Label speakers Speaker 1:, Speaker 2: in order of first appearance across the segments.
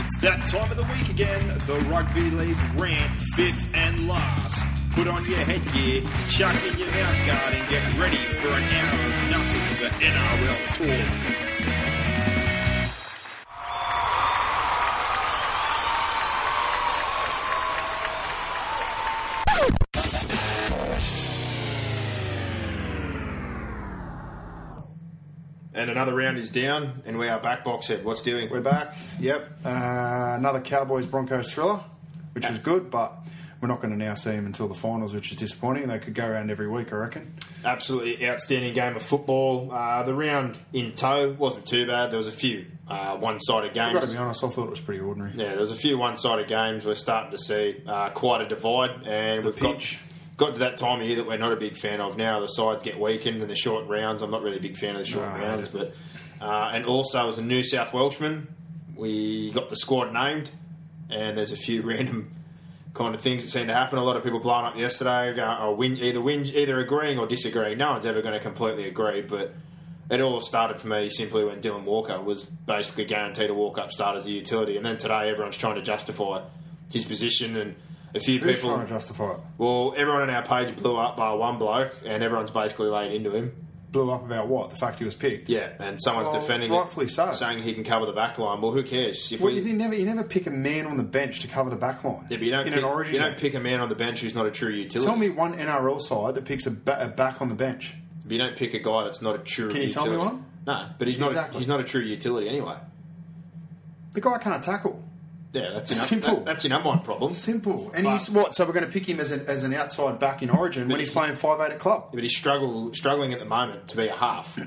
Speaker 1: It's that time of the week again. The Rugby League rant, fifth and last. Put on your headgear, chuck in your mouthguard, and get ready for an hour of nothing but NRL talk. And another round is down, and we are back, Boxhead. What's doing?
Speaker 2: We're back. Yep. Uh, another Cowboys Broncos thriller, which was good, but we're not going to now see him until the finals, which is disappointing. They could go around every week, I reckon.
Speaker 1: Absolutely outstanding game of football. Uh, the round in tow wasn't too bad. There was a few uh, one-sided
Speaker 2: I've got to
Speaker 1: games.
Speaker 2: be honest, I thought it was pretty ordinary.
Speaker 1: Yeah, there was a few one-sided games. We're starting to see uh, quite a divide, and we've
Speaker 2: pitch.
Speaker 1: got got to that time of year that we're not a big fan of now. The sides get weakened in the short rounds. I'm not really a big fan of the short
Speaker 2: No, I
Speaker 1: rounds,
Speaker 2: hate
Speaker 1: but uh, and also as a New South Welshman, we got the squad named, and there's a few random kind of things that seem to happen. A lot of people blowing up yesterday, going, oh, win, either win, either agreeing or disagreeing. No one's ever going to completely agree, but it all started for me simply when Dylan Walker was basically guaranteed a walk-up start as a utility, and then today everyone's trying to justify his position and. A few
Speaker 2: Who's
Speaker 1: people
Speaker 2: trying to justify it?
Speaker 1: well, everyone on our page blew up by one bloke, and everyone's basically laid into him.
Speaker 2: Blew up about what? The fact he was picked.
Speaker 1: Yeah, and someone's
Speaker 2: Well,
Speaker 1: defending
Speaker 2: rightfully
Speaker 1: it,
Speaker 2: so.
Speaker 1: saying he can cover the back line. Well, who cares? If
Speaker 2: Well,
Speaker 1: we,
Speaker 2: you didn't ever, you never pick a man on the bench to cover the back line.
Speaker 1: yeah, but you don't
Speaker 2: in
Speaker 1: pick,
Speaker 2: an origin.
Speaker 1: you don't
Speaker 2: game.
Speaker 1: pick a man on the bench who's not a true utility.
Speaker 2: Tell me one NRL side that picks a, ba- a back on the bench.
Speaker 1: But you don't pick a guy that's not a true.
Speaker 2: Can you
Speaker 1: utility.
Speaker 2: tell me one?
Speaker 1: No, but he's not.
Speaker 2: Exactly.
Speaker 1: He's not a true utility anyway.
Speaker 2: The guy can't tackle.
Speaker 1: Yeah, that's your num-
Speaker 2: Simple.
Speaker 1: that- that's your number one problem.
Speaker 2: Simple. And he's what? So we're going to pick him as an, as an outside back in Origin when he's playing five eight at club.
Speaker 1: But he's struggle struggling at the moment to be a half,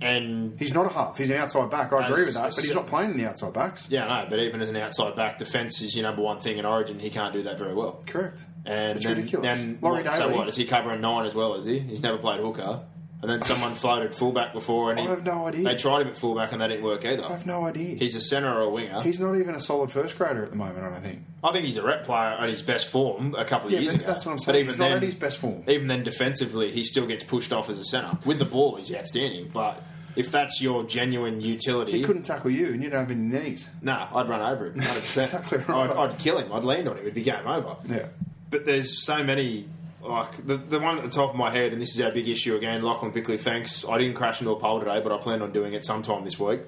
Speaker 1: and
Speaker 2: He's not a half. He's an outside back. I
Speaker 1: As-
Speaker 2: agree with that, but he's
Speaker 1: as-
Speaker 2: not playing in the outside backs.
Speaker 1: yeah, no. But even as an outside back, defense is your number one thing in Origin. He can't do that very well.
Speaker 2: Correct.
Speaker 1: And
Speaker 2: it's
Speaker 1: then,
Speaker 2: ridiculous.
Speaker 1: Then
Speaker 2: Laurie
Speaker 1: what,
Speaker 2: Daly.
Speaker 1: so what? Is he covering nine as well? Is he? He's never played hooker. And then someone floated fullback before, and
Speaker 2: I
Speaker 1: he,
Speaker 2: have no idea.
Speaker 1: They tried him at fullback, and that didn't work either.
Speaker 2: I have no idea.
Speaker 1: He's a centre or a winger.
Speaker 2: He's not even a solid first grader at the moment, I don't think.
Speaker 1: I think he's a rep player at his best form a couple of
Speaker 2: Yeah,
Speaker 1: years
Speaker 2: but
Speaker 1: ago.
Speaker 2: that's what I'm saying. He's not at his best form.
Speaker 1: Even then, defensively, he still gets pushed off as a centre. With the ball, he's outstanding. But if that's your genuine utility,
Speaker 2: He couldn't tackle you, and you don't have any knees.
Speaker 1: Nah, I'd run over him. 100%.
Speaker 2: Exactly
Speaker 1: I'd,
Speaker 2: right.
Speaker 1: I'd kill him. I'd land on him. It'd be game over.
Speaker 2: Yeah.
Speaker 1: But there's so many. Like the, the one at the top of my head, and this is our big issue again. Lachlan Bickley, thanks. I didn't crash into a pole today, but I plan on doing it sometime this week.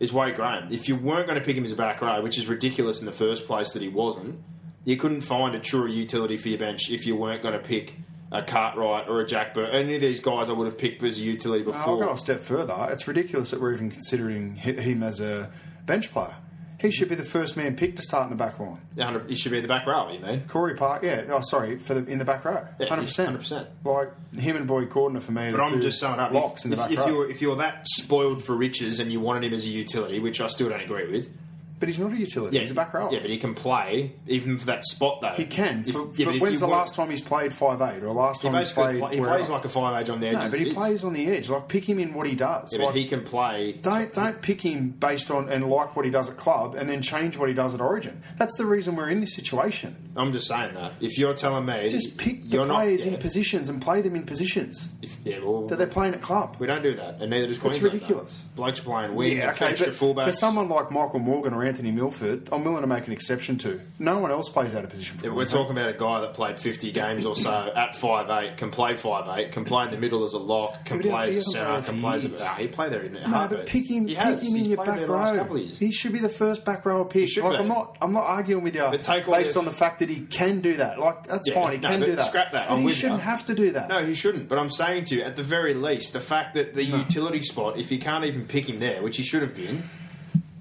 Speaker 1: Is Wade Graham? If you weren't going to pick him as a back row, which is ridiculous in the first place that he wasn't, you couldn't find a truer utility for your bench if you weren't going to pick a Cartwright or a Jack Burr. Any of these guys I would have picked as a utility
Speaker 2: I'll
Speaker 1: before.
Speaker 2: go a step further. It's ridiculous that we're even considering hi- him as a bench player. He should be the first man picked to start in the back line.
Speaker 1: 100 he should be the back row. You mean?
Speaker 2: Corey Park, yeah, oh, sorry, for the in the back row,
Speaker 1: Yeah,
Speaker 2: hundred percent,
Speaker 1: 100%.
Speaker 2: Like him and Boyd Corden are for me.
Speaker 1: But
Speaker 2: the
Speaker 1: I'm
Speaker 2: two
Speaker 1: just summing up.
Speaker 2: Locks
Speaker 1: if,
Speaker 2: in the
Speaker 1: if-
Speaker 2: back
Speaker 1: if
Speaker 2: row.
Speaker 1: you're if you're that spoiled for riches and you wanted him as a utility, which I still don't agree with.
Speaker 2: But he's not a utility. He's a back row.
Speaker 1: Yeah, but he can play even for that spot though.
Speaker 2: he can.
Speaker 1: Um, If-
Speaker 2: for,
Speaker 1: yeah,
Speaker 2: but
Speaker 1: if you
Speaker 2: when's the
Speaker 1: want-
Speaker 2: last time he's played five eight, or last
Speaker 1: He
Speaker 2: time he's
Speaker 1: basically
Speaker 2: played?
Speaker 1: play, he
Speaker 2: wherever?
Speaker 1: plays like a five age on the edge.
Speaker 2: no,
Speaker 1: as
Speaker 2: but
Speaker 1: it
Speaker 2: he
Speaker 1: is.
Speaker 2: plays on the edge. Like pick him in what he does.
Speaker 1: Yeah, but
Speaker 2: Like,
Speaker 1: he can play.
Speaker 2: Don't don't pick him based on and like what he does at club, and then change what he does at Origin. That's the reason we're in this situation.
Speaker 1: I'm just saying that. If you're telling me,
Speaker 2: Just pick the
Speaker 1: you're not-
Speaker 2: players
Speaker 1: yeah,
Speaker 2: in positions and play them in positions
Speaker 1: if- yeah, well,
Speaker 2: that they're playing at club.
Speaker 1: we don't do that, and neither does Queensland. though.
Speaker 2: ridiculous.
Speaker 1: Blokes playing wing,
Speaker 2: yeah, okay,
Speaker 1: extra
Speaker 2: but
Speaker 1: fullbacks.
Speaker 2: for someone like Michael Morgan or Anthony Milford, I'm willing to make an exception to. No one else plays out of position. For
Speaker 1: Yeah, We're
Speaker 2: Queensland.
Speaker 1: talking about a guy that played 50 games or so at 5'8", can play 5'8", can play in the middle as a lock, can
Speaker 2: But he
Speaker 1: play as a
Speaker 2: doesn't- he
Speaker 1: centre,
Speaker 2: doesn't
Speaker 1: can
Speaker 2: play
Speaker 1: play as a...
Speaker 2: for years.
Speaker 1: Nah, he played there in a
Speaker 2: No,
Speaker 1: heartbeat.
Speaker 2: but pick him,
Speaker 1: He
Speaker 2: pick
Speaker 1: has.
Speaker 2: him
Speaker 1: He's
Speaker 2: in your
Speaker 1: played
Speaker 2: back
Speaker 1: there the last
Speaker 2: row.
Speaker 1: couple of years.
Speaker 2: He should be the first back row pick.
Speaker 1: should
Speaker 2: Like,
Speaker 1: be.
Speaker 2: I'm not, I'm not arguing with you
Speaker 1: But take all
Speaker 2: based
Speaker 1: the-
Speaker 2: on the fact that he can do that. Like that's
Speaker 1: Yeah,
Speaker 2: fine, he
Speaker 1: no,
Speaker 2: can
Speaker 1: but
Speaker 2: do that.
Speaker 1: scrap that,
Speaker 2: but
Speaker 1: I'm
Speaker 2: he
Speaker 1: with you.
Speaker 2: shouldn't have to do that.
Speaker 1: No, he shouldn't. But I'm saying to you, at the very least, the fact that the utility spot, if you can't even pick him there, which he should have been,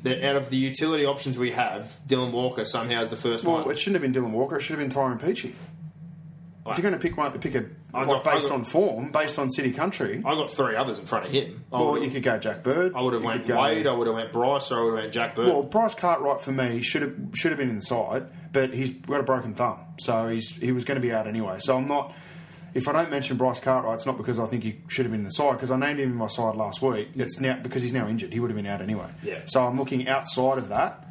Speaker 1: that out of the utility options we have, Dylan Walker somehow is the first
Speaker 2: well,
Speaker 1: one.
Speaker 2: it shouldn't have been Dylan Walker. It should have been Tyrone Peachy. if you're going to pick one, pick a
Speaker 1: I
Speaker 2: like
Speaker 1: got- I
Speaker 2: based
Speaker 1: got-
Speaker 2: on form, based on city country.
Speaker 1: I got three others in front of him. I
Speaker 2: Well,
Speaker 1: would've-
Speaker 2: you could go Jack Bird.
Speaker 1: I would have
Speaker 2: you
Speaker 1: went
Speaker 2: could go-
Speaker 1: Wade. I would have went Bryce. Or I would have went Jack Bird.
Speaker 2: Well, Bryce Cartwright for me should have should have been in the side, but he's got a broken thumb, so he's he was going to be out anyway. So I'm not. If I don't mention Bryce Cartwright, it's not because I think he should have been in the side because I named him in my side last week. It's now because he's now injured. He would have been out anyway.
Speaker 1: Yeah.
Speaker 2: So I'm looking outside of that.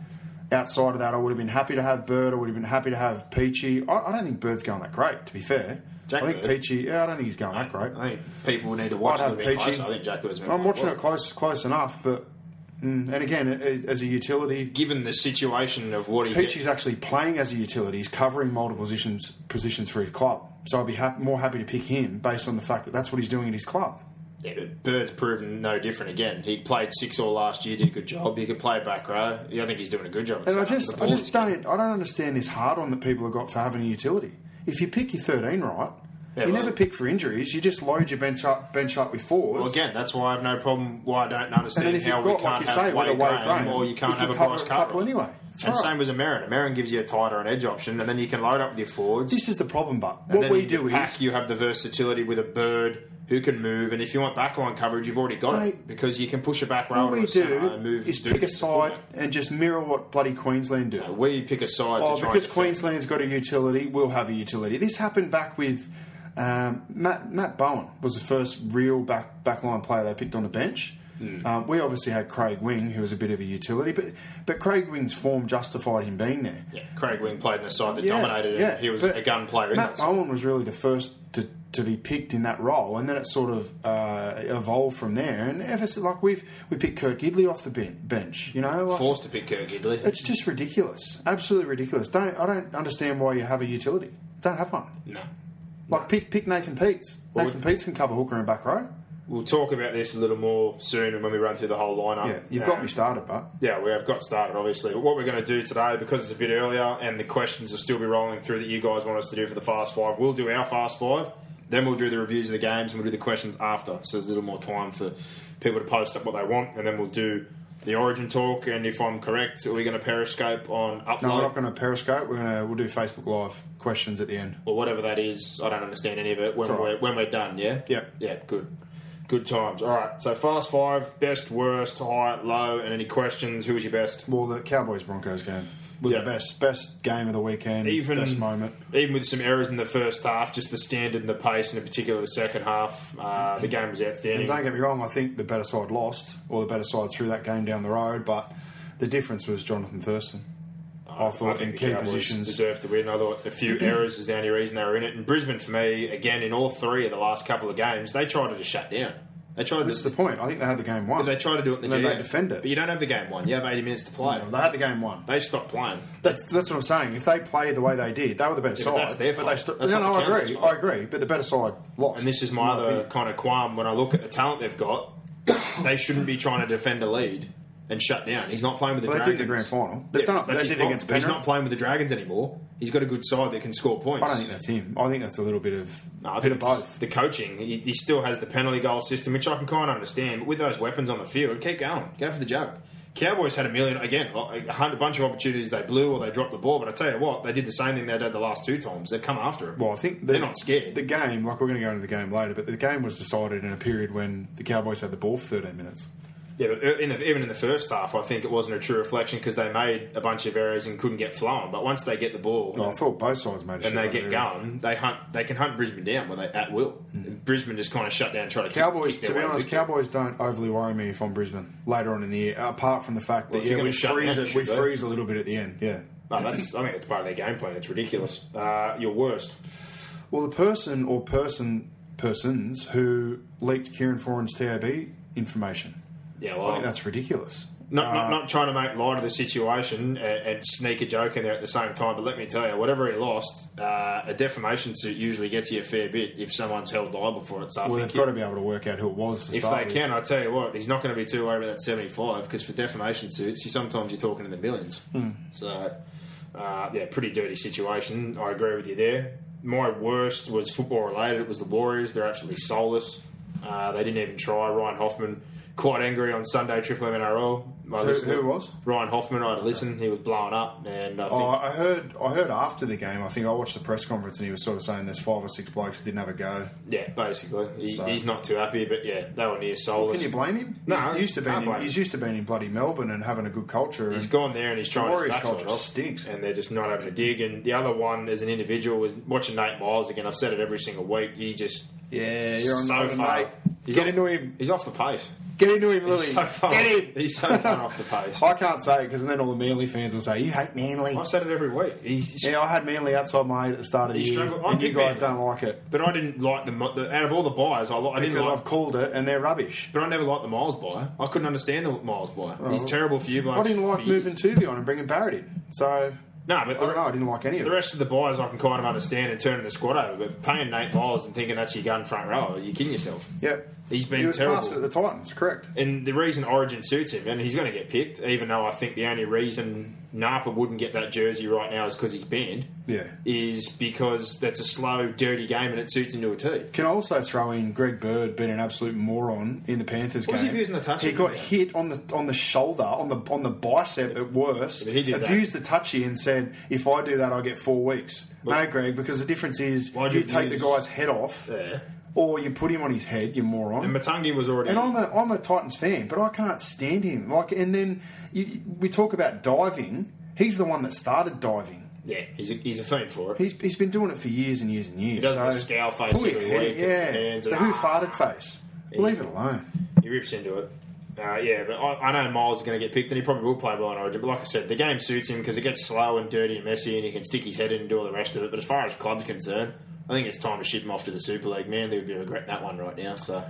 Speaker 2: Outside of that, I would have been happy to have Bird. I would have been happy to have Peachy. I, I don't think Bird's going that great. To be fair,
Speaker 1: Jack
Speaker 2: I think
Speaker 1: Bird.
Speaker 2: Peachy. Yeah, I don't think he's going that great.
Speaker 1: I think people need to watch it
Speaker 2: I'd
Speaker 1: a
Speaker 2: have
Speaker 1: bit
Speaker 2: Peachy.
Speaker 1: closer. I think Jack Bird's been
Speaker 2: I'm watching
Speaker 1: well.
Speaker 2: it close close enough, but mm, and again, it- it- as a utility,
Speaker 1: Given the situation of what he
Speaker 2: Peachy's actually playing as a utility. He's covering multiple positions positions for his club. So I'd be hap- more happy to pick him based on the fact that that's what he's doing at his club.
Speaker 1: Yeah, but Bird's proven no different again. He played six all last year, did a good job. He could play back row. Yeah, I think he's doing a good job. at
Speaker 2: And
Speaker 1: setting
Speaker 2: I
Speaker 1: up the
Speaker 2: just, I
Speaker 1: ball.
Speaker 2: just don't, I don't understand this hard on that people have got for having a utility. If you pick your thirteen right,
Speaker 1: Yeah,
Speaker 2: you
Speaker 1: well-
Speaker 2: never pick for injuries. You just load your bench up, bench up with forwards.
Speaker 1: Well, again, that's why I have no problem. Why I don't
Speaker 2: and
Speaker 1: understand
Speaker 2: then if
Speaker 1: how
Speaker 2: you've
Speaker 1: we
Speaker 2: got,
Speaker 1: can't
Speaker 2: like you
Speaker 1: have
Speaker 2: say, with a
Speaker 1: Wade
Speaker 2: Wade
Speaker 1: Graham,
Speaker 2: Graham,
Speaker 1: or you can't
Speaker 2: you
Speaker 1: have
Speaker 2: can
Speaker 1: a
Speaker 2: cover
Speaker 1: Bryce
Speaker 2: a couple
Speaker 1: Cartwright.
Speaker 2: anyway. That's
Speaker 1: and
Speaker 2: right.
Speaker 1: same as a Merrin. A Merrin gives you a tighter and edge option, and then you can load up with your forwards.
Speaker 2: this is the problem. But
Speaker 1: And
Speaker 2: what
Speaker 1: then
Speaker 2: we
Speaker 1: in
Speaker 2: do
Speaker 1: the pack,
Speaker 2: is
Speaker 1: you have the versatility with a bird who can move, and if you want backline coverage, you've already got it
Speaker 2: Mate,
Speaker 1: because you can push a back row
Speaker 2: what
Speaker 1: or
Speaker 2: we
Speaker 1: a centre
Speaker 2: do
Speaker 1: and uh, move.
Speaker 2: is
Speaker 1: dudes
Speaker 2: pick a
Speaker 1: to
Speaker 2: side
Speaker 1: fullback.
Speaker 2: and just mirror what bloody Queensland do.
Speaker 1: We pick a side.
Speaker 2: Oh,
Speaker 1: to try
Speaker 2: because
Speaker 1: and
Speaker 2: Queensland's got a utility, we'll have a utility. This happened back with um, Matt Matt Bowen was the first real back backline player they picked on the bench.
Speaker 1: Hmm.
Speaker 2: Um, we obviously had Craig Wing, who was a bit of a utility, but but Craig Wing's form justified him being there.
Speaker 1: Yeah, Craig Wing played in a side that
Speaker 2: Yeah,
Speaker 1: dominated, and
Speaker 2: yeah,
Speaker 1: he was
Speaker 2: but
Speaker 1: a gun player. In
Speaker 2: Matt
Speaker 1: that side.
Speaker 2: Bowen was really the first to, to be picked in that role, and then it sort of uh, evolved from there. And ever since, like we've we picked Kirk Gidley off the ben- bench, you know, like,
Speaker 1: forced to pick Kirk Gidley.
Speaker 2: it's just ridiculous, absolutely ridiculous. Don't I don't understand why you have a utility. Don't have one.
Speaker 1: no.
Speaker 2: Like pick pick Nathan Peets. Nathan Peets can cover hooker and back row.
Speaker 1: We'll talk about this a little more soon when we run through the whole lineup.
Speaker 2: Yeah, you've
Speaker 1: Uh,
Speaker 2: got me started, but
Speaker 1: Yeah, we have got started, obviously. But what we're going to do today, because it's a bit earlier and the questions will still be rolling through that you guys want us to do for the Fast Five, we'll do our Fast Five, then we'll do the reviews of the games and we'll do the questions after. So there's a little more time for people to post up what they want, and then we'll do the Origin talk. And if I'm correct, are we going to Periscope on upload?
Speaker 2: no, we're not going to Periscope. We're gonna we'll do Facebook Live questions at the end.
Speaker 1: or whatever that is. I don't understand any of it. When
Speaker 2: all
Speaker 1: we're
Speaker 2: right.
Speaker 1: when we're done, yeah,
Speaker 2: Yeah.
Speaker 1: yeah, good, good times. All right, so fast five, best, worst, high, low, and any questions. Who was your best?
Speaker 2: Well, the Cowboys Broncos game was
Speaker 1: Yeah.
Speaker 2: the best best game of the weekend.
Speaker 1: Even
Speaker 2: best moment.
Speaker 1: even with some errors in the first half, just the standard and the pace, and in particular the second half, uh, the game was outstanding.
Speaker 2: And don't get me wrong. I think the better side lost, or the better side threw that game down the road. But the difference was Jonathan Thurston. I thought in
Speaker 1: the
Speaker 2: key
Speaker 1: Cowboys
Speaker 2: positions
Speaker 1: deserved to win. I thought a few errors is the only reason they were in it. And Brisbane, for me, again in all three of the last couple of games, they tried to shut down. They tried
Speaker 2: That's
Speaker 1: to
Speaker 2: the point. I think they had the game won.
Speaker 1: they tried to do it in the
Speaker 2: And
Speaker 1: G
Speaker 2: then they defend it. Mm.
Speaker 1: but you don't have the game one. You have eighty minutes to play.
Speaker 2: they had the game won.
Speaker 1: They stopped playing.
Speaker 2: That's that's what I'm saying. If they played the way they did, they were the better
Speaker 1: Yeah,
Speaker 2: side.
Speaker 1: but that's their
Speaker 2: but
Speaker 1: fault.
Speaker 2: they st-
Speaker 1: That's
Speaker 2: no,
Speaker 1: not
Speaker 2: no,
Speaker 1: the
Speaker 2: I agree.
Speaker 1: council's fault.
Speaker 2: I agree. But the better side lost.
Speaker 1: And this is my other kind of qualm when I look at the talent they've got. they shouldn't be trying to defend a lead and shut down. He's not playing with the
Speaker 2: Well, they did
Speaker 1: Dragons.
Speaker 2: in the grand final. They've done it-
Speaker 1: but that's
Speaker 2: they
Speaker 1: his
Speaker 2: did it against
Speaker 1: problem. He's not
Speaker 2: Penrith.
Speaker 1: playing with the Dragons anymore. He's got a good side that can score points.
Speaker 2: I don't think that's him. I think that's a little bit of
Speaker 1: No, I
Speaker 2: bit
Speaker 1: think it's
Speaker 2: of both.
Speaker 1: The coaching. He, he still has the penalty goal system, which I can kind of understand. But with those weapons on the field, keep going. Go for the jug. Cowboys had a million again, like, a hundred bunch of opportunities they blew or they dropped the ball. But I tell you what, they did the same thing they did the last two times. They've come after it.
Speaker 2: Well, I think the,
Speaker 1: they're not scared.
Speaker 2: The game, like we're going to go into the game later, but the game was decided in a period when the Cowboys had the ball for 13 minutes.
Speaker 1: Yeah, but e-, in the, even in the first half, I think it wasn't a true reflection because they made a bunch of errors and couldn't get flowing. But once they get the ball
Speaker 2: Well, I thought both sides made. A shit
Speaker 1: and they
Speaker 2: out of
Speaker 1: get
Speaker 2: it.
Speaker 1: going, they hunt. They can hunt Brisbane down when they at will. Brisbane just kind of shut down, and try to kick-
Speaker 2: Mm. Cowboys,
Speaker 1: Kick their
Speaker 2: to be
Speaker 1: way
Speaker 2: honest,
Speaker 1: to victory.
Speaker 2: Cowboys don't overly worry me if I'm Brisbane later on in the year. Apart from the fact
Speaker 1: Well, if
Speaker 2: that
Speaker 1: you're
Speaker 2: yeah,
Speaker 1: gonna
Speaker 2: we
Speaker 1: shut
Speaker 2: freeze
Speaker 1: down,
Speaker 2: it, we
Speaker 1: you should go.
Speaker 2: freeze a little bit at the end. Yeah,
Speaker 1: No, that's. I think it's part of their game plan. It's ridiculous. Uh, your worst.
Speaker 2: Well, the person or person persons who leaked Kieran Foran's TAB information.
Speaker 1: Yeah,
Speaker 2: I think
Speaker 1: well,
Speaker 2: that's uh, ridiculous.
Speaker 1: not, not not trying to make light of the situation and, and sneak a joke in there at the same time. But let me tell you, whatever he lost, uh, a defamation suit usually gets you a fair bit if someone's held liable for it. So I
Speaker 2: Well,
Speaker 1: think
Speaker 2: they've
Speaker 1: it-
Speaker 2: got to be able to work out who it was. To
Speaker 1: If
Speaker 2: start
Speaker 1: they
Speaker 2: with.
Speaker 1: can, I tell you what, he's not going to be too worried about that seventy-five because for defamation suits, you sometimes you're talking in the millions.
Speaker 2: Hmm.
Speaker 1: So, uh, yeah, pretty dirty situation. I agree with you there. My worst was football related. It was the Warriors. They're absolutely soulless. Uh, they didn't even try. Ryan Hoffman quite angry on Sunday Triple MNRL. I
Speaker 2: Who-
Speaker 1: listened to-
Speaker 2: who was?
Speaker 1: Ryan Hoffman? I had to listen. He was blowing up, and I think
Speaker 2: Oh, I heard. I heard after the game. I think I watched the press conference, and he was sort of saying there's five or six blokes that didn't have a go.
Speaker 1: yeah, basically he,
Speaker 2: So-
Speaker 1: he's not too happy. But yeah, they were near soulless.
Speaker 2: Can you blame him?
Speaker 1: No,
Speaker 2: he's used to being.
Speaker 1: can't blame
Speaker 2: In,
Speaker 1: him.
Speaker 2: he's used to being in bloody Melbourne and having a good culture.
Speaker 1: He's
Speaker 2: and-
Speaker 1: gone there and he's trying
Speaker 2: Warriors
Speaker 1: his backside
Speaker 2: culture
Speaker 1: off.
Speaker 2: stinks.
Speaker 1: and they're just not having a dig. And the other one, as an individual, was watching Nate Miles again. I've said it every single week. He just
Speaker 2: Yeah, you're on
Speaker 1: so
Speaker 2: on the
Speaker 1: far.
Speaker 2: mate.
Speaker 1: He's
Speaker 2: Get
Speaker 1: off-
Speaker 2: into him.
Speaker 1: He's off the pace.
Speaker 2: Get into him, Lily.
Speaker 1: He's so far.
Speaker 2: Get him.
Speaker 1: He's so far off the pace.
Speaker 2: I can't say because then all the Manly fans will say you hate Manly.
Speaker 1: I've said it every week. He's,
Speaker 2: Yeah, I had Manly outside my eight at the start of the
Speaker 1: You
Speaker 2: year,
Speaker 1: struggle- I
Speaker 2: and you
Speaker 1: did
Speaker 2: guys
Speaker 1: Manly.
Speaker 2: don't like it
Speaker 1: but I didn't like the, mo- the out of all the buyers. I, li- I didn't
Speaker 2: because
Speaker 1: like.
Speaker 2: I've called it, and they're rubbish.
Speaker 1: but I never liked the Miles buyer. I couldn't understand the Miles buyer. He's terrible for you, but
Speaker 2: I didn't like moving Tuvi on and bringing Barrett in, so
Speaker 1: No, but
Speaker 2: I don't know. I didn't like any of
Speaker 1: The
Speaker 2: it.
Speaker 1: rest of the buyers I can kind of understand and turning the squad over, but paying Nate Miles and thinking that's your gun front row, you're kidding yourself.
Speaker 2: Yep,
Speaker 1: He's been
Speaker 2: he was
Speaker 1: terrible.
Speaker 2: past it at the Titans, correct?
Speaker 1: And the reason Origin suits him, and he's going to get picked, even though I think the only reason Napa wouldn't get that jersey right now is because he's banned.
Speaker 2: Yeah.
Speaker 1: Is because that's a slow, dirty game and it suits him to a T.
Speaker 2: Can I also throw in Greg Bird being an absolute moron in the Panthers
Speaker 1: What was
Speaker 2: game?
Speaker 1: he abusing the touchy
Speaker 2: He got
Speaker 1: for?
Speaker 2: hit on the on the shoulder, on the on the bicep at worst.
Speaker 1: But he did that.
Speaker 2: abused the touchy and said, "If I do that, I get four weeks." no, Greg, because the difference is
Speaker 1: Why'd
Speaker 2: you
Speaker 1: you
Speaker 2: take the
Speaker 1: abuse-
Speaker 2: guy's head off,
Speaker 1: Yeah.
Speaker 2: or you put him on his head. You moron.
Speaker 1: And Matangi was already.
Speaker 2: And I'm a, I'm a Titans fan, but I can't stand him. Like, and then you, we talk about diving. He's the one that started diving.
Speaker 1: yeah, he's a, he's a fiend for it.
Speaker 2: He's, he's been doing it for years and years and years.
Speaker 1: He does
Speaker 2: so
Speaker 1: the scowl face
Speaker 2: pull your
Speaker 1: every
Speaker 2: head-
Speaker 1: week and
Speaker 2: Yeah,
Speaker 1: hands
Speaker 2: the
Speaker 1: and-
Speaker 2: who farted face. Leave it alone.
Speaker 1: He rips into it. Uh, yeah, but I, I know Miles is going to get picked, and he probably will play behind Origin. But like I said, the game suits him because it gets slow and dirty and messy, and he can stick his head in and do all the rest of it. But as far as club's concerned, I think it's time to ship him off to the Super League. Man, they would be regretting that one right now. So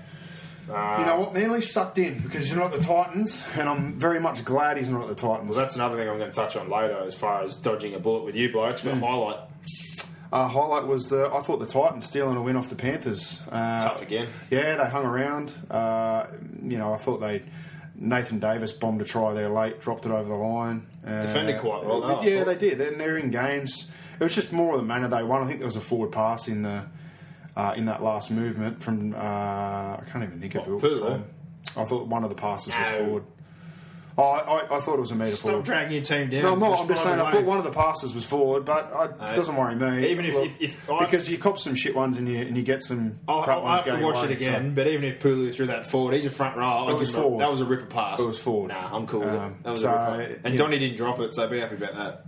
Speaker 2: you know what? Manly sucked in because he's not at the Titans, and I'm very much glad he's not at the Titans.
Speaker 1: Well, that's another thing I'm going to touch on later as far as dodging a bullet with you blokes.
Speaker 2: Hmm.
Speaker 1: But highlight
Speaker 2: uh, highlight was the I thought the Titans stealing a win off the Panthers. Uh,
Speaker 1: tough again.
Speaker 2: Yeah, they hung around. Uh, you know, I thought they Nathan Davis bombed a try there late, dropped it over the line. Uh,
Speaker 1: Defended quite well, though, I
Speaker 2: yeah,
Speaker 1: thought.
Speaker 2: they did. Then they're in games. It was just more of the manner they won. I think there was a forward pass in the uh, in that last movement from uh, I can't even think of who it was.
Speaker 1: Poole?
Speaker 2: From. I thought one of the passes was
Speaker 1: No.
Speaker 2: forward. Oh, I, I, I thought it was a metre
Speaker 1: Stop
Speaker 2: forward.
Speaker 1: dragging your team down.
Speaker 2: No, I'm not.
Speaker 1: Just
Speaker 2: I'm just
Speaker 1: ride
Speaker 2: saying.
Speaker 1: the
Speaker 2: I thought
Speaker 1: wave.
Speaker 2: one of the passes was forward, but I, it doesn't worry me.
Speaker 1: Even if-
Speaker 2: Well,
Speaker 1: if- if I-
Speaker 2: because you cop some shit ones and you and you get some
Speaker 1: I'll,
Speaker 2: crap
Speaker 1: I'll
Speaker 2: ones
Speaker 1: have to
Speaker 2: going
Speaker 1: watch
Speaker 2: away,
Speaker 1: it
Speaker 2: so-
Speaker 1: again, but even if Pulu threw that forward, he's a front row. I'll
Speaker 2: It was
Speaker 1: give him a-
Speaker 2: forward.
Speaker 1: That was a ripper pass.
Speaker 2: It was forward.
Speaker 1: Nah, I'm cool with
Speaker 2: Um,
Speaker 1: it. That was
Speaker 2: so,
Speaker 1: a ripper. And
Speaker 2: yeah.
Speaker 1: Donny didn't drop it, so be happy about that.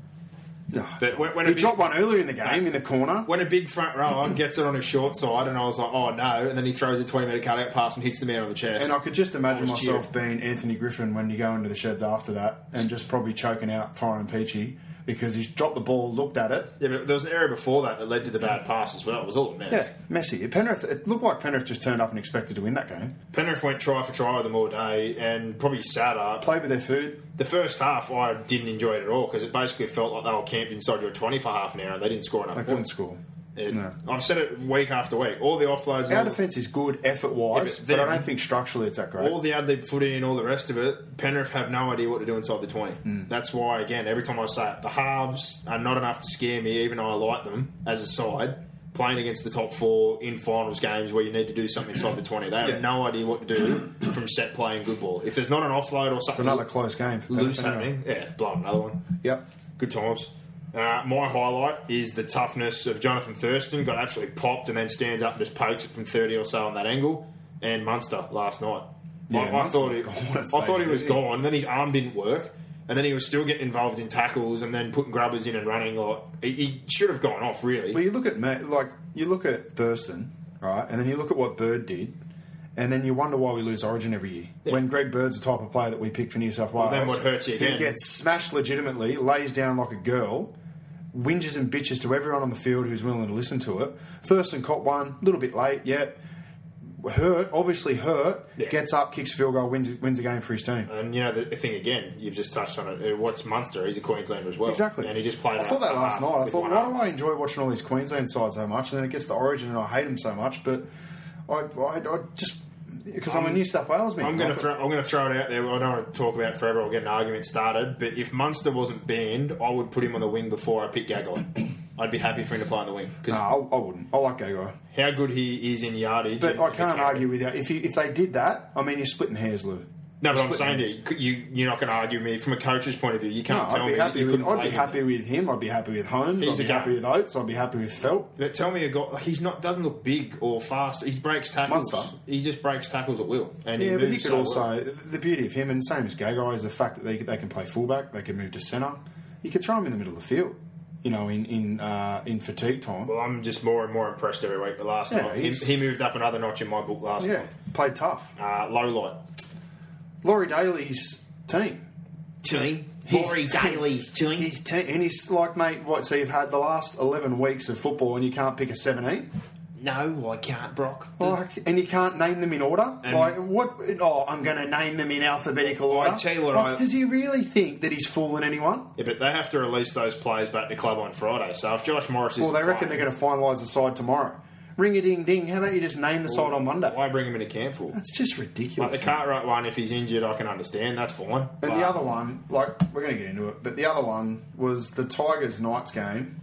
Speaker 1: But when, when, a
Speaker 2: he
Speaker 1: big,
Speaker 2: dropped one earlier in the game in the corner.
Speaker 1: when a big front rower gets it on his short side, and I was like, oh no, and then he throws a 20 metre cutout pass and hits the man on the chest.
Speaker 2: And I could just imagine
Speaker 1: I was
Speaker 2: myself being Anthony Griffin when you go into the sheds after that and just probably choking out Tyron Peachy because he's dropped the ball, looked at it.
Speaker 1: yeah, but there was an error before that that led to the bad pass as well. It was all a mess.
Speaker 2: Yeah, messy. Penrith, it looked like Penrith just turned up and expected to win that game.
Speaker 1: Penrith went try for try with them all day, and probably sadder.
Speaker 2: Played with their food.
Speaker 1: The first half, I didn't enjoy it at all because it basically felt like they were camped inside your 20 for half an hour and they didn't score enough
Speaker 2: They couldn't
Speaker 1: points.
Speaker 2: score.
Speaker 1: It-
Speaker 2: No.
Speaker 1: I've said it week after week. All the offloads, and
Speaker 2: Our
Speaker 1: all the-
Speaker 2: defence is good effort wise,
Speaker 1: Yeah,
Speaker 2: but,
Speaker 1: but
Speaker 2: I
Speaker 1: then-
Speaker 2: don't think structurally it's that great.
Speaker 1: all the ad lib footy and all the rest of it, Penrith have no idea what to do inside the 20.
Speaker 2: Hmm.
Speaker 1: That's why, again, every time I say it, the halves are not enough to scare me, even though I like them as a side. Playing against the top four in finals games where you need to do something inside the 20. They have
Speaker 2: Yeah.
Speaker 1: no idea what to do from set play and good ball. If there's not an offload or something
Speaker 2: Another close game. For
Speaker 1: loose
Speaker 2: Penrith, anyway.
Speaker 1: happening, yeah, blow another one.
Speaker 2: Yep.
Speaker 1: Good times. Uh, my highlight is the toughness of Jonathan Thurston. Got absolutely popped and then stands up and just pokes it from 30 or so on that angle. And Munster last night.
Speaker 2: Yeah,
Speaker 1: I, I
Speaker 2: Munster,
Speaker 1: thought, he,
Speaker 2: God,
Speaker 1: I
Speaker 2: that's
Speaker 1: thought he was
Speaker 2: savage.
Speaker 1: gone. And then his arm didn't work. And then he was still getting involved in tackles and then putting grubbers in and running. Or he, he should have gone off, really.
Speaker 2: But you look at Ma like you look at Thurston, right, and then you look at what Bird did, and then you wonder why we lose Origin every year. When Greg Bird's the type of player that we pick for New South Wales,
Speaker 1: then what hurts you
Speaker 2: who
Speaker 1: again-
Speaker 2: gets smashed legitimately, lays down like a girl, whinges and bitches to everyone on the field who's willing to listen to it. Thurston caught one, a little bit late, yep. Hurt, obviously hurt,
Speaker 1: Yeah.
Speaker 2: gets up, kicks a field goal, wins wins the game for his team.
Speaker 1: and you know the, the thing again, you've just touched on it. uh, What's Munster? He's a Queenslander as well,
Speaker 2: Exactly.
Speaker 1: And he just played.
Speaker 2: I thought
Speaker 1: a-
Speaker 2: that
Speaker 1: a half
Speaker 2: last night. I
Speaker 1: with
Speaker 2: thought,
Speaker 1: one
Speaker 2: why
Speaker 1: arm.
Speaker 2: do I enjoy watching all these Queensland sides so much? And then it gets to Origin, and I hate them so much. But I, I, I just because I'm, a New South Wales man.
Speaker 1: I'm going
Speaker 2: Like,
Speaker 1: to throw. I'm going to throw it out there. I don't want to talk about it forever. I'll get an argument started. But if Munster wasn't banned, I would put him on the wing before I pick Gagai. I'd be happy for him to play on the wing because
Speaker 2: No, I, I wouldn't. I like Gagai.
Speaker 1: how good he is in yardage.
Speaker 2: But
Speaker 1: and-
Speaker 2: I can't argue with that. If, you, if they did that, I mean, you're splitting hairs, Lou.
Speaker 1: No, but I'm
Speaker 2: Split
Speaker 1: saying to you, you, you're not going to argue me from a coach's point of view. You can't
Speaker 2: No,
Speaker 1: tell
Speaker 2: I'd
Speaker 1: me
Speaker 2: be happy.
Speaker 1: you
Speaker 2: With,
Speaker 1: couldn't
Speaker 2: I'd
Speaker 1: play
Speaker 2: be
Speaker 1: him.
Speaker 2: happy with him. I'd be happy with Holmes.
Speaker 1: He's
Speaker 2: I'd be
Speaker 1: a gun.
Speaker 2: happy with Oates. I'd be happy with Felt.
Speaker 1: But tell me, a guy like, he's not doesn't look big or fast. He breaks tackles.
Speaker 2: Munster.
Speaker 1: He just breaks tackles at will, and
Speaker 2: Yeah,
Speaker 1: he
Speaker 2: but
Speaker 1: moves
Speaker 2: he could
Speaker 1: so well.
Speaker 2: also the beauty of him and same as Gagai is the fact that they they can play fullback. They can move to centre. You could throw him in the middle of the field. You know, in in uh, in fatigue time.
Speaker 1: Well, I'm just more and more impressed every week. But last
Speaker 2: Yeah,
Speaker 1: night, he,
Speaker 2: he's-
Speaker 1: he moved up another notch in my book last
Speaker 2: yeah, played tough.
Speaker 1: night. Uh, low light.
Speaker 2: Laurie Daly's team.
Speaker 1: Team.
Speaker 2: He's- His team, and he's like, mate, what? So you've had the last eleven weeks of football, and you can't pick a seventeen.
Speaker 1: No, I can't, Brock.
Speaker 2: Like, and you can't name them in order.
Speaker 1: And-
Speaker 2: like, what? Oh, I'm going to name them in alphabetical
Speaker 1: I
Speaker 2: order.
Speaker 1: tell you what,
Speaker 2: like,
Speaker 1: I-
Speaker 2: does he really think that he's fooling anyone?
Speaker 1: Yeah, but they have to release those players back to club on Friday. So if Josh Morris is,
Speaker 2: Well, they reckon they're going to finalise the side tomorrow. Ring a ding ding. How about you just name the side on Monday?
Speaker 1: Why bring him into camp for?
Speaker 2: That's just
Speaker 1: Like
Speaker 2: ridiculous.
Speaker 1: the
Speaker 2: man.
Speaker 1: Cartwright one, if he's injured, I can understand. That's fine.
Speaker 2: But the other one, like we're going to get into it, but the other one was the Tigers Knights game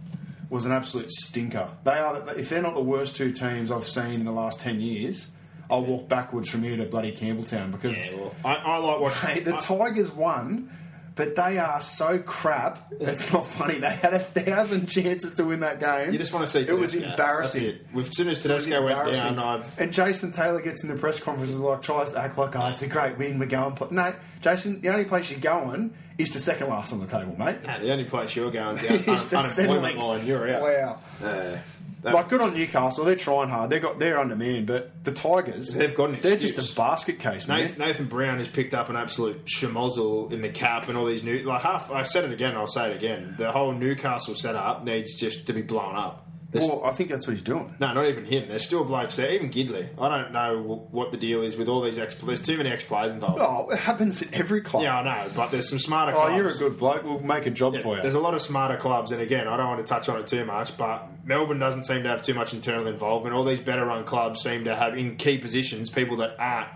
Speaker 2: was an absolute stinker. They are the- if they're not the worst two teams I've seen in the last ten years, I'll walk backwards from here to bloody Campbelltown because
Speaker 1: Yeah, well, I, I like watching
Speaker 2: Mate, the
Speaker 1: I-
Speaker 2: Tigers won, but they are so crap. It's not funny. They had a thousand chances to win that game.
Speaker 1: You just want to see.
Speaker 2: it was
Speaker 1: Tedesco.
Speaker 2: embarrassing.
Speaker 1: That's it. With- As soon as
Speaker 2: It was
Speaker 1: Tedesco went
Speaker 2: embarrassing.
Speaker 1: down, I've,
Speaker 2: and Jason Taylor gets in the press conference and like tries to act like, "Oh, it's a great win. We're going." Pl-. No, Jason, the only place you're going is to second last on the table, mate.
Speaker 1: nah, the only place you're going is the un-
Speaker 2: It's to
Speaker 1: unemployment
Speaker 2: settling.
Speaker 1: line. You're out.
Speaker 2: Wow.
Speaker 1: Uh, that-
Speaker 2: Like good on Newcastle, they're trying hard. They got they're under man, but the Tigers
Speaker 1: They've got an
Speaker 2: they're
Speaker 1: excuse.
Speaker 2: just a basket case, man.
Speaker 1: Nathan, Nathan Brown has picked up an absolute schmozzle in the cap and all these new like half. I've said it again. I'll say it again. The whole Newcastle setup needs just to be blown up. There's-
Speaker 2: Well, I think that's what he's doing.
Speaker 1: No, not even him. There's still blokes there. Even Gidley. I don't know wh- what the deal is with all these ex. There's too many ex players involved.
Speaker 2: Oh, it happens at every club.
Speaker 1: Yeah, I know, but there's some smarter.
Speaker 2: Oh,
Speaker 1: clubs.
Speaker 2: you're a good bloke. We'll make a job
Speaker 1: Yeah,
Speaker 2: for you.
Speaker 1: There's a lot of smarter clubs, and again, I don't want to touch on it too much, but Melbourne doesn't seem to have too much internal involvement. All these better run clubs seem to have in key positions people that aren't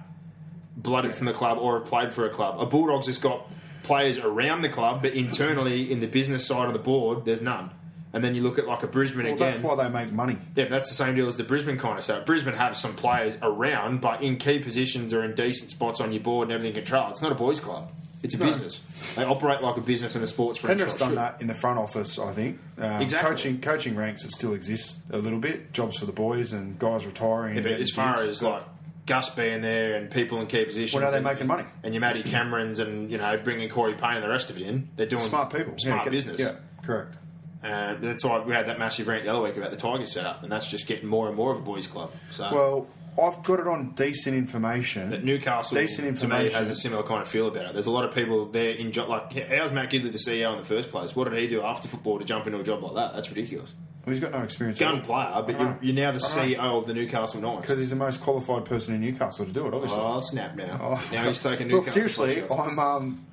Speaker 1: blooded from the club or have played for a club. A Bulldogs has got players around the club, but internally in the business side of the board, there's none. And then you look at like a Brisbane
Speaker 2: well,
Speaker 1: again.
Speaker 2: that's why they make money.
Speaker 1: Yeah, but that's the same deal as the Brisbane kind of setup. Brisbane have some players around, but in key positions or in decent spots on your board and everything controlled. It's not a boys' club. It's a business. They operate like a business and a sports franchise.
Speaker 2: Penrith's done
Speaker 1: should.
Speaker 2: that in the front office, I think. Um,
Speaker 1: Exactly.
Speaker 2: Coaching, coaching ranks, it still exists a little bit. Jobs for the boys and guys retiring.
Speaker 1: Yeah,
Speaker 2: and
Speaker 1: but
Speaker 2: getting
Speaker 1: as far
Speaker 2: gigs.
Speaker 1: as like Gus being there and people in key positions,
Speaker 2: Well, now they're
Speaker 1: and-
Speaker 2: making money.
Speaker 1: And your Matty Camerons and you know bringing Corey Payne and the rest of it in, they're doing
Speaker 2: smart people,
Speaker 1: smart
Speaker 2: yeah, get-
Speaker 1: business.
Speaker 2: Yeah, correct.
Speaker 1: Uh, that's why we had that massive rant the other week about the Tigers setup, and that's just getting more and more of a boys' club. So
Speaker 2: Well, I've got it on decent information.
Speaker 1: Uh, But Newcastle,
Speaker 2: decent
Speaker 1: to
Speaker 2: information
Speaker 1: me, has a similar kind of feel about it. There's a lot of people there in job. Like, how's Matt Gidley the CEO in the first place? What did he do after football to jump into a job like that? That's ridiculous.
Speaker 2: Well, he's got no experience.
Speaker 1: Gun player, but you're, you're now the CEO of the Newcastle Knights.
Speaker 2: because he's the most qualified person in Newcastle to do it. Obviously.
Speaker 1: Oh, snap now. Now he's taking Newcastle.
Speaker 2: Look, seriously,
Speaker 1: by shots.
Speaker 2: I'm. Um,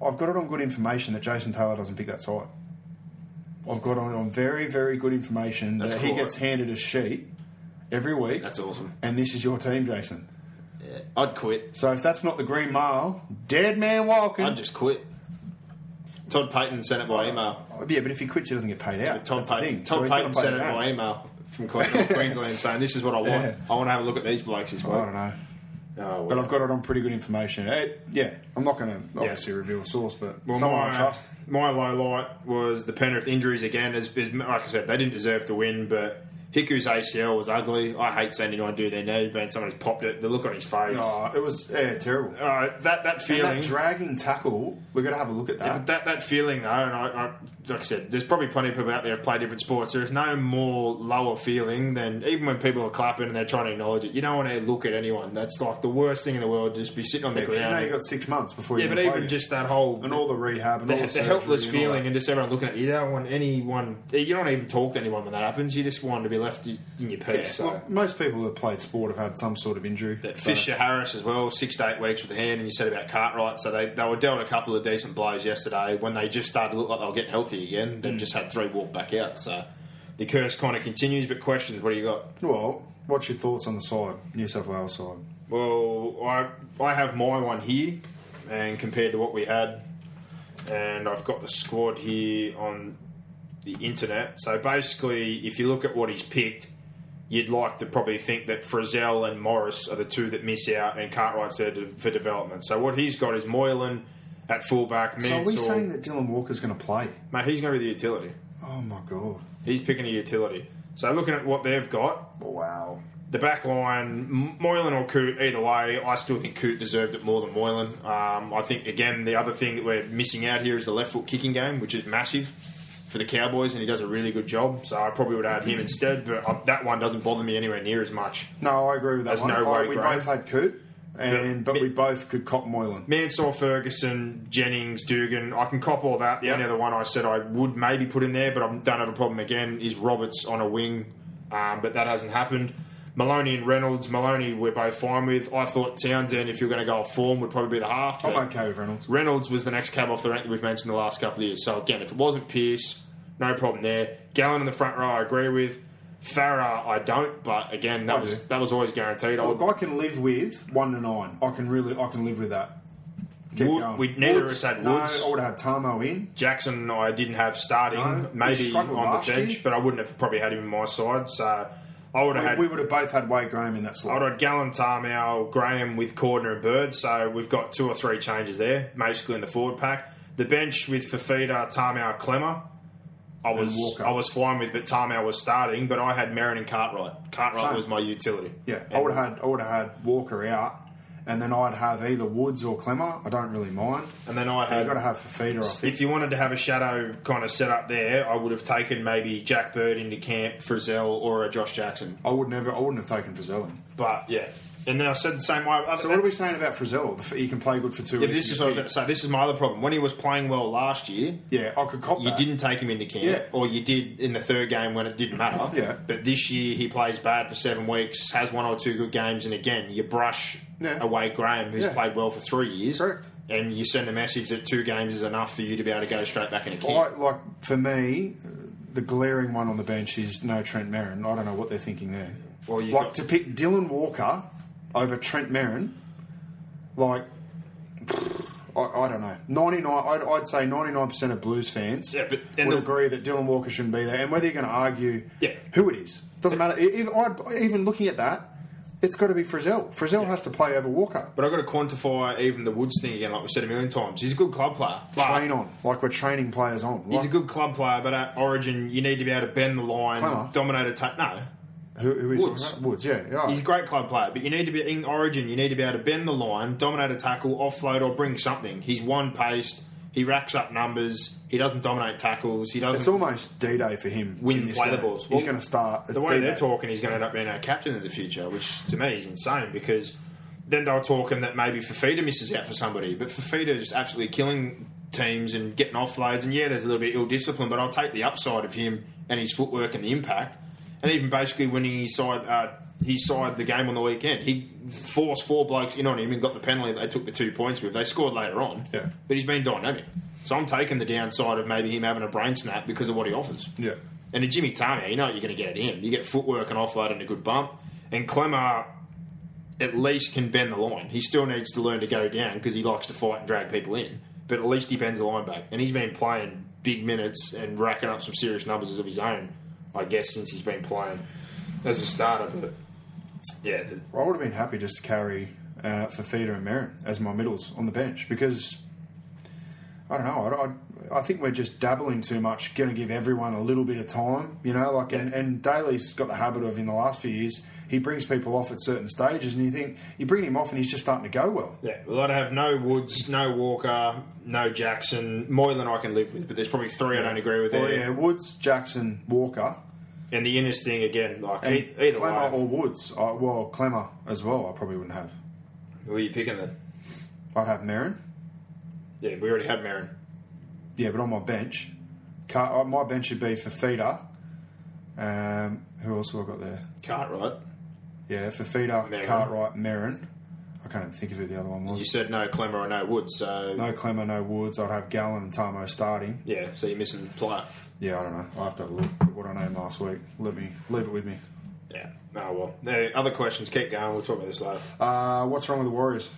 Speaker 2: I've got it on good information that Jason Taylor doesn't pick that side. I've got on, on very, very good information
Speaker 1: That's
Speaker 2: that he
Speaker 1: cool.
Speaker 2: gets handed a sheet every week.
Speaker 1: That's awesome.
Speaker 2: And this is your team, Jason.
Speaker 1: I'd quit.
Speaker 2: So if that's not the Green Mile, dead man walking.
Speaker 1: I'd just quit. Todd Payton sent it by email.
Speaker 2: Oh, yeah, but if he quits, he doesn't get paid out.
Speaker 1: Todd
Speaker 2: that's the
Speaker 1: Payton,
Speaker 2: thing. So
Speaker 1: Todd
Speaker 2: he's
Speaker 1: Payton
Speaker 2: gotta play
Speaker 1: sent it
Speaker 2: the
Speaker 1: by
Speaker 2: game.
Speaker 1: email from Queensland saying, This is what I want.
Speaker 2: Yeah.
Speaker 1: I want to have a look at these blokes as well.
Speaker 2: I don't know.
Speaker 1: Oh,
Speaker 2: But
Speaker 1: well.
Speaker 2: I've got it on pretty good information. Eh, yeah, I'm not going to obviously reveal a source, but
Speaker 1: Well,
Speaker 2: someone
Speaker 1: my,
Speaker 2: I trust.
Speaker 1: my low light was the Penrith injuries again. As, as like I said, they didn't deserve to win, but Hiku's ACL was ugly. I hate seeing anyone do their knee, but someone's popped it. The look on his face,
Speaker 2: Oh, it was eh, terrible.
Speaker 1: uh, that that
Speaker 2: and
Speaker 1: feeling,
Speaker 2: that dragging tackle, we're going to have a look at that.
Speaker 1: that that feeling though. And I, I, like I said, there's probably plenty of people out there who play different sports. There is no more lower feeling than even when people are clapping and they're trying to acknowledge it. You don't want to look at anyone. That's like the worst thing in the world. Just be sitting on the
Speaker 2: Yeah, 'cause
Speaker 1: ground.
Speaker 2: you know you got six months before
Speaker 1: yeah,
Speaker 2: you
Speaker 1: but
Speaker 2: can play
Speaker 1: even
Speaker 2: it.
Speaker 1: just that whole
Speaker 2: and all the rehab and
Speaker 1: the,
Speaker 2: all the,
Speaker 1: the
Speaker 2: surgery
Speaker 1: helpless
Speaker 2: and all
Speaker 1: feeling
Speaker 2: that.
Speaker 1: and just everyone looking at you. You don't want anyone. You don't even talk to anyone when that happens. You just want to be left in your peace.
Speaker 2: Yeah,
Speaker 1: so.
Speaker 2: well, most people that played sport have had some sort of injury.
Speaker 1: But
Speaker 2: so-
Speaker 1: Fisher Harris as well, six to eight weeks with the hand, and you said about Cartwright. So they, they were dealt a couple of decent blows yesterday. When they just started to look like they were getting healthy again, they've just had three walk back out. So the curse kind of continues. But questions, what do you got?
Speaker 2: Well, what's your thoughts on the side, New South Wales side?
Speaker 1: Well, I I have my one here, and compared to what we had, and I've got the squad here on the internet. So basically, if you look at what he's picked, you'd like to probably think that Frizzell and Morris are the two that miss out, and Cartwright's there to, for development. So what he's got is Moylan at fullback.
Speaker 2: So are we
Speaker 1: Mansell-
Speaker 2: saying that Dylan Walker's going to play?
Speaker 1: mate, he's going to be the utility.
Speaker 2: Oh my god!
Speaker 1: He's picking a utility. So looking at what they've got,
Speaker 2: Wow.
Speaker 1: the back line, M- Moylan or Coot, either way, I still think Coot deserved it more than Moylan. Um, I think, again, the other thing that we're missing out here is the left foot kicking game, which is massive for the Cowboys, and he does a really good job. So I probably would add him instead, but I, that one doesn't bother me anywhere near as much.
Speaker 2: No, I agree with that
Speaker 1: There's
Speaker 2: one.
Speaker 1: no
Speaker 2: I-
Speaker 1: way,
Speaker 2: we
Speaker 1: Graham.
Speaker 2: both had Coot, and
Speaker 1: But-
Speaker 2: but we both could cop Moylan.
Speaker 1: Mansour, Ferguson, Jennings, Dugan. I can cop all that. The only other one I said I would maybe put in there, but I don't have a problem again, is Roberts on a wing, um, but that hasn't happened. Maloney and Reynolds. Maloney, we're both fine with. I thought Townsend, if you're going to go off form, would probably be the half.
Speaker 2: I'm
Speaker 1: but
Speaker 2: okay with Reynolds.
Speaker 1: Reynolds was the next cab off the rank that we've mentioned the last couple of years. So again, if it wasn't Pierce, no problem there. Gallon in the front row, I agree with. Farah, I don't, but again, that
Speaker 2: I
Speaker 1: was
Speaker 2: do.
Speaker 1: that was always guaranteed. I
Speaker 2: Look,
Speaker 1: would,
Speaker 2: I can live with one to nine. I can really, I can live with that. Keep
Speaker 1: Wood-
Speaker 2: going.
Speaker 1: we- neither of us
Speaker 2: Woods,
Speaker 1: had Woods.
Speaker 2: No, I would have had Tamo in.
Speaker 1: Jackson, I didn't have starting,
Speaker 2: No, he
Speaker 1: maybe on
Speaker 2: struggled
Speaker 1: the
Speaker 2: last
Speaker 1: bench,
Speaker 2: year.
Speaker 1: but I wouldn't have probably had him in my side. So I would have
Speaker 2: We,
Speaker 1: had.
Speaker 2: we would have both had Wade Graham in that
Speaker 1: I
Speaker 2: slot.
Speaker 1: would have had Gallen, Tarmow, Graham with Cordner and Bird. So we've got two or three changes there, basically in the forward pack. The bench with Fafita, Tarmow, Clemmer. I was
Speaker 2: Walker.
Speaker 1: I was fine with, but Tarmow was starting. But I had Merrin and Cartwright. Cartwright
Speaker 2: Same.
Speaker 1: was my utility.
Speaker 2: Yeah, I
Speaker 1: And
Speaker 2: would have had I would have had Walker out, and then I'd have either Woods or Clemmer. I don't really mind.
Speaker 1: And then I had-
Speaker 2: you got to have Fafita. I think.
Speaker 1: If you wanted to have a shadow kind of set up there, I would have taken maybe Jack Bird into camp, Frizzell, or a Josh Jackson.
Speaker 2: I would never. I wouldn't have taken Frizzell. in.
Speaker 1: But yeah, and then I said the same way.
Speaker 2: So what are we saying about Frizzell? The f- He can play good for two.
Speaker 1: Yeah, but
Speaker 2: weeks
Speaker 1: this
Speaker 2: in
Speaker 1: is
Speaker 2: the
Speaker 1: what I was
Speaker 2: field.
Speaker 1: going to say. This is my other problem. When he was playing well last year,
Speaker 2: Yeah, I could cop
Speaker 1: you
Speaker 2: that.
Speaker 1: didn't take him into camp,
Speaker 2: Yeah.
Speaker 1: or you did in the third game when it didn't matter.
Speaker 2: Yeah.
Speaker 1: But this year he plays bad for seven weeks, has one or two good games, and again you brush
Speaker 2: Yeah.
Speaker 1: away Graham, who's
Speaker 2: Yeah.
Speaker 1: played well for three years,
Speaker 2: Correct.
Speaker 1: and you send a message that two games is enough for you to be able to go straight back into camp.
Speaker 2: I, like for me, uh, the glaring one on the bench is no Trent Merrin. I don't know what they're thinking there.
Speaker 1: Well, you
Speaker 2: like
Speaker 1: got-
Speaker 2: to pick Dylan Walker over Trent Merrin, like I, I don't know. Ninety nine, I'd, I'd say ninety nine percent of Blues fans
Speaker 1: Yeah, but- and
Speaker 2: would
Speaker 1: the-
Speaker 2: agree that Dylan Walker shouldn't be there. And whether you're going to argue
Speaker 1: Yeah.
Speaker 2: who it is doesn't matter. E- Even, I'd, even looking at that, it's got to be Frizzell. Frizzell has to play over Walker.
Speaker 1: But I've got to quantify even the Woods thing again, like we've said a million times. He's a good club player. but-
Speaker 2: Train on, like we're training players on.
Speaker 1: He's a
Speaker 2: Like,
Speaker 1: good club player, but at Origin, you need to be able to bend the line,
Speaker 2: Clemmer.
Speaker 1: dominate attack. No,
Speaker 2: who, who is
Speaker 1: Woods.
Speaker 2: Woods. Woods, yeah, yeah.
Speaker 1: he's a great club player, but you need to be in Origin. You need to be able to bend the line, dominate a tackle, offload, or bring something. He's one paced. He racks up numbers. He doesn't dominate tackles. He doesn't
Speaker 2: It's almost D Day for him.
Speaker 1: win
Speaker 2: in this
Speaker 1: play the
Speaker 2: game.
Speaker 1: balls.
Speaker 2: He's
Speaker 1: Well,
Speaker 2: going to start. It's
Speaker 1: the way
Speaker 2: D-Day.
Speaker 1: they're talking, he's going to end up being our captain in the future, which to me is insane because then they're talking that maybe Fafita misses out for somebody, but Fafita is absolutely killing teams and getting offloads. And yeah, there's a little bit ill discipline, but I'll take the upside of him and his footwork and the impact. And even basically when he side uh, he side the game on the weekend, he forced four blokes in on him and got the penalty. that They took the two points with. They scored later on,
Speaker 2: Yeah.
Speaker 1: but he's been dynamic. So I'm taking the downside of maybe him having a brain snap because of what he offers.
Speaker 2: Yeah.
Speaker 1: And a Jimmy Tamiya, you know what you're going to get at him. You get footwork and offload and a good bump. And Clemmer at least can bend the line. He still needs to learn to go down because he likes to fight and drag people in. But at least he bends the line back. And he's been playing big minutes and racking up some serious numbers of his own, I guess, since he's been playing as a starter. But yeah, the,
Speaker 2: I would have been happy just to carry uh, Fafita and Merrin as my middles on the bench because I don't know. I, I, I think we're just dabbling too much. Going to give everyone a little bit of time, you know. Like and, and Daly's got the habit of in the last few years he brings people off at certain stages, and you think you bring him off and he's just starting to go well.
Speaker 1: yeah, we'll to have no Woods, no Walker, no Jackson. Moylan I can live with, but there's probably three I don't agree with there.
Speaker 2: Well, yeah, Woods, Jackson, Walker,
Speaker 1: And the Innes thing, again, like
Speaker 2: and
Speaker 1: e- either
Speaker 2: Clemmer
Speaker 1: way.
Speaker 2: or Woods. I, well, Clemmer as well. I probably wouldn't have.
Speaker 1: Who are you picking then?
Speaker 2: I'd have Merrin.
Speaker 1: Yeah, we already had Marin.
Speaker 2: Yeah, but on my bench, Car- uh, my bench would be Fafita. Um, who else have I got there?
Speaker 1: Cartwright.
Speaker 2: Yeah, Fafita,
Speaker 1: Merrin.
Speaker 2: Cartwright, Merrin. I can't even think of who the other one
Speaker 1: You
Speaker 2: was.
Speaker 1: said no Clemmer or no Woods, so
Speaker 2: No Clemmer, no Woods. I'd have Gallen and Tamo starting.
Speaker 1: yeah, so you're missing the player.
Speaker 2: Yeah, I don't know. I have to have a look at what I named last week. Let me leave it with me.
Speaker 1: Yeah. Oh well. No, other questions. Keep going. We'll talk about this later.
Speaker 2: Uh, what's wrong with the Warriors?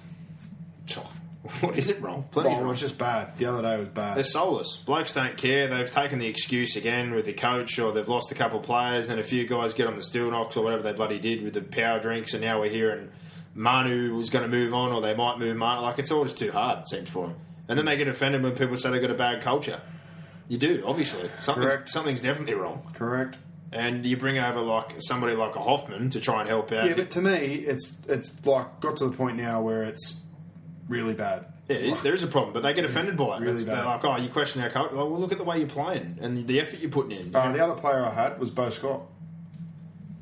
Speaker 1: Oh, What is it wrong? Plenty
Speaker 2: Oh, it
Speaker 1: wrong.
Speaker 2: was just bad. The other day was
Speaker 1: They're
Speaker 2: bad.
Speaker 1: soulless. Blokes don't care. They've taken the excuse again with the coach, or they've lost a couple of players, and a few guys get on the steel knocks or whatever they bloody did with the power drinks, and now we're hearing Manu was going to move on, or they might move Manu. Like it's all just too hard, it seems for them. And then they get offended when people say they've got a bad culture. You do, obviously. Something,
Speaker 2: Correct.
Speaker 1: something's definitely wrong.
Speaker 2: Correct.
Speaker 1: And you bring over like somebody like a Hoffman to try and help out.
Speaker 2: Yeah, but to me, it's it's like got to the point now where it's really bad.
Speaker 1: Yeah, it is- there is a problem, but they get offended by it.
Speaker 2: Really
Speaker 1: It's- they're like,
Speaker 2: bad.
Speaker 1: "Oh, you question our culture? Like, well, look at the way you're playing and the effort you're putting in."
Speaker 2: Uh, the other player I had was Bo Scott.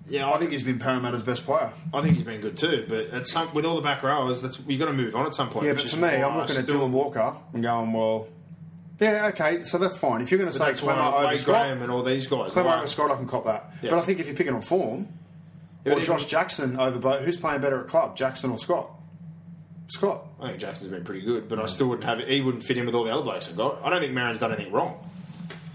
Speaker 1: yeah,
Speaker 2: I think he's been Parramatta's best player.
Speaker 1: I think he's been good too, but at some with all the back rowers, that's you got to move on at some point.
Speaker 2: Yeah,
Speaker 1: which
Speaker 2: but
Speaker 1: is
Speaker 2: for me,
Speaker 1: why
Speaker 2: I'm
Speaker 1: I
Speaker 2: looking at
Speaker 1: still-
Speaker 2: Dylan Walker and going, well, yeah, okay, so that's fine. If you're going to
Speaker 1: but
Speaker 2: say
Speaker 1: That's why
Speaker 2: Clemmer
Speaker 1: I
Speaker 2: over
Speaker 1: Wade
Speaker 2: Scott,
Speaker 1: Graham and all these guys.
Speaker 2: Clemmer
Speaker 1: why-
Speaker 2: over Scott, I can cop that.
Speaker 1: Yeah.
Speaker 2: But I think if you're picking on form,
Speaker 1: Yeah, but
Speaker 2: or
Speaker 1: even-
Speaker 2: Josh Jackson over Bo, who's playing better at club, Jackson or Scott? Scott.
Speaker 1: I think Jackson's been pretty good, but I still wouldn't have. He wouldn't fit in with all the other blokes I've got. I don't think Marin's done anything wrong.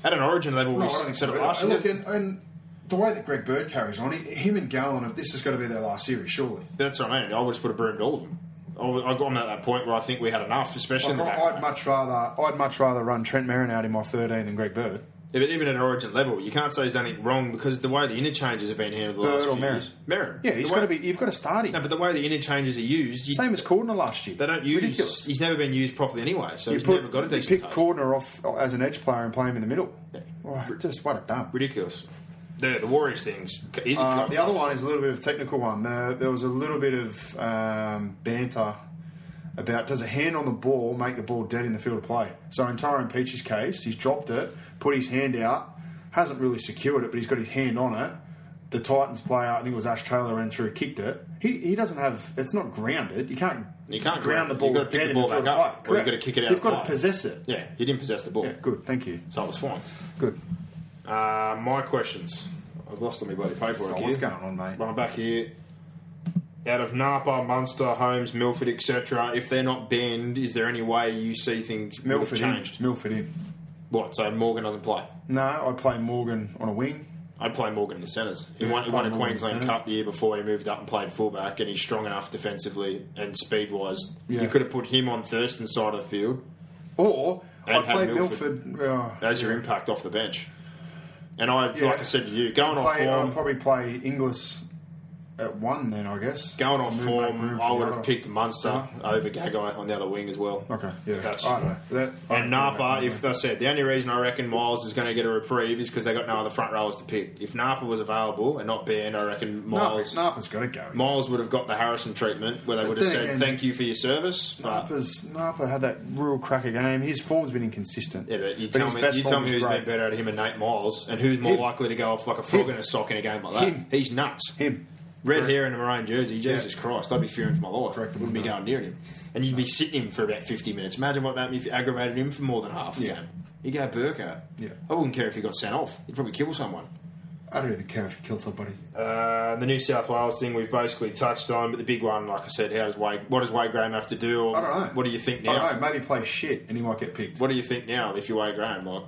Speaker 1: At an origin level, we said it last
Speaker 2: And
Speaker 1: year.
Speaker 2: look, and, and the way that Greg Bird carries on, he, him and Gallon, if this has got to be their last series, surely.
Speaker 1: That's what I mean. I would just would have broomed all of them. I would- I got on at that point where I think we had enough, especially in the
Speaker 2: Like,
Speaker 1: back.
Speaker 2: I, I'd
Speaker 1: row.
Speaker 2: much rather I'd much rather run Trent Merrin out in my 13 than Greg Bird.
Speaker 1: Yeah, but even at an origin level, you can't say he's done anything wrong because the way the interchanges have been handled the
Speaker 2: Bird
Speaker 1: last
Speaker 2: or
Speaker 1: few
Speaker 2: Merrin?
Speaker 1: years. Merrin.
Speaker 2: Yeah, he's
Speaker 1: The way-
Speaker 2: got to be. You've got to start him.
Speaker 1: No, but the way the interchanges are used, you,
Speaker 2: Same as Cordner last year.
Speaker 1: They don't use.
Speaker 2: ridiculous.
Speaker 1: He's never been used properly anyway, so
Speaker 2: You
Speaker 1: he's
Speaker 2: put-
Speaker 1: never got a
Speaker 2: you
Speaker 1: decent
Speaker 2: pick
Speaker 1: touch.
Speaker 2: Cordner off uh, as an edge player and play him in the middle.
Speaker 1: Yeah.
Speaker 2: Oh, just what a dumb.
Speaker 1: Ridiculous. The the Warriors things. Easy
Speaker 2: Uh,
Speaker 1: cut.
Speaker 2: the other one is a little bit of a technical one. There, there was a little bit of um, banter about does a hand on the ball make the ball dead in the field of play? So in Tyrone Peach's case, he's dropped it, put his hand out, hasn't really secured it, but he's got his hand on it. The Titans player, I think it was Ash Taylor, ran through, kicked it. He, he doesn't have. It's not grounded. You can't.
Speaker 1: You can't ground
Speaker 2: ground the
Speaker 1: it.
Speaker 2: ball
Speaker 1: You've got to pick
Speaker 2: dead
Speaker 1: the
Speaker 2: in
Speaker 1: ball
Speaker 2: the field
Speaker 1: back
Speaker 2: of
Speaker 1: up,
Speaker 2: play.
Speaker 1: or you've got to
Speaker 2: Correct.
Speaker 1: kick it out
Speaker 2: You've got
Speaker 1: wide.
Speaker 2: to possess it.
Speaker 1: Yeah, he didn't possess the ball,
Speaker 2: Yeah, Good. Thank you.
Speaker 1: so it was fine.
Speaker 2: Good.
Speaker 1: Uh, my questions. I've lost all my bloody paperwork.
Speaker 2: Oh, what's
Speaker 1: here.
Speaker 2: going on, mate?
Speaker 1: Well, I'm back here. Out of Napa, Munster, Holmes, Milford, etc. If they're not banned, is there any way you see things would have
Speaker 2: Milford in.
Speaker 1: changed?
Speaker 2: Milford in.
Speaker 1: What? So Morgan doesn't play.
Speaker 2: No, I'd play Morgan on a wing.
Speaker 1: I'd play Morgan in the centres. He
Speaker 2: Yeah,
Speaker 1: won, he
Speaker 2: play
Speaker 1: won a
Speaker 2: Morgan in the
Speaker 1: Queensland
Speaker 2: centres.
Speaker 1: Cup the year before he moved up and played fullback, and he's strong enough defensively and speed wise. You
Speaker 2: Yeah.
Speaker 1: could have put him on Thurston's side of the field
Speaker 2: Or
Speaker 1: And
Speaker 2: I'd
Speaker 1: had
Speaker 2: play
Speaker 1: Milford.
Speaker 2: Milford. oh,
Speaker 1: as your impact off the bench. And I,
Speaker 2: yeah.
Speaker 1: like I said to you, going
Speaker 2: I'd
Speaker 1: off
Speaker 2: play,
Speaker 1: form,
Speaker 2: I'd probably play Inglis at one then, I guess.
Speaker 1: going
Speaker 2: To
Speaker 1: off
Speaker 2: move- make
Speaker 1: form,
Speaker 2: room for
Speaker 1: I
Speaker 2: the
Speaker 1: would
Speaker 2: other.
Speaker 1: have picked Munster over Gagai on the other wing as well.
Speaker 2: Okay, yeah.
Speaker 1: That's
Speaker 2: I don't know. That- I
Speaker 1: and
Speaker 2: don't know
Speaker 1: Napa,
Speaker 2: that
Speaker 1: if that's said, the only reason I reckon Miles is going to get a reprieve is because they got no other front rowers to pick. If Napa was available and not banned, I reckon Miles.
Speaker 2: Napa, Napa's got to go.
Speaker 1: Miles would have got the Harrison treatment where they
Speaker 2: But
Speaker 1: would have
Speaker 2: then
Speaker 1: said,
Speaker 2: again-
Speaker 1: thank you for your service. But,
Speaker 2: Napa's Napa had that real cracker game. His form's been inconsistent.
Speaker 1: yeah, but you tell
Speaker 2: his
Speaker 1: me,
Speaker 2: best
Speaker 1: you
Speaker 2: form
Speaker 1: tell me
Speaker 2: was
Speaker 1: who's
Speaker 2: great.
Speaker 1: been better at him and Nate Miles, and who's more
Speaker 2: Him.
Speaker 1: likely to go off like a frog
Speaker 2: Him.
Speaker 1: in a sock in a game like that.
Speaker 2: Him.
Speaker 1: He's nuts.
Speaker 2: Him.
Speaker 1: Red
Speaker 2: Correct.
Speaker 1: hair and a maroon jersey, Jesus Christ, I'd be fearing for my life.
Speaker 2: Correct.
Speaker 1: Wouldn't be going near him. And you'd be sitting him for about 50 minutes. Imagine what happened if you aggravated him for more than half the
Speaker 2: Yeah.
Speaker 1: game. You go Burko.
Speaker 2: Yeah.
Speaker 1: I wouldn't care if he got sent off. He'd probably kill someone.
Speaker 2: I don't even care if he killed somebody.
Speaker 1: Uh, the New South Wales thing we've basically touched on, but the big one, like I said, how does Wade, what does Wade Graham have to do? Or
Speaker 2: I don't know.
Speaker 1: What do you think
Speaker 2: I
Speaker 1: now?
Speaker 2: don't know. Maybe play shit and he might get picked.
Speaker 1: What do you think now if you weigh Graham? Like,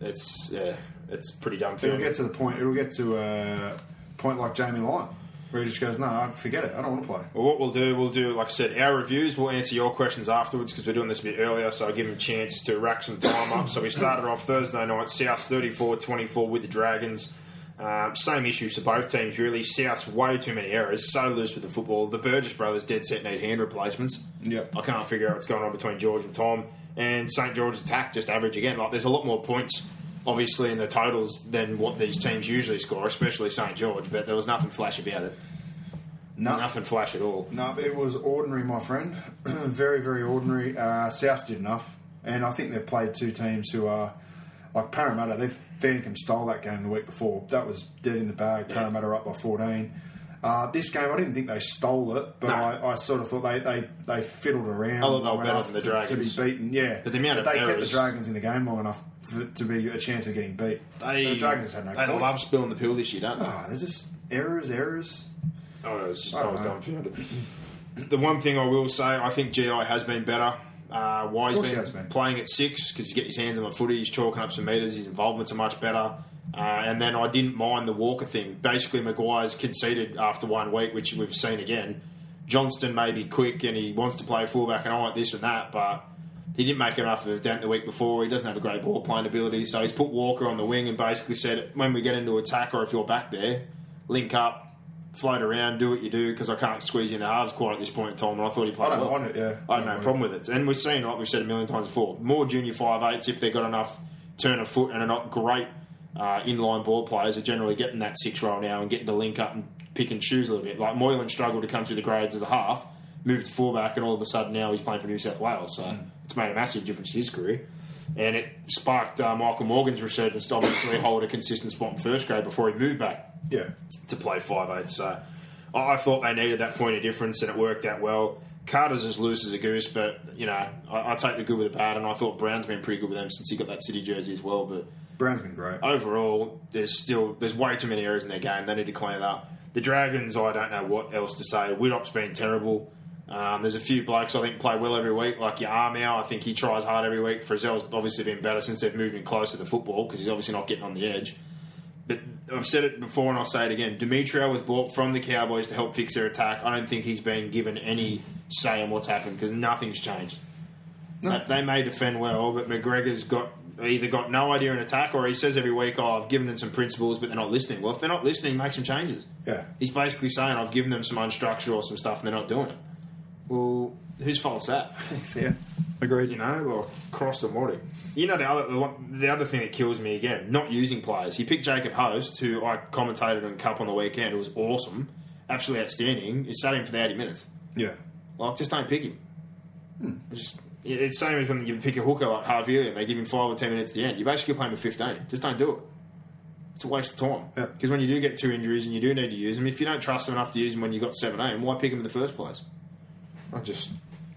Speaker 1: it's yeah, it's pretty dumb
Speaker 2: It'll
Speaker 1: feeling.
Speaker 2: get to the point. It'll get to a point like Jamie Lyon, where he just goes, "No, I forget it. I don't want to play."
Speaker 1: well, what we'll do, we'll do like I said, our reviews. We'll answer your questions afterwards because we're doing this a bit earlier, so I give them a chance to rack some time up. So we started off Thursday night, South 34-24 with the Dragons. Um, same issues for both teams, really. South's way too many errors, so loose with the football. The Burgess brothers dead set need hand replacements.
Speaker 2: Yep.
Speaker 1: I can't figure out what's going on between George and Tom. And St George's attack just average again. Like there's a lot more points, obviously, in the totals than what these teams usually score, especially St George. But there was nothing flash about it.
Speaker 2: No,
Speaker 1: Nothing flash at all.
Speaker 2: No, it was ordinary, my friend. very, very ordinary. Uh, South did enough, and I think they've played two teams who are like Parramatta. They've Fairnicum stole that game the week before. That was dead in the bag. Parramatta up by fourteen. Uh, this game, I didn't think they stole it, but
Speaker 1: No.
Speaker 2: I, I sort of thought they, they, they fiddled around
Speaker 1: I thought they were
Speaker 2: long
Speaker 1: better
Speaker 2: enough
Speaker 1: than the
Speaker 2: to, to be
Speaker 1: Dragons.
Speaker 2: beaten. Yeah,
Speaker 1: But the amount of
Speaker 2: they kept the
Speaker 1: errors-
Speaker 2: Dragons in the game long enough for, it to be a chance of getting beat.
Speaker 1: They,
Speaker 2: the Dragons had no.
Speaker 1: they
Speaker 2: points.
Speaker 1: love spilling the pill this year, don't they?
Speaker 2: Ah, they're just errors, errors.
Speaker 1: Oh, it was just,
Speaker 2: I
Speaker 1: I
Speaker 2: don't
Speaker 1: was
Speaker 2: know.
Speaker 1: dumbfounded. The one thing I will say, I think GI has been better. Uh, why he's
Speaker 2: Of course
Speaker 1: been,
Speaker 2: he has been.
Speaker 1: playing at six because he's getting his hands on the footy, he's chalking up some meters, his involvements are much better. Uh, and then I didn't mind the Walker thing. Basically, Maguire's conceded after one week, which we've seen again. Johnston may be quick and he wants to play fullback and I want this and that, but he didn't make enough of a dent the week before. He doesn't have a great ball playing ability, so he's put Walker on the wing and basically said, when we get into attack or if you're back there, link up, float around, do what you do because I can't squeeze you in the halves quite at this point in time. And I thought he played
Speaker 2: I don't
Speaker 1: well.
Speaker 2: mind it, yeah.
Speaker 1: I had no problem with it. And we've seen, like we've said a million times before, more junior five eights if they've got enough turn of foot and are not great uh, inline ball players are generally getting that six roll now and getting to link up and pick and choose a little bit. Like Moylan struggled to come through the grades as a half, moved to fullback, and all of a sudden now he's playing for New South Wales.
Speaker 2: Mm.
Speaker 1: So it's made a massive difference to his career. And it sparked uh, Michael Morgan's resurgence to obviously hold a consistent spot in first grade before he moved back
Speaker 2: Yeah.
Speaker 1: to play five eight. So I I thought they needed that point of difference, and it worked out well. Carter's as loose as a goose, but you know I, I take the good with the bad, and I thought Brown's been pretty good with them since he got that City jersey as well. But
Speaker 2: Brown's been great.
Speaker 1: overall, there's still there's way too many errors in their game. They need to clean it up. The Dragons, I don't know what else to say. Widop's been terrible. Um, there's a few blokes I think play well every week, like your Armour. I think he tries hard every week. Frizzell's obviously been better since they've moved him closer to the football because he's obviously not getting on the edge. But I've said it before and I'll say it again. Demetrio was bought from the Cowboys to help fix their attack. I don't think he's been given any say in what's happened because nothing's changed. They- They may defend well, but McGregor's got either got no idea in attack or he says every week, oh, I've given them some principles, but they're not listening. Well, if they're not listening, make some changes.
Speaker 2: Yeah.
Speaker 1: He's basically saying, I've given them some unstructured or some stuff and they're not doing it. Well, whose fault's that?
Speaker 2: Yeah. Agreed.
Speaker 1: you know, like cross the water. You know the other the, one, the other thing that kills me again, not using players. He picked Jacob Host, who I commentated on Cup on the weekend, who was awesome, absolutely outstanding. He sat him for the eighty minutes.
Speaker 2: Yeah.
Speaker 1: Like, just don't pick him.
Speaker 2: Hmm.
Speaker 1: It's Just it- it's same as when you pick a hooker like Harvey and they give him five or ten minutes at the end. You basically play him for fifteen. Just don't do it. It's a waste of time.
Speaker 2: Yeah.
Speaker 1: Because when you do get two injuries and you do need to use them, if you don't trust them enough to use them when you got seventeen, why pick them in the first place? I just,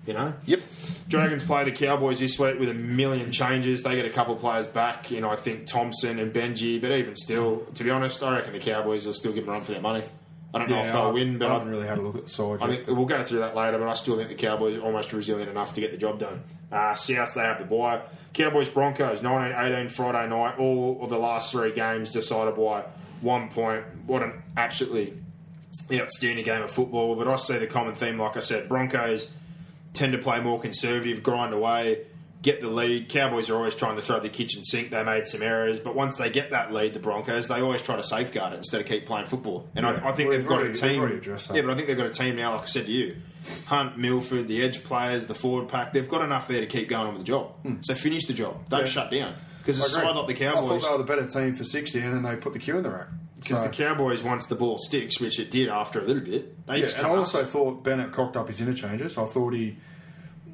Speaker 1: you know.
Speaker 2: Yep.
Speaker 1: Dragons play the Cowboys this week with a million changes. They get a couple of players back, you know, I think Thompson and Benji, but even still, to be honest, I reckon the Cowboys will still give them a run for their money. I don't know if
Speaker 2: I,
Speaker 1: they'll win, but
Speaker 2: I
Speaker 1: I,
Speaker 2: haven't really had a look at the side.
Speaker 1: I
Speaker 2: yet.
Speaker 1: think we'll go through that later, but I still think the Cowboys are almost resilient enough to get the job done. Uh, South, they have the bye. Cowboys Broncos, 19 18 Friday night. All of the last three games decided by one point. What an absolutely outstanding game of football. But I see the common theme, like I said Broncos tend to play more conservative, grind away, get the lead. Cowboys are always trying to throw the kitchen sink. They made some errors, but once they get that lead, the Broncos, they always try to safeguard it instead of keep playing football. And
Speaker 2: Yeah.
Speaker 1: I, I think
Speaker 2: Well,
Speaker 1: they've
Speaker 2: they've
Speaker 1: got
Speaker 2: already-
Speaker 1: a
Speaker 2: they've
Speaker 1: team.
Speaker 2: already addressed that.
Speaker 1: Yeah, but I think they've got a team now, like I said to you. Hunt, Milford, the edge players, the forward pack, they've got enough there to keep going on with the job. So finish the job. Don't shut down. Because a
Speaker 2: Hmm. I agree.
Speaker 1: side like the
Speaker 2: I
Speaker 1: Cowboys.
Speaker 2: thought they were the better team for 60, and then they put the Q in the rack.
Speaker 1: Because
Speaker 2: So-
Speaker 1: the Cowboys, once the ball sticks, which it did after a little bit, they
Speaker 2: Yeah,
Speaker 1: just
Speaker 2: and I
Speaker 1: come up.
Speaker 2: also thought Bennett cocked up his interchanges. I thought he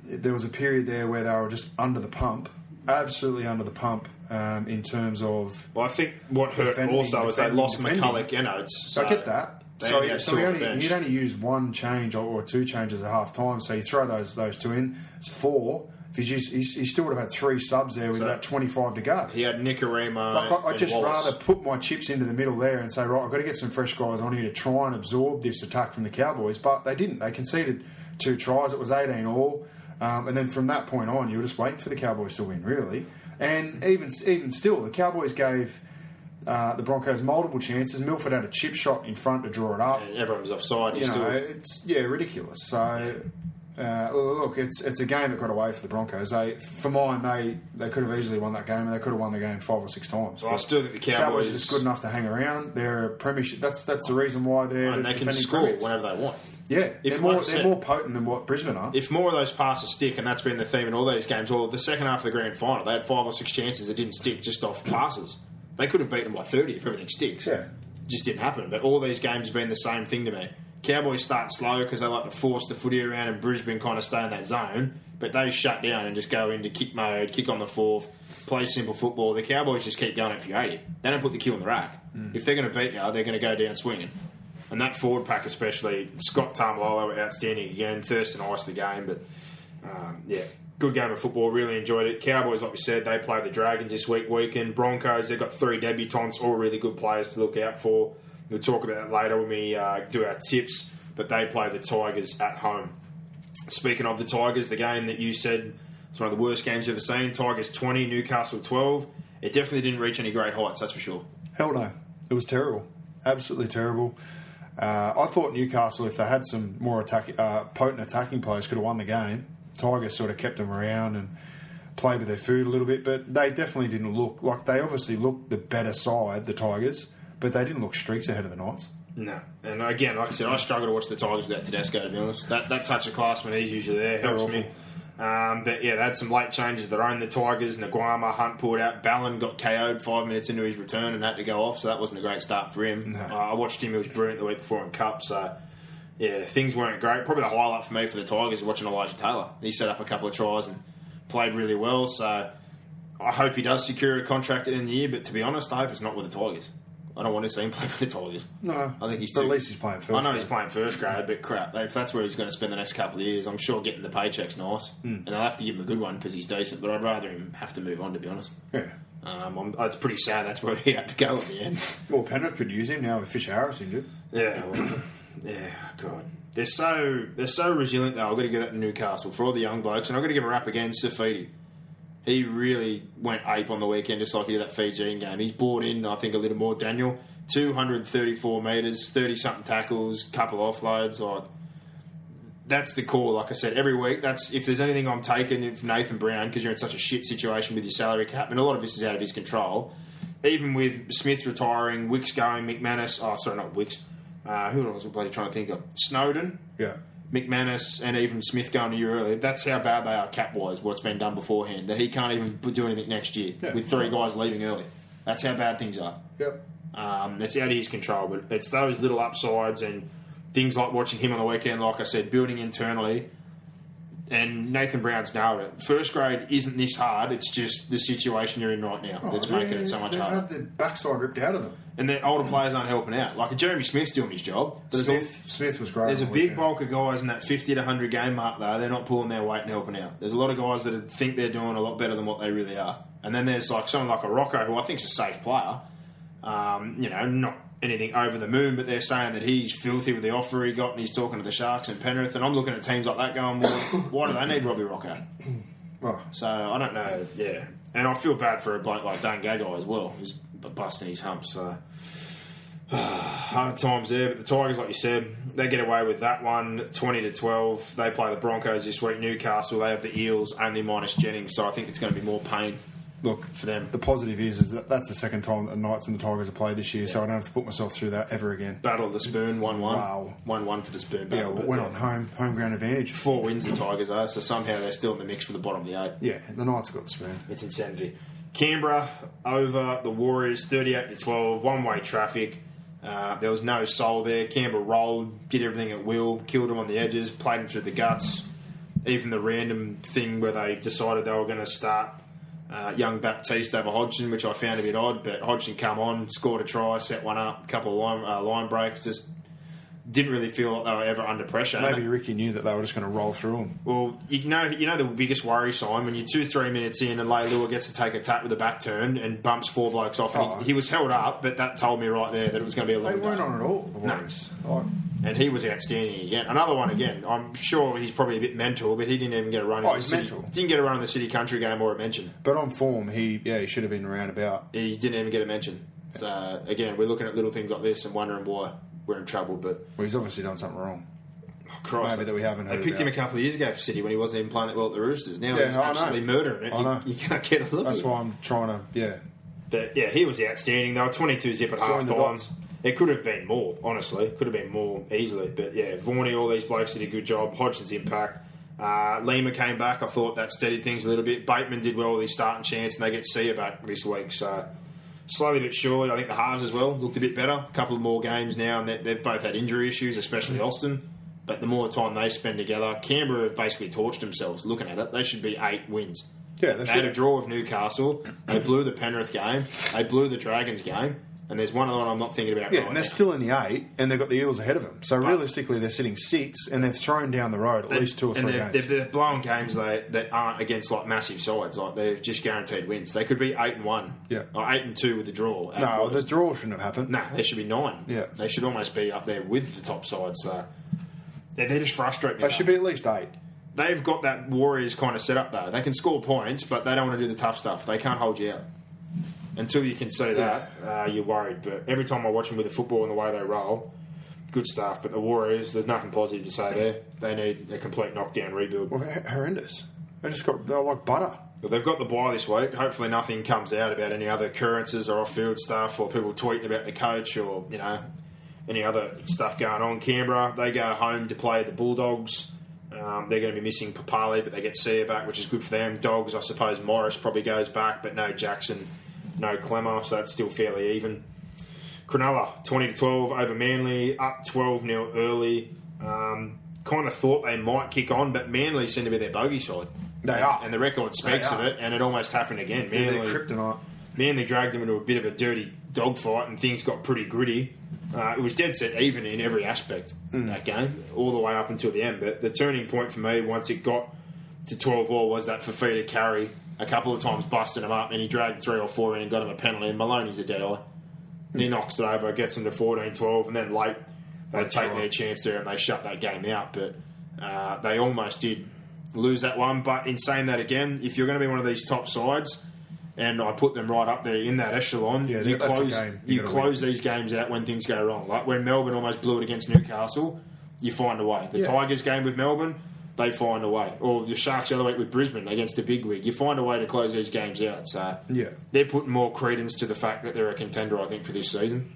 Speaker 2: there was a period there where they were just under the pump, absolutely under the pump um, in terms of.
Speaker 1: Well, I think what hurt
Speaker 2: Defending,
Speaker 1: also is they
Speaker 2: defending,
Speaker 1: lost
Speaker 2: defending.
Speaker 1: McCulloch and Oates.
Speaker 2: So I get that.
Speaker 1: uh, they
Speaker 2: So,
Speaker 1: only had
Speaker 2: so
Speaker 1: two
Speaker 2: he
Speaker 1: on
Speaker 2: only,
Speaker 1: the bench.
Speaker 2: he'd only use one change or, or two changes at half time. So you throw those those two in, it's four. If he's used, he's, he still would have had three subs there with
Speaker 1: So-
Speaker 2: about twenty five to go.
Speaker 1: He had Nicarima.
Speaker 2: Like I, I
Speaker 1: and
Speaker 2: just
Speaker 1: Wallace.
Speaker 2: rather put my chips into the middle there and say, right, I've got to get some fresh guys on here to try and absorb this attack from the Cowboys, but they didn't. They conceded two tries. It was eighteen all, um, and then from that point on, you were just waiting for the Cowboys to win, really. And even even still, the Cowboys gave uh, the Broncos multiple chances. Milford had a chip shot in front to draw it up.
Speaker 1: And everyone was offside.
Speaker 2: You
Speaker 1: He's
Speaker 2: know,
Speaker 1: still.
Speaker 2: it's yeah, ridiculous. So. Uh, look, it's it's a game that got away for the Broncos. They, for mine, they, they could have easily won that game, and they could have won the game five or six times.
Speaker 1: I still think the
Speaker 2: Cowboys
Speaker 1: Cowboys, Oh.
Speaker 2: are just good enough to hang around. They're a premiership. That's that's the reason why they're
Speaker 1: and
Speaker 2: the
Speaker 1: they can
Speaker 2: defending
Speaker 1: score
Speaker 2: premiers.
Speaker 1: whenever they want.
Speaker 2: Yeah,
Speaker 1: If,
Speaker 2: they're more
Speaker 1: like I
Speaker 2: they're
Speaker 1: said-
Speaker 2: more potent than what Brisbane are.
Speaker 1: If more of those passes stick, and that's been the theme in all these games, well, the second half of the grand final, they had five or six chances that didn't stick just off passes. They could have beaten by 30 if everything sticks.
Speaker 2: Yeah.
Speaker 1: Just didn't happen. But all these games have been the same thing to me. Cowboys start slow because they like to force the footy around, and Brisbane kind of stay in that zone. But they shut down and just go into kick mode, kick on the fourth, play simple football. The Cowboys just keep going at for 80. They don't put the kill in the rack. If they're going to beat you, they're going to go down swinging. And that forward pack, especially Scott Tamalolo, were outstanding again. Thurston iced the game, but um, yeah, good game of football. Really enjoyed it. Cowboys, like we said, they play the Dragons this week weekend. Broncos, they've got three debutants, all really good players to look out for. We'll talk about that later when we uh, do our tips. But they play the Tigers at home. Speaking of the Tigers, the game that you said was one of the worst games you've ever seen. Tigers twenty, Newcastle twelve. It definitely didn't reach any great heights, that's for sure.
Speaker 2: Hell no, it was terrible, absolutely terrible. Uh, I thought Newcastle, if they had some more attack, uh, potent attacking players, could have won the game. Tigers sort of kept them around and played with their food a little bit, but they definitely didn't look like they obviously looked the better side, the Tigers, but they didn't look streaks ahead of the Knights.
Speaker 1: No. And again, like I said, I struggle to watch the Tigers without Tedesco, to be honest. That, that touch of class when he's usually there helps
Speaker 2: awful.
Speaker 1: me. Um, but yeah, they had some late changes of their own. The Tigers, Naguama, Hunt pulled out. Ballon got KO'd five minutes into his return and had to go off, so that wasn't a great start for him. Uh, I watched him, he was brilliant the week before in Cup, so yeah, things weren't great. Probably the highlight for me for the Tigers is watching Elijah Taylor. He set up a couple of tries and played really well, so I hope he does secure a contract in the year, but to be honest, I hope it's not with the Tigers. I don't want to see him play for the Tigers.
Speaker 2: No,
Speaker 1: I think he's
Speaker 2: but
Speaker 1: too-
Speaker 2: at least he's playing first.
Speaker 1: I know he's playing first grade, but crap, if that's where he's going to spend the next couple of years, I'm sure getting the paycheck's nice,
Speaker 2: Hmm.
Speaker 1: and they'll have to give him a good one because he's decent. But I'd rather him have to move on, to be honest.
Speaker 2: Yeah.
Speaker 1: Um, I'm, it's pretty sad that's where he had to go at the end.
Speaker 2: Well, Penrith could use him now with Fisher Harris injured.
Speaker 1: Yeah, well, yeah, God, they're so they're so resilient though. I've got to give that to Newcastle for all the young blokes, and I've got to give a rap again, Safidi. He really went ape on the weekend, just like he did that Fijian game. He's brought in, I think, a little more. Daniel, two hundred thirty-four meters, thirty something tackles, couple offloads. Like that's the call. Like I said, every week. That's if there's anything I'm taking from Nathan Brown because you're in such a shit situation with your salary cap, and a lot of this is out of his control. Even with Smith retiring, Wicks going, McManus. Oh, sorry, not Wicks. Uh, who else was I bloody trying to think of? Snowden,
Speaker 2: Yeah.
Speaker 1: McManus, and even Smith going a year earlier. That's how bad they are cap wise. What's been done beforehand that he can't even do anything next year
Speaker 2: Yeah.
Speaker 1: with three guys leaving early. That's how bad things are.
Speaker 2: Yep.
Speaker 1: Um, it's out of his control, but it's those little upsides and things like watching him on the weekend, like I said, building internally. And Nathan Brown's nailed it. First grade isn't this hard, it's just the situation you're in right
Speaker 2: Oh,
Speaker 1: now that's making it so much
Speaker 2: They've
Speaker 1: harder.
Speaker 2: had the backside ripped out of them.
Speaker 1: and the older players aren't helping out. Like Jeremy Smith's doing his job. but there's a-
Speaker 2: Smith, Smith was great.
Speaker 1: there's a
Speaker 2: on the
Speaker 1: big
Speaker 2: weekend.
Speaker 1: bulk of guys in that 50 to 100 game mark, though. They're not pulling their weight and helping out. There's a lot of guys that think they're doing a lot better than what they really are. And then there's like someone like a Rocco, who I think's a safe player. Um, you know, not anything over the moon, but they're saying that he's filthy with the offer he got and he's talking to the Sharks and Penrith. And I'm looking at teams like that going, well, why do they need Robbie Rocco?
Speaker 2: Oh,
Speaker 1: So I don't know. Yeah. And I feel bad for a bloke like Dan Gagai as well, who's b- busting his hump. So hard times there. But the Tigers, like you said, they get away with that one, twenty to twelve. They play the Broncos this week. Newcastle, they have the Eels, only minus Jennings. So I think it's going to be more pain.
Speaker 2: look
Speaker 1: For them.
Speaker 2: The positive is, is that that's the second time that the Knights and the Tigers have played this year, so I don't have to put myself through that ever again.
Speaker 1: Battle of the Spoon, one one,
Speaker 2: Wow.
Speaker 1: one one for the Spoon.
Speaker 2: yeah,
Speaker 1: Battle,
Speaker 2: well,
Speaker 1: but
Speaker 2: went on home home ground advantage.
Speaker 1: Four wins the Tigers are, so somehow they're still in the mix for the bottom of the eight.
Speaker 2: Yeah, the Knights have got the spoon.
Speaker 1: It's insanity. Canberra over the Warriors, 38 to 12, one way traffic. Uh, there was no soul there. Canberra rolled, did everything at will, killed them on the edges, played them through the guts. Even the random thing where they decided they were going to start uh, young Baptiste over Hodgson, which I found a bit odd, but Hodgson come on, scored a try, set one up, a couple of line, uh, line breaks, just didn't really feel like they were ever under pressure.
Speaker 2: Maybe Ricky knew that they were just going to roll through them.
Speaker 1: Well, you know, you know the biggest worry sign when you're two, three minutes in and Leilua gets to take a tap with a back turn and bumps four blokes off. And
Speaker 2: Oh.
Speaker 1: he, he was held up, but that told me right there that it was going to be a
Speaker 2: They
Speaker 1: long
Speaker 2: weren't
Speaker 1: day.
Speaker 2: on at all. The Warriors. Like,
Speaker 1: And he was outstanding again. Another one again. I'm sure he's probably a bit mental, but he didn't even get a run.
Speaker 2: Oh,
Speaker 1: in the
Speaker 2: he's
Speaker 1: city.
Speaker 2: mental.
Speaker 1: Didn't get a run in the city country game or a mention.
Speaker 2: but on form, he yeah he should have been around about.
Speaker 1: He didn't even get a mention. So again, we're looking at little things like this and wondering why we're in trouble. But
Speaker 2: Well, he's obviously done something wrong.
Speaker 1: oh, Christ,
Speaker 2: Maybe that we haven't
Speaker 1: They
Speaker 2: heard
Speaker 1: picked him a
Speaker 2: about.
Speaker 1: couple of years ago for City when he wasn't even playing that well at the Roosters. Now
Speaker 2: Yeah,
Speaker 1: he's
Speaker 2: I know.
Speaker 1: absolutely murdering it.
Speaker 2: I
Speaker 1: You-
Speaker 2: know.
Speaker 1: You, can't get a look.
Speaker 2: That's
Speaker 1: at it.
Speaker 2: why I'm trying to yeah.
Speaker 1: But yeah, he was outstanding. They were 22 zip at half
Speaker 2: Joined the
Speaker 1: time.
Speaker 2: dots.
Speaker 1: It could have been more, honestly. Could have been more easily. But yeah, Vaughan, all these blokes did a good job. Hodgson's impact. Uh, Lima came back. I thought that steadied things a little bit. Bateman did well with his starting chance, and they get Sia back this week. So slowly but surely, I think the halves as well looked a bit better. A couple of more games now, and they- they've both had injury issues, especially
Speaker 2: Mm.
Speaker 1: Austin. But the more time they spend together, Canberra have basically torched themselves. Looking at it, they should be eight wins.
Speaker 2: Yeah,
Speaker 1: they,
Speaker 2: they
Speaker 1: had
Speaker 2: should.
Speaker 1: a draw with Newcastle. They blew the Penrith game. They blew the Dragons game. And there's one other one I'm not thinking about.
Speaker 2: Yeah,
Speaker 1: right
Speaker 2: and
Speaker 1: now.
Speaker 2: they're still in the eight, and they've got the Eels ahead of them. So realistically, they're sitting six, and they've thrown down the road at least two
Speaker 1: and
Speaker 2: or three
Speaker 1: they're,
Speaker 2: games.
Speaker 1: They're, they're blowing games that, that aren't against like massive sides. Like they're just guaranteed wins. They could be eight and one.
Speaker 2: Yeah.
Speaker 1: Or eight and two with a draw. At
Speaker 2: no,
Speaker 1: Roosters.
Speaker 2: the draw shouldn't have happened.
Speaker 1: No, they should be nine.
Speaker 2: Yeah.
Speaker 1: They should almost be up there with the top side. So they they just frustrate me.
Speaker 2: they
Speaker 1: though.
Speaker 2: should be at least eight.
Speaker 1: They've got that Warriors kind of set up though. They can score points, but they don't want to do the tough stuff. They can't hold you out. Until you can see that, uh, you're worried. But every time I watch them with the football and the way they roll, good stuff. But the Warriors, there's nothing positive to say there. They need a complete knockdown rebuild.
Speaker 2: Well, h- horrendous. They just got they're like butter.
Speaker 1: Well, they've got the buy this week. Hopefully, nothing comes out about any other occurrences or off-field stuff, or people tweeting about the coach, or you know, any other stuff going on. Canberra, they go home to play the Bulldogs. Um, they're going to be missing Papali, but they get Sia back, which is good for them. Dogs, I suppose Morris probably goes back, but no Jackson, no Clemmer, so that's still fairly even. Cronulla, 20 to 12 over Manly, up 12 0 early. Um, kind of thought they might kick on, but Manly seem to be their bogey side.
Speaker 2: They
Speaker 1: And-
Speaker 2: are.
Speaker 1: And the record speaks
Speaker 2: They
Speaker 1: of
Speaker 2: are.
Speaker 1: it, and it almost happened again.
Speaker 2: They're
Speaker 1: Manly,
Speaker 2: kryptonite.
Speaker 1: Manly dragged them into a bit of a dirty dogfight, and things got pretty gritty. Uh, it was dead set even in every aspect that game, all the way up until the end. But the turning point for me, once it got to 12 all, was that Fafita carry a couple of times, busting him up, and he dragged three or four in and got him a penalty. And Maloney's a dead eye.
Speaker 2: Hmm.
Speaker 1: And he knocks it over, gets them to 14 12, and then late, they take
Speaker 2: right.
Speaker 1: their chance there and they shut that game out. But uh, they almost did lose that one. But in saying that again, if you're going to be one of these top sides, and I put them right up there in that echelon.
Speaker 2: Yeah,
Speaker 1: you
Speaker 2: that's a
Speaker 1: close,
Speaker 2: game you
Speaker 1: you
Speaker 2: gotta
Speaker 1: close these games out when things go wrong. Like when Melbourne almost blew it against Newcastle, you find a way. The
Speaker 2: Yeah.
Speaker 1: Tigers game with Melbourne, they find a way. Or the Sharks the other week with Brisbane against the big wig, you find a way to close these games out. So
Speaker 2: Yeah.
Speaker 1: they're putting more credence to the fact that they're a contender. I think for this season.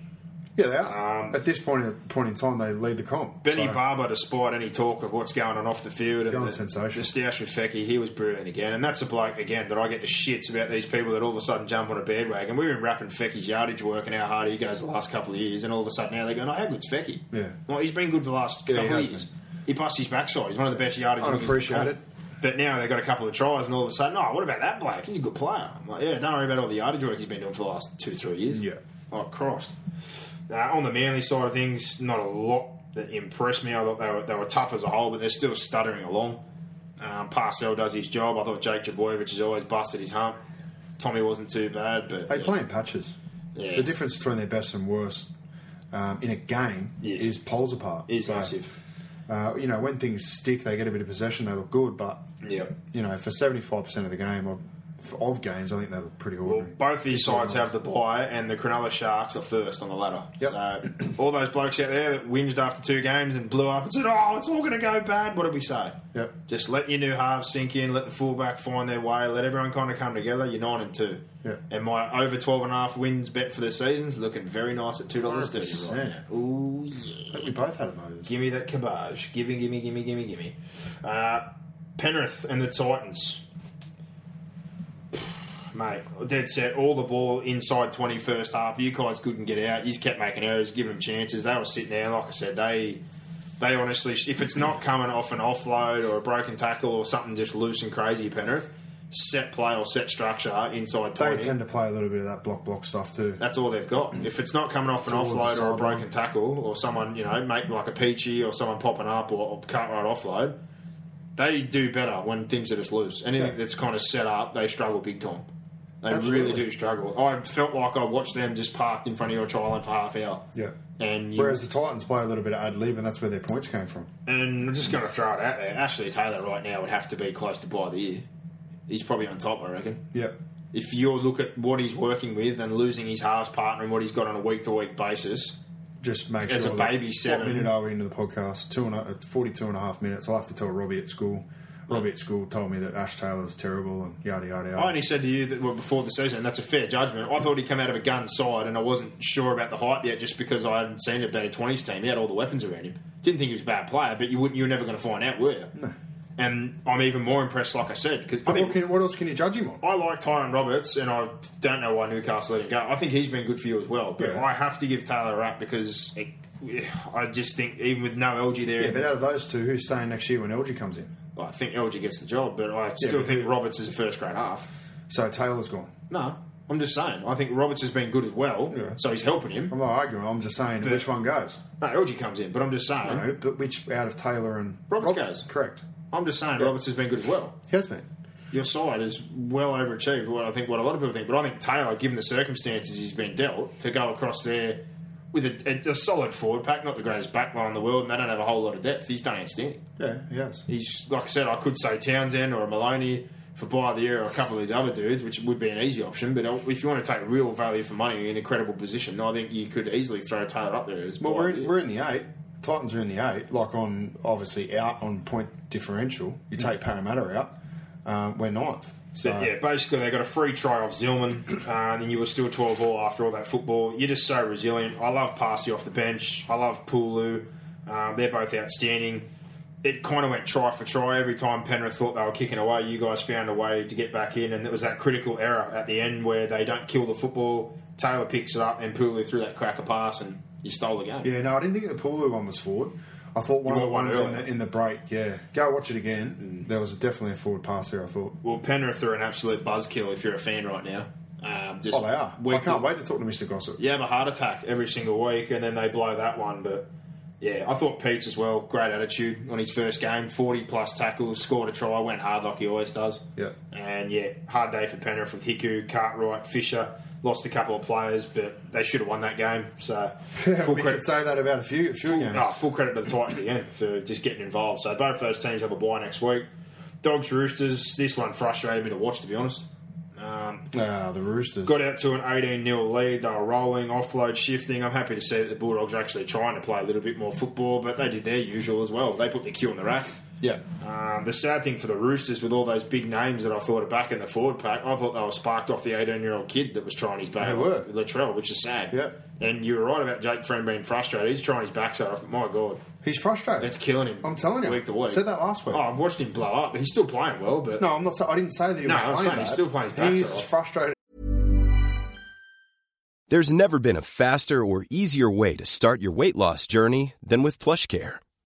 Speaker 2: Yeah, they are. At this point in, point in time, they lead the comp.
Speaker 1: Um, Benny
Speaker 2: So-
Speaker 1: Barber, despite any talk of what's going on off the field and
Speaker 2: Going
Speaker 1: the,
Speaker 2: sensational.
Speaker 1: the stoush with Fecky, he was brilliant again. And that's a bloke, again, that I get the shits about these people that all of a sudden jump on a bandwagon. We've been rapping Fecky's yardage work and how hard he goes the last couple of years, and all of a sudden now they're going, oh, how good's Fecky?
Speaker 2: Yeah.
Speaker 1: Well, he's been good for the last
Speaker 2: Yeah, he
Speaker 1: couple of
Speaker 2: has
Speaker 1: years.
Speaker 2: been.
Speaker 1: He busts his backside. He's one of the best yardage workers in the
Speaker 2: Unappreciated.
Speaker 1: comp. But now they've got a couple of tries, and all of a sudden, oh, what about that bloke? He's a good player. I'm like, yeah, don't worry about all the yardage work he's been doing for the last two, three years.
Speaker 2: Yeah.
Speaker 1: Oh, Christ. Uh, on the Manly side of things, not a lot that impressed me. I thought they were, they were tough as a whole, but they're still stuttering along. Um, Parcell does his job. I thought Jake Javoyevich has always busted his hump. Tommy wasn't too bad, but
Speaker 2: They
Speaker 1: yeah.
Speaker 2: play in patches.
Speaker 1: Yeah.
Speaker 2: The difference between their best and worst um, in a game
Speaker 1: Yeah.
Speaker 2: is poles apart.
Speaker 1: is
Speaker 2: So,
Speaker 1: massive.
Speaker 2: Uh, you know, when things stick, they get a bit of possession, they look good, but,
Speaker 1: Yep.
Speaker 2: you know, for 75% of the game, or of games, I think they look pretty
Speaker 1: Well,
Speaker 2: ordinary.
Speaker 1: both these sides have the bye, and the Cronulla Sharks are first on the ladder.
Speaker 2: Yep.
Speaker 1: So, all those blokes out there that whinged after two games and blew up and said, "Oh, it's all going to go bad." What did we say?
Speaker 2: Yep.
Speaker 1: Just let your new halves sink in. Let the fullback find their way. Let everyone kind of come together. You're nine and two.
Speaker 2: Yep.
Speaker 1: And my over 12 and a half wins bet for the season's looking very nice at two dollars thirty. Right.
Speaker 2: 100%.
Speaker 1: now. Ooh yeah.
Speaker 2: I think we both had a moment.
Speaker 1: Give me that cabbage. Gimme, gimme, gimme, gimme, gimme. Uh, Penrith and the Titans. Mate, dead set. All the ball inside 20 first half. You guys couldn't get out. You just kept making errors, giving them chances. They were sitting there. Like I said, they they honestly, if it's not coming off an offload or a broken tackle or something just loose and crazy, Penrith, set play or set structure inside 20.
Speaker 2: They tend to play a little bit of that block block stuff too.
Speaker 1: That's all they've got. If it's not coming off an
Speaker 2: Towards the
Speaker 1: offload or a
Speaker 2: sideline.
Speaker 1: broken tackle, or someone you know make like a peachy or someone popping up or, or cut right offload, they do better when things are just loose. Anything
Speaker 2: Yeah.
Speaker 1: that's kind of set up, they struggle big time. They
Speaker 2: Absolutely.
Speaker 1: really do struggle. I felt like I watched them just parked in front of your trial line for half hour.
Speaker 2: Yeah.
Speaker 1: And you,
Speaker 2: Whereas the Titans play a little bit of ad lib, and that's where their points came from.
Speaker 1: and I'm just going to throw it out there. Ashley Taylor right now would have to be close to by the year. He's probably on top, I reckon.
Speaker 2: Yep.
Speaker 1: if you look at what he's working with and losing his halves partner and what he's got on a week to week basis,
Speaker 2: Just make
Speaker 1: As
Speaker 2: sure.
Speaker 1: a
Speaker 2: that-
Speaker 1: baby seven.
Speaker 2: What minute are we into the podcast? Two and a, 42 and a half minutes. I'll have to tell Robbie at school. Robbie at school told me that Ash Taylor's terrible and yada yada yada.
Speaker 1: I only Oh, said to you that well, before the season, and that's a fair judgment. I thought he'd come out of a gun side, and I wasn't sure about the hype yet, just because I hadn't seen a better twenties team. He had all the weapons around him. Didn't think he was a bad player, but you wouldn't. You were never going to find out, were you? No. And I'm even more impressed, like I said, because I
Speaker 2: But
Speaker 1: think
Speaker 2: what, can, what else can you judge him on?
Speaker 1: I like Tyron Roberts, and I don't know why Newcastle let him go. I think he's been good for you as well, but
Speaker 2: Yeah.
Speaker 1: I have to give Taylor a rap because it, I just think even with no LG there,
Speaker 2: Yeah, but out of those two, who's staying next year when LG comes in?
Speaker 1: Well, I think LG gets the job, but I still
Speaker 2: but-
Speaker 1: think Roberts is a first grade half.
Speaker 2: So Taylor's gone.
Speaker 1: No, I'm just saying. I think Roberts has been good as well, so he's helping him.
Speaker 2: I'm not arguing. I'm just saying which one goes.
Speaker 1: No, LG comes in, but I'm just saying.
Speaker 2: No, but which out of Taylor and
Speaker 1: Roberts goes.
Speaker 2: Correct.
Speaker 1: I'm just saying Roberts has been good as well.
Speaker 2: He has been.
Speaker 1: Your side is well overachieved. What I think, what a lot of people think, but I think Taylor, given the circumstances he's been dealt, to go across there with a, a, a solid forward pack, not the greatest back line in the world, and they don't have a whole lot of depth. He's done outstanding.
Speaker 2: Yeah, he has.
Speaker 1: He's like I said, I could say Townsend or a Maloney for buy of the year or a couple of these other dudes, which would be an easy option. But if you want to take real value for money in a credible position, I think you could easily throw Taylor up there as
Speaker 2: Well,
Speaker 1: buy
Speaker 2: we're
Speaker 1: of the
Speaker 2: in,
Speaker 1: year.
Speaker 2: we're in the eight. Titans are in the eight, like on obviously out on point differential. You take Parramatta out, um, we're ninth.
Speaker 1: So, yeah, basically they got a free try off Zillman, uh, and then you were still 12 all after all that football. You're just so resilient. I love Parsi off the bench. I love Pulu. Um, they're both outstanding. It kind of went try for try every time Penrith thought they were kicking away. You guys found a way to get back in, and it was that critical error at the end where they don't kill the football. Taylor picks it up, and Pulu threw that cracker pass, and you stole the game.
Speaker 2: Yeah, no, I didn't think the Pulu one was forward. I thought one
Speaker 1: You
Speaker 2: of the
Speaker 1: got one
Speaker 2: ones in
Speaker 1: early. Mm.
Speaker 2: the, in the break. Yeah, go watch it again. There was definitely a forward pass there. I thought.
Speaker 3: Well, Penrith are an absolute buzzkill if you're a fan right now. Um, just
Speaker 2: Oh, they are.
Speaker 3: week
Speaker 2: I can't
Speaker 3: to-
Speaker 2: wait to talk to Mr. Gossip.
Speaker 1: You have a heart attack every single week, and then they blow that one. But yeah, I thought Pete's as well. Great attitude on his first game. Forty plus tackles, scored a try, went hard like he always does.
Speaker 2: Yeah.
Speaker 1: And yeah, hard day for Penrith with Hiku, Cartwright, Fisher. Lost a couple of players, but they should have won that game. So full
Speaker 2: we could
Speaker 1: credit.
Speaker 2: say that about a few, a few games.
Speaker 1: Oh, full credit to the Titans again for just getting involved. So both those teams have a bye next week. Dogs, Roosters. This one frustrated me to watch, to be honest. Um,
Speaker 2: Ah, the Roosters.
Speaker 1: Got out to an 18 0 lead. They were rolling, offload, shifting. I'm happy to see that the Bulldogs are actually trying to play a little bit more football, but they did their usual as well. They put the cue on the rack.
Speaker 2: Yeah.
Speaker 1: Um, the sad thing for the Roosters, with all those big names that I thought are back in the forward pack, I thought they were sparked off the 18 year old kid that was trying his back.
Speaker 2: They were.
Speaker 1: Latrell, which is sad.
Speaker 2: Yeah.
Speaker 1: And you were right about Jake Friend being frustrated. He's trying his backside off. My God,
Speaker 2: He's frustrated.
Speaker 1: it's killing him.
Speaker 2: I'm telling you.
Speaker 1: Week to week.
Speaker 2: Said that last week.
Speaker 1: Oh, I've watched him blow up, but he's still playing well. But
Speaker 2: No, I'm not. sa- I didn't say that he
Speaker 1: No,
Speaker 2: was
Speaker 1: I'm
Speaker 2: playing.
Speaker 1: saying he's
Speaker 2: bad.
Speaker 1: still playing his backs
Speaker 2: He's
Speaker 1: off.
Speaker 2: frustrated
Speaker 4: There's never been a faster or easier way to start your weight loss journey than with PlushCare.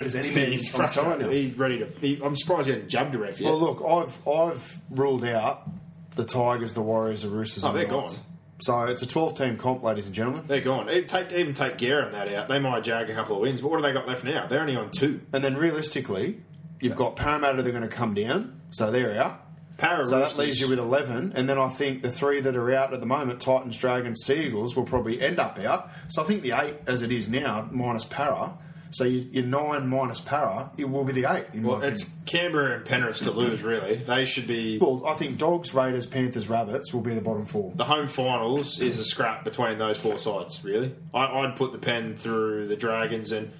Speaker 2: as
Speaker 1: man,
Speaker 2: anything.
Speaker 1: he's
Speaker 2: I'm telling
Speaker 1: frustrated.
Speaker 2: you.
Speaker 1: He's ready to. He, I'm surprised he hasn't jumped a ref yet.
Speaker 2: Well, look, I've I've ruled out the Tigers, the Warriors, the Roosters.
Speaker 1: Oh,
Speaker 2: and the
Speaker 1: they're
Speaker 2: Knights. So it's a 12 team comp, ladies and gentlemen.
Speaker 1: They're gone. Even take, even take Guerin that out. They might jag a couple of wins, but what have they got left now? They're only on two.
Speaker 2: And then realistically, you've got Parramatta. They're going to come down, so they're out.
Speaker 1: Para
Speaker 2: So that
Speaker 1: Roosters-
Speaker 2: leaves you with 11, and then I think the three that are out at the moment, Titans, Dragons, Seagulls, will probably end up out. So I think the eight, as it is now, minus Para. So you, your nine minus Para, it will be the eight. In
Speaker 1: Well,
Speaker 2: my
Speaker 1: it's
Speaker 2: opinion.
Speaker 1: Canberra and Penrith to lose. Really, they should be.
Speaker 2: well, I think Dogs, Raiders, Panthers, Rabbits will be the bottom four.
Speaker 1: The home finals is a scrap between those four sides. Really, I, I'd put the pen through the Dragons, and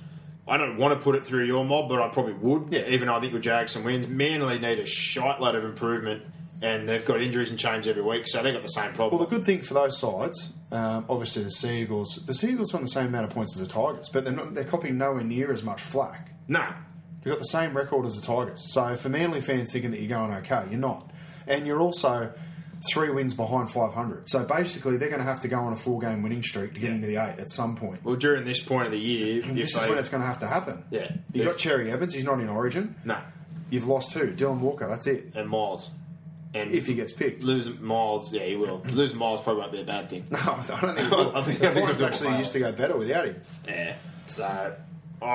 Speaker 1: I don't want to put it through your mob, but I probably would.
Speaker 2: Yeah.
Speaker 1: Even though I think you'll jag some wins. Manly need a shite load of improvement, and they've got injuries and change every week, so they have got the same problem.
Speaker 2: Well, the good thing for those sides, um, obviously the Seagulls, the Seagulls are on the same amount of points as the Tigers, but they're, not, they're copying nowhere near as much flack.
Speaker 1: no,
Speaker 2: You've got the same record as the Tigers. So for Manly fans thinking that you're going okay, you're not. And you're also three wins behind 500. So basically, they're going to have to go on a four game winning streak to get into the eight at some point.
Speaker 1: Well, during this point of the year, if
Speaker 2: this
Speaker 1: they,
Speaker 2: is when it's going to have to happen.
Speaker 1: Yeah.
Speaker 2: You've got
Speaker 1: If-
Speaker 2: Cherry Evans, he's not in Origin.
Speaker 1: no,
Speaker 2: You've lost two. Dylan Walker, that's it.
Speaker 1: and Miles, and
Speaker 2: If he gets picked.
Speaker 1: lose Miles, yeah, he will. Lose Miles probably won't be a bad thing.
Speaker 2: No, I don't think.
Speaker 1: I think- I
Speaker 2: the
Speaker 1: think
Speaker 2: Titans
Speaker 1: it's
Speaker 2: actually
Speaker 1: all
Speaker 2: used to go better without him.
Speaker 1: Yeah, so I,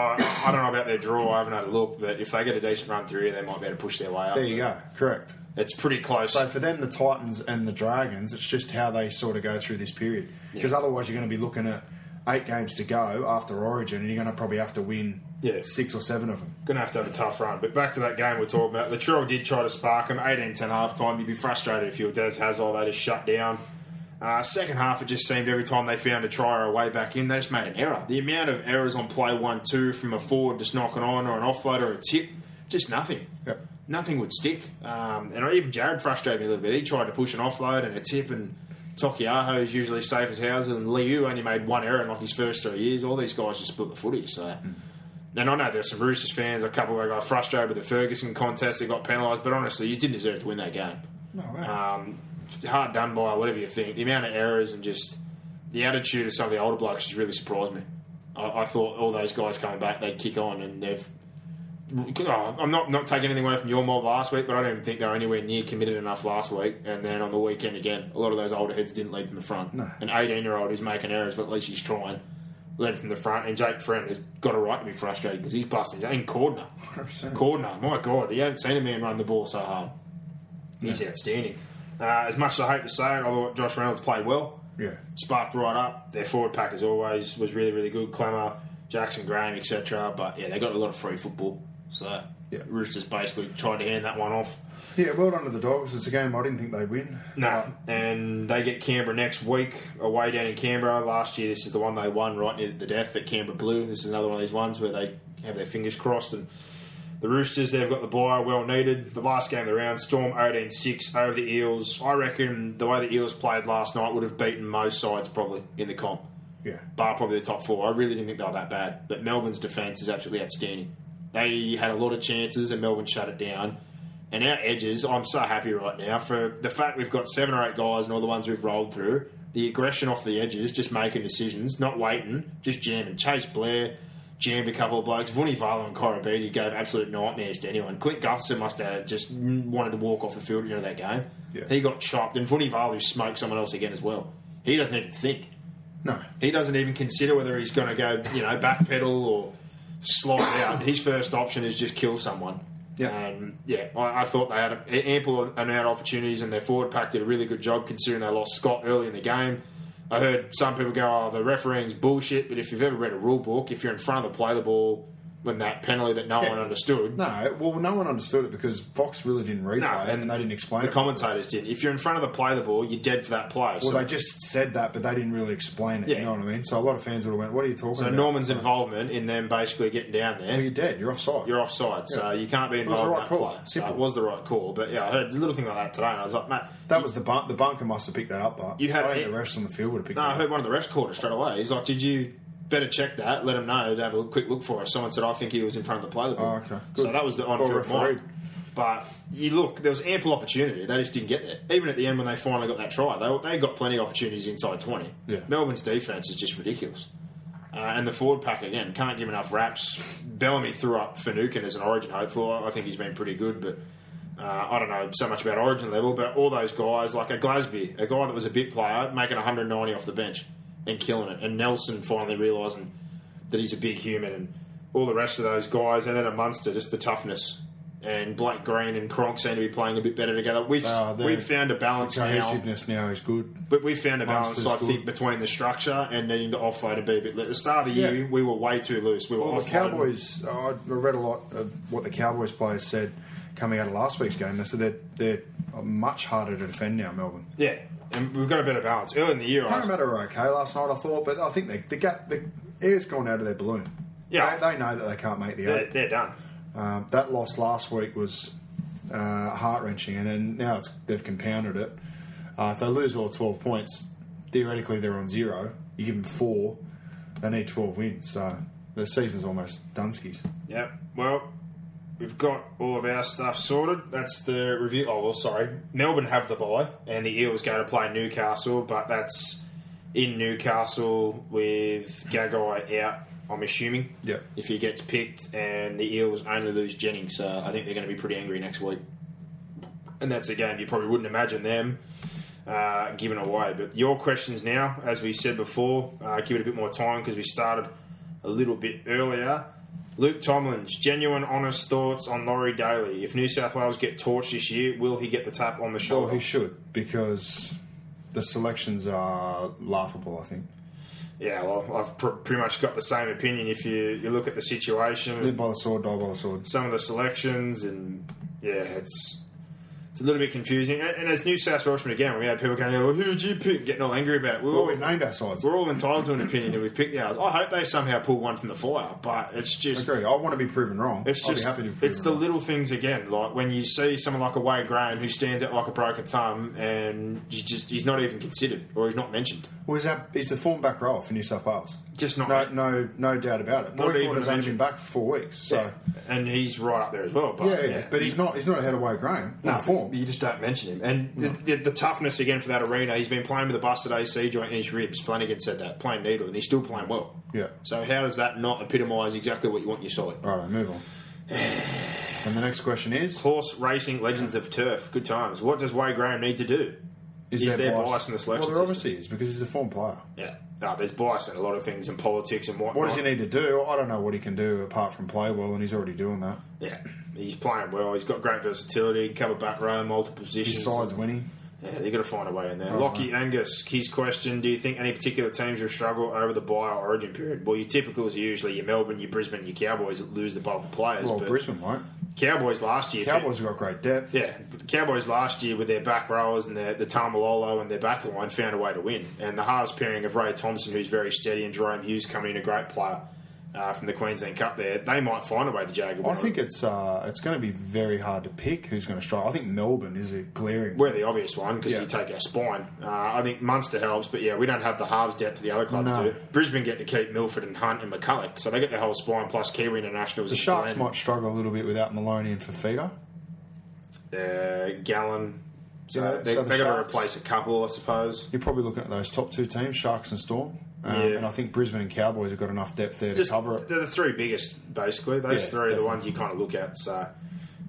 Speaker 1: I don't know about their draw. I haven't had a look, but if they get a decent run through here, they might be able to push their way up.
Speaker 2: There you go. Correct.
Speaker 1: It's pretty close.
Speaker 2: So for them, the Titans and the Dragons, it's just how they sort of go through this period. Because otherwise, you're going to be looking at eight games to go after Origin, and you're going to probably have to win
Speaker 1: Yeah.
Speaker 2: six or seven of them.
Speaker 1: Gonna have to have a tough run. But back to that game we're talking about. Latrell did try to spark him. 18 10 half time. You'd be frustrated if you were Des Hazard. They just shut down. Uh, second half, it just seemed every time they found a try or a way back in, they just made an error. The amount of errors on play one, two from a forward just knocking on or an offload or a tip, just nothing.
Speaker 2: Yep.
Speaker 1: Nothing would stick. Um, and even Jared frustrated me a little bit. He tried to push an offload and a tip, and Tokiaho is usually safe as houses, and Liu only made one error in like his first three years. All these guys just split the footy, so. And I know there's some Roosters fans, a couple that got frustrated with the Ferguson contest, they got penalised, but honestly, you didn't deserve to win that game.
Speaker 2: No way.
Speaker 1: Um, hard done by, whatever you think. The amount of errors and just the attitude of some of the older blokes has really surprised me. I, I thought all those guys coming back, they'd kick on, and they've. Oh, I'm not, not taking anything away from your mob last week, but I don't even think they were anywhere near committed enough last week. And then on the weekend again, a lot of those older heads didn't lead from the front. An 18 year old who's making errors, but at least he's trying. led from the front, and Jake Friend has got a right to be frustrated because he's busting. And Cordner,
Speaker 2: 100%.
Speaker 1: Cordner, my God, you haven't seen a man run the ball so hard. He's outstanding. Uh, as much as I hate to say it, I thought Josh Reynolds played well.
Speaker 2: Yeah.
Speaker 1: Sparked right up. Their forward pack, as always, was really, really good. Clemmer, Jackson Graham, etc. But yeah, they got a lot of free football. So
Speaker 2: Yeah.
Speaker 1: Roosters basically tried to hand that one off.
Speaker 2: Yeah, well done to the Dogs. It's a game I didn't think they'd win. Uh,
Speaker 1: No, and they get Canberra next week away down in Canberra. Last year, this is the one they won right near the death that Canberra blew. This is another one of these ones where they have their fingers crossed. And the Roosters, they've got the bye, well needed. The last game of the round, Storm 18 6 over the Eels. I reckon the way the Eels played last night would have beaten most sides probably in the comp,
Speaker 2: Yeah.
Speaker 1: bar probably the top four. I really didn't think they were that bad. But Melbourne's defence is absolutely outstanding. They had a lot of chances, and Melbourne shut it down and our edges, I'm so happy right now for the fact we've got seven or eight guys and all the ones we've rolled through. The aggression off the edges, just making decisions, not waiting, just jamming. Chase Blair jammed a couple of blokes. Vunivalu and Corabidi gave absolute nightmares to anyone. Clint Gutherson must have just wanted to walk off the field at the end of that game.
Speaker 2: Yeah.
Speaker 1: He got chopped, and Vunivalu smoked someone else again as well. He doesn't even think.
Speaker 2: No.
Speaker 1: He doesn't even consider whether he's going to go, you know, backpedal or slide out. His first option is just kill someone.
Speaker 2: Yeah.
Speaker 1: And yeah, I, I thought they had a, ample amount of opportunities, and their forward pack did a really good job considering they lost Scott early in the game. I heard some people go, "Oh, the refereeing's bullshit," but if you've ever read a rule book, if you're in front of the play the ball when that penalty that no one understood,
Speaker 2: No, well, no one understood it because Fox really didn't replay
Speaker 1: No,
Speaker 2: it and they didn't explain
Speaker 1: the
Speaker 2: it.
Speaker 1: commentators did. If you're in front of the play the ball, you're dead for that play.
Speaker 2: well,
Speaker 1: So-
Speaker 2: they just said that, but they didn't really explain it.
Speaker 1: Yeah.
Speaker 2: You know what I mean? So a lot of fans would have went, "What are you talking
Speaker 1: so
Speaker 2: about?"
Speaker 1: Norman's involvement in them basically getting down there.
Speaker 2: well, you're dead. You're offside.
Speaker 1: you're offside, so you can't be
Speaker 2: was
Speaker 1: involved
Speaker 2: the
Speaker 1: in
Speaker 2: right
Speaker 1: that
Speaker 2: call.
Speaker 1: play. So
Speaker 2: Simple.
Speaker 1: it was the right call, but yeah, I heard a little thing like that today, and I was like, "Matt,
Speaker 2: That was the bun- the bunker must have picked that up, but
Speaker 1: You had
Speaker 2: I think
Speaker 1: it-
Speaker 2: the refs on the field would have picked
Speaker 1: no." I
Speaker 2: that
Speaker 1: heard
Speaker 2: up.
Speaker 1: one of the refs called it straight away. He's like, "Did you better check that? Let him know to have a look- quick look for us." Someone said, "I think he was in front of the play." The ball.
Speaker 2: Oh, okay.
Speaker 1: So
Speaker 2: Good.
Speaker 1: that was the
Speaker 2: Well
Speaker 1: on-field
Speaker 2: refereed.
Speaker 1: mark. But you look, there was ample opportunity. They just didn't get there. Even at the end when they finally got that try, they they got plenty of opportunities inside twenty.
Speaker 2: Yeah.
Speaker 1: Melbourne's defense is just ridiculous. Uh, and the forward pack again can't give enough raps. Bellamy threw up Finucane as an Origin hopeful. I I think he's been pretty good, but uh, I don't know so much about Origin level. But all those guys, like a Glasby, a guy that was a bit player, making 190 off the bench and killing it, and Nelson finally realizing that he's a big human, and all the rest of those guys, and then a Munster, just the toughness. And Blake Green and Cronk seem to be playing a bit better together. We've
Speaker 2: Oh, the-
Speaker 1: we've found a balance
Speaker 2: The
Speaker 1: now.
Speaker 2: cohesiveness now is good.
Speaker 1: But we found a balance,
Speaker 2: Munster's
Speaker 1: I
Speaker 2: good.
Speaker 1: think, between the structure and needing to offload and be a bit. At the start of the year,
Speaker 2: Yeah.
Speaker 1: we were way too loose. We were
Speaker 2: Well, the
Speaker 1: offloading.
Speaker 2: Cowboys. I I read a lot of what the Cowboys players said coming out of last week's game. They said they're they're much harder to defend now, Melbourne.
Speaker 1: yeah, and we've got a better balance early in the year. I was-
Speaker 2: Parramatta were okay last night, I thought, but I think they, the gap, the air's gone out of their balloon.
Speaker 1: Yeah.
Speaker 2: they, they know that they can't make the
Speaker 1: they're,
Speaker 2: eight.
Speaker 1: they're done.
Speaker 2: Um, that loss last week was uh, heart wrenching, and then now it's, they've compounded it. Uh, if they lose all twelve points, theoretically they're on zero. You give them four, they need twelve wins, so the season's almost dunskies.
Speaker 1: Yeah. Well, we've got all of our stuff sorted. That's the review. Oh well, sorry. Melbourne have the bye, and the Eels go to play Newcastle, but that's in Newcastle with Gagai out. I'm assuming.
Speaker 2: Yep.
Speaker 1: If he gets picked, and the Eels only lose Jennings, so I think they're going to be pretty angry next week. And that's a game you probably wouldn't imagine them uh, given away. But your questions now, as we said before, uh, give it a bit more time because we started a little bit earlier. Luke Tomlin's genuine, honest thoughts on Laurie Daly. If New South Wales get torched this year, will he get the tap on the
Speaker 2: Well,
Speaker 1: shoulder?
Speaker 2: he should because the selections are laughable. I think.
Speaker 1: yeah, well, I've pr- pretty much got the same opinion. If you, you look at the situation,
Speaker 2: Live by the sword, die by the sword.
Speaker 1: some of the selections, and yeah, it's it's a little bit confusing. And, and as New South Welshman again, we had people going, "Oh, who'd you pick?" Getting all angry about it. We
Speaker 2: Well,
Speaker 1: all-
Speaker 2: we've named our sides.
Speaker 1: We're all entitled to an opinion, and we've picked ours. I hope they somehow pull one from the fire, but it's
Speaker 2: I
Speaker 1: just.
Speaker 2: agree. I want to be proven wrong.
Speaker 1: It's
Speaker 2: I'll
Speaker 1: just,
Speaker 2: be happy to be proven
Speaker 1: it's the
Speaker 2: wrong.
Speaker 1: little things again. Like when you see someone like a Wade Graham who stands out like a broken thumb, and you just he's not even considered or he's not mentioned.
Speaker 2: Well, he's, our, he's the form back row for New South Wales.
Speaker 1: Just not-
Speaker 2: No, no, no doubt about it.
Speaker 1: Not
Speaker 2: Boyd
Speaker 1: even
Speaker 2: has only
Speaker 1: mentioned.
Speaker 2: been back for four weeks. So
Speaker 1: and he's right up there as well. But
Speaker 2: yeah, yeah, but he's not. He's not ahead of Wade Graham. No form.
Speaker 1: You just don't mention him. And the, the, the toughness again for that arena, he's been playing with a busted AC joint in his ribs. Flanagan said that, playing needle, and he's still playing well.
Speaker 2: Yeah.
Speaker 1: So how does that not epitomise exactly what you want your side?
Speaker 2: All right, move on. And the next question is:
Speaker 1: Horse Racing Legends of Turf. Good times. What does Wade Graham need to do?
Speaker 2: Is,
Speaker 1: Is there bias in the selection
Speaker 2: Well, there
Speaker 1: system?
Speaker 2: obviously is because he's a form player.
Speaker 1: Yeah. No, there's bias in a lot of things in politics and whatnot.
Speaker 2: What does he need to do? I don't know what he can do apart from play well, and he's already doing that.
Speaker 1: Yeah. He's playing well. He's got great versatility. Can cover back row, multiple positions.
Speaker 2: His side's winning.
Speaker 1: Yeah, they got to find a way in there. Lockie Angus, his question: Do you think any particular teams will struggle over the buy or origin period? Well, your typicals are usually your Melbourne, your Brisbane, your Cowboys that lose the bulk of players.
Speaker 2: Well,
Speaker 1: but
Speaker 2: Brisbane won't.
Speaker 1: Cowboys last year.
Speaker 2: Cowboys have got great depth.
Speaker 1: Yeah, the Cowboys last year with their back rowers and their, the Tamalolo and their back line found a way to win. And the halves pairing of Ray Thompson, who's very steady, and Jerome Hughes coming in a great player uh, from the Queensland Cup there, they might find a way to Jaguar.
Speaker 2: I think it's uh, it's going to be very hard to pick who's going to struggle. I think Melbourne is a glaring.
Speaker 1: We're the obvious one because
Speaker 2: Yeah.
Speaker 1: you take our spine. Uh, I think Munster helps, but yeah, we don't have the halves depth that the other clubs
Speaker 2: No.
Speaker 1: do. Brisbane get to keep Milford and Hunt and McCulloch, so they get their whole spine plus Kiwi internationals.
Speaker 2: the Sharks might struggle a little bit without Maloney and Fafita.
Speaker 1: uh, Gallon. So
Speaker 2: Yeah,
Speaker 1: they,
Speaker 2: so the
Speaker 1: they got to
Speaker 2: Sharks-
Speaker 1: replace a couple, I suppose.
Speaker 2: You're probably looking at those top two teams, Sharks and Storm. Um,
Speaker 1: Yeah.
Speaker 2: And I think Brisbane and Cowboys have got enough depth there
Speaker 1: Just
Speaker 2: to cover it.
Speaker 1: they're the three biggest, basically. Those
Speaker 2: Yeah,
Speaker 1: three are the
Speaker 2: definitely.
Speaker 1: ones you kind of look at. So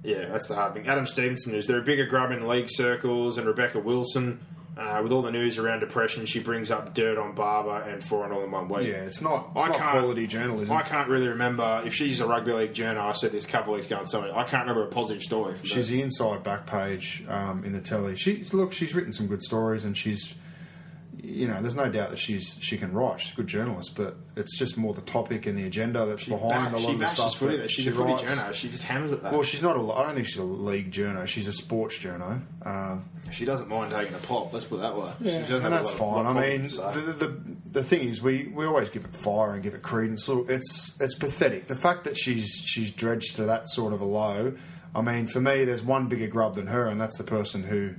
Speaker 1: yeah, that's the hard thing. Adam Stevenson is there a bigger grub in league circles, and Rebecca Wilson. Uh, with all the news around depression, she brings up dirt on Barber and four and all in one week.
Speaker 2: Yeah, it's not, it's
Speaker 1: I
Speaker 2: not
Speaker 1: can't-
Speaker 2: quality journalism.
Speaker 1: I can't really remember if she's a rugby league journal. I said this a couple of weeks ago on something. I can't remember a positive story. From
Speaker 2: She's
Speaker 1: her.
Speaker 2: the inside back page um, in the telly. She's look, she's written some good stories, and she's, you know, there's no doubt that she's she can write. She's a good journalist, but it's just more the topic and the agenda that's behind
Speaker 1: Bash-
Speaker 2: a lot
Speaker 1: she
Speaker 2: of the
Speaker 1: bashes
Speaker 2: stuff.
Speaker 1: footy.
Speaker 2: that
Speaker 1: though. She's
Speaker 2: she
Speaker 1: a footy
Speaker 2: writes.
Speaker 1: journo. She just hammers at that.
Speaker 2: Well, she's not a. I don't think she's a league journo. She's a sports journo. Um,
Speaker 1: she doesn't mind taking a pop. Let's put it that way. She doesn't have
Speaker 2: and
Speaker 1: a
Speaker 2: that's
Speaker 1: lot of-
Speaker 2: fine.
Speaker 1: lot
Speaker 2: I
Speaker 1: of
Speaker 2: mean,
Speaker 1: confidence, so.
Speaker 2: the, the the thing is, we, we always give it fire and give it credence. So it's it's pathetic. The fact that she's she's dredged to that sort of a low. I mean, for me, there's one bigger grub than her, and that's the person who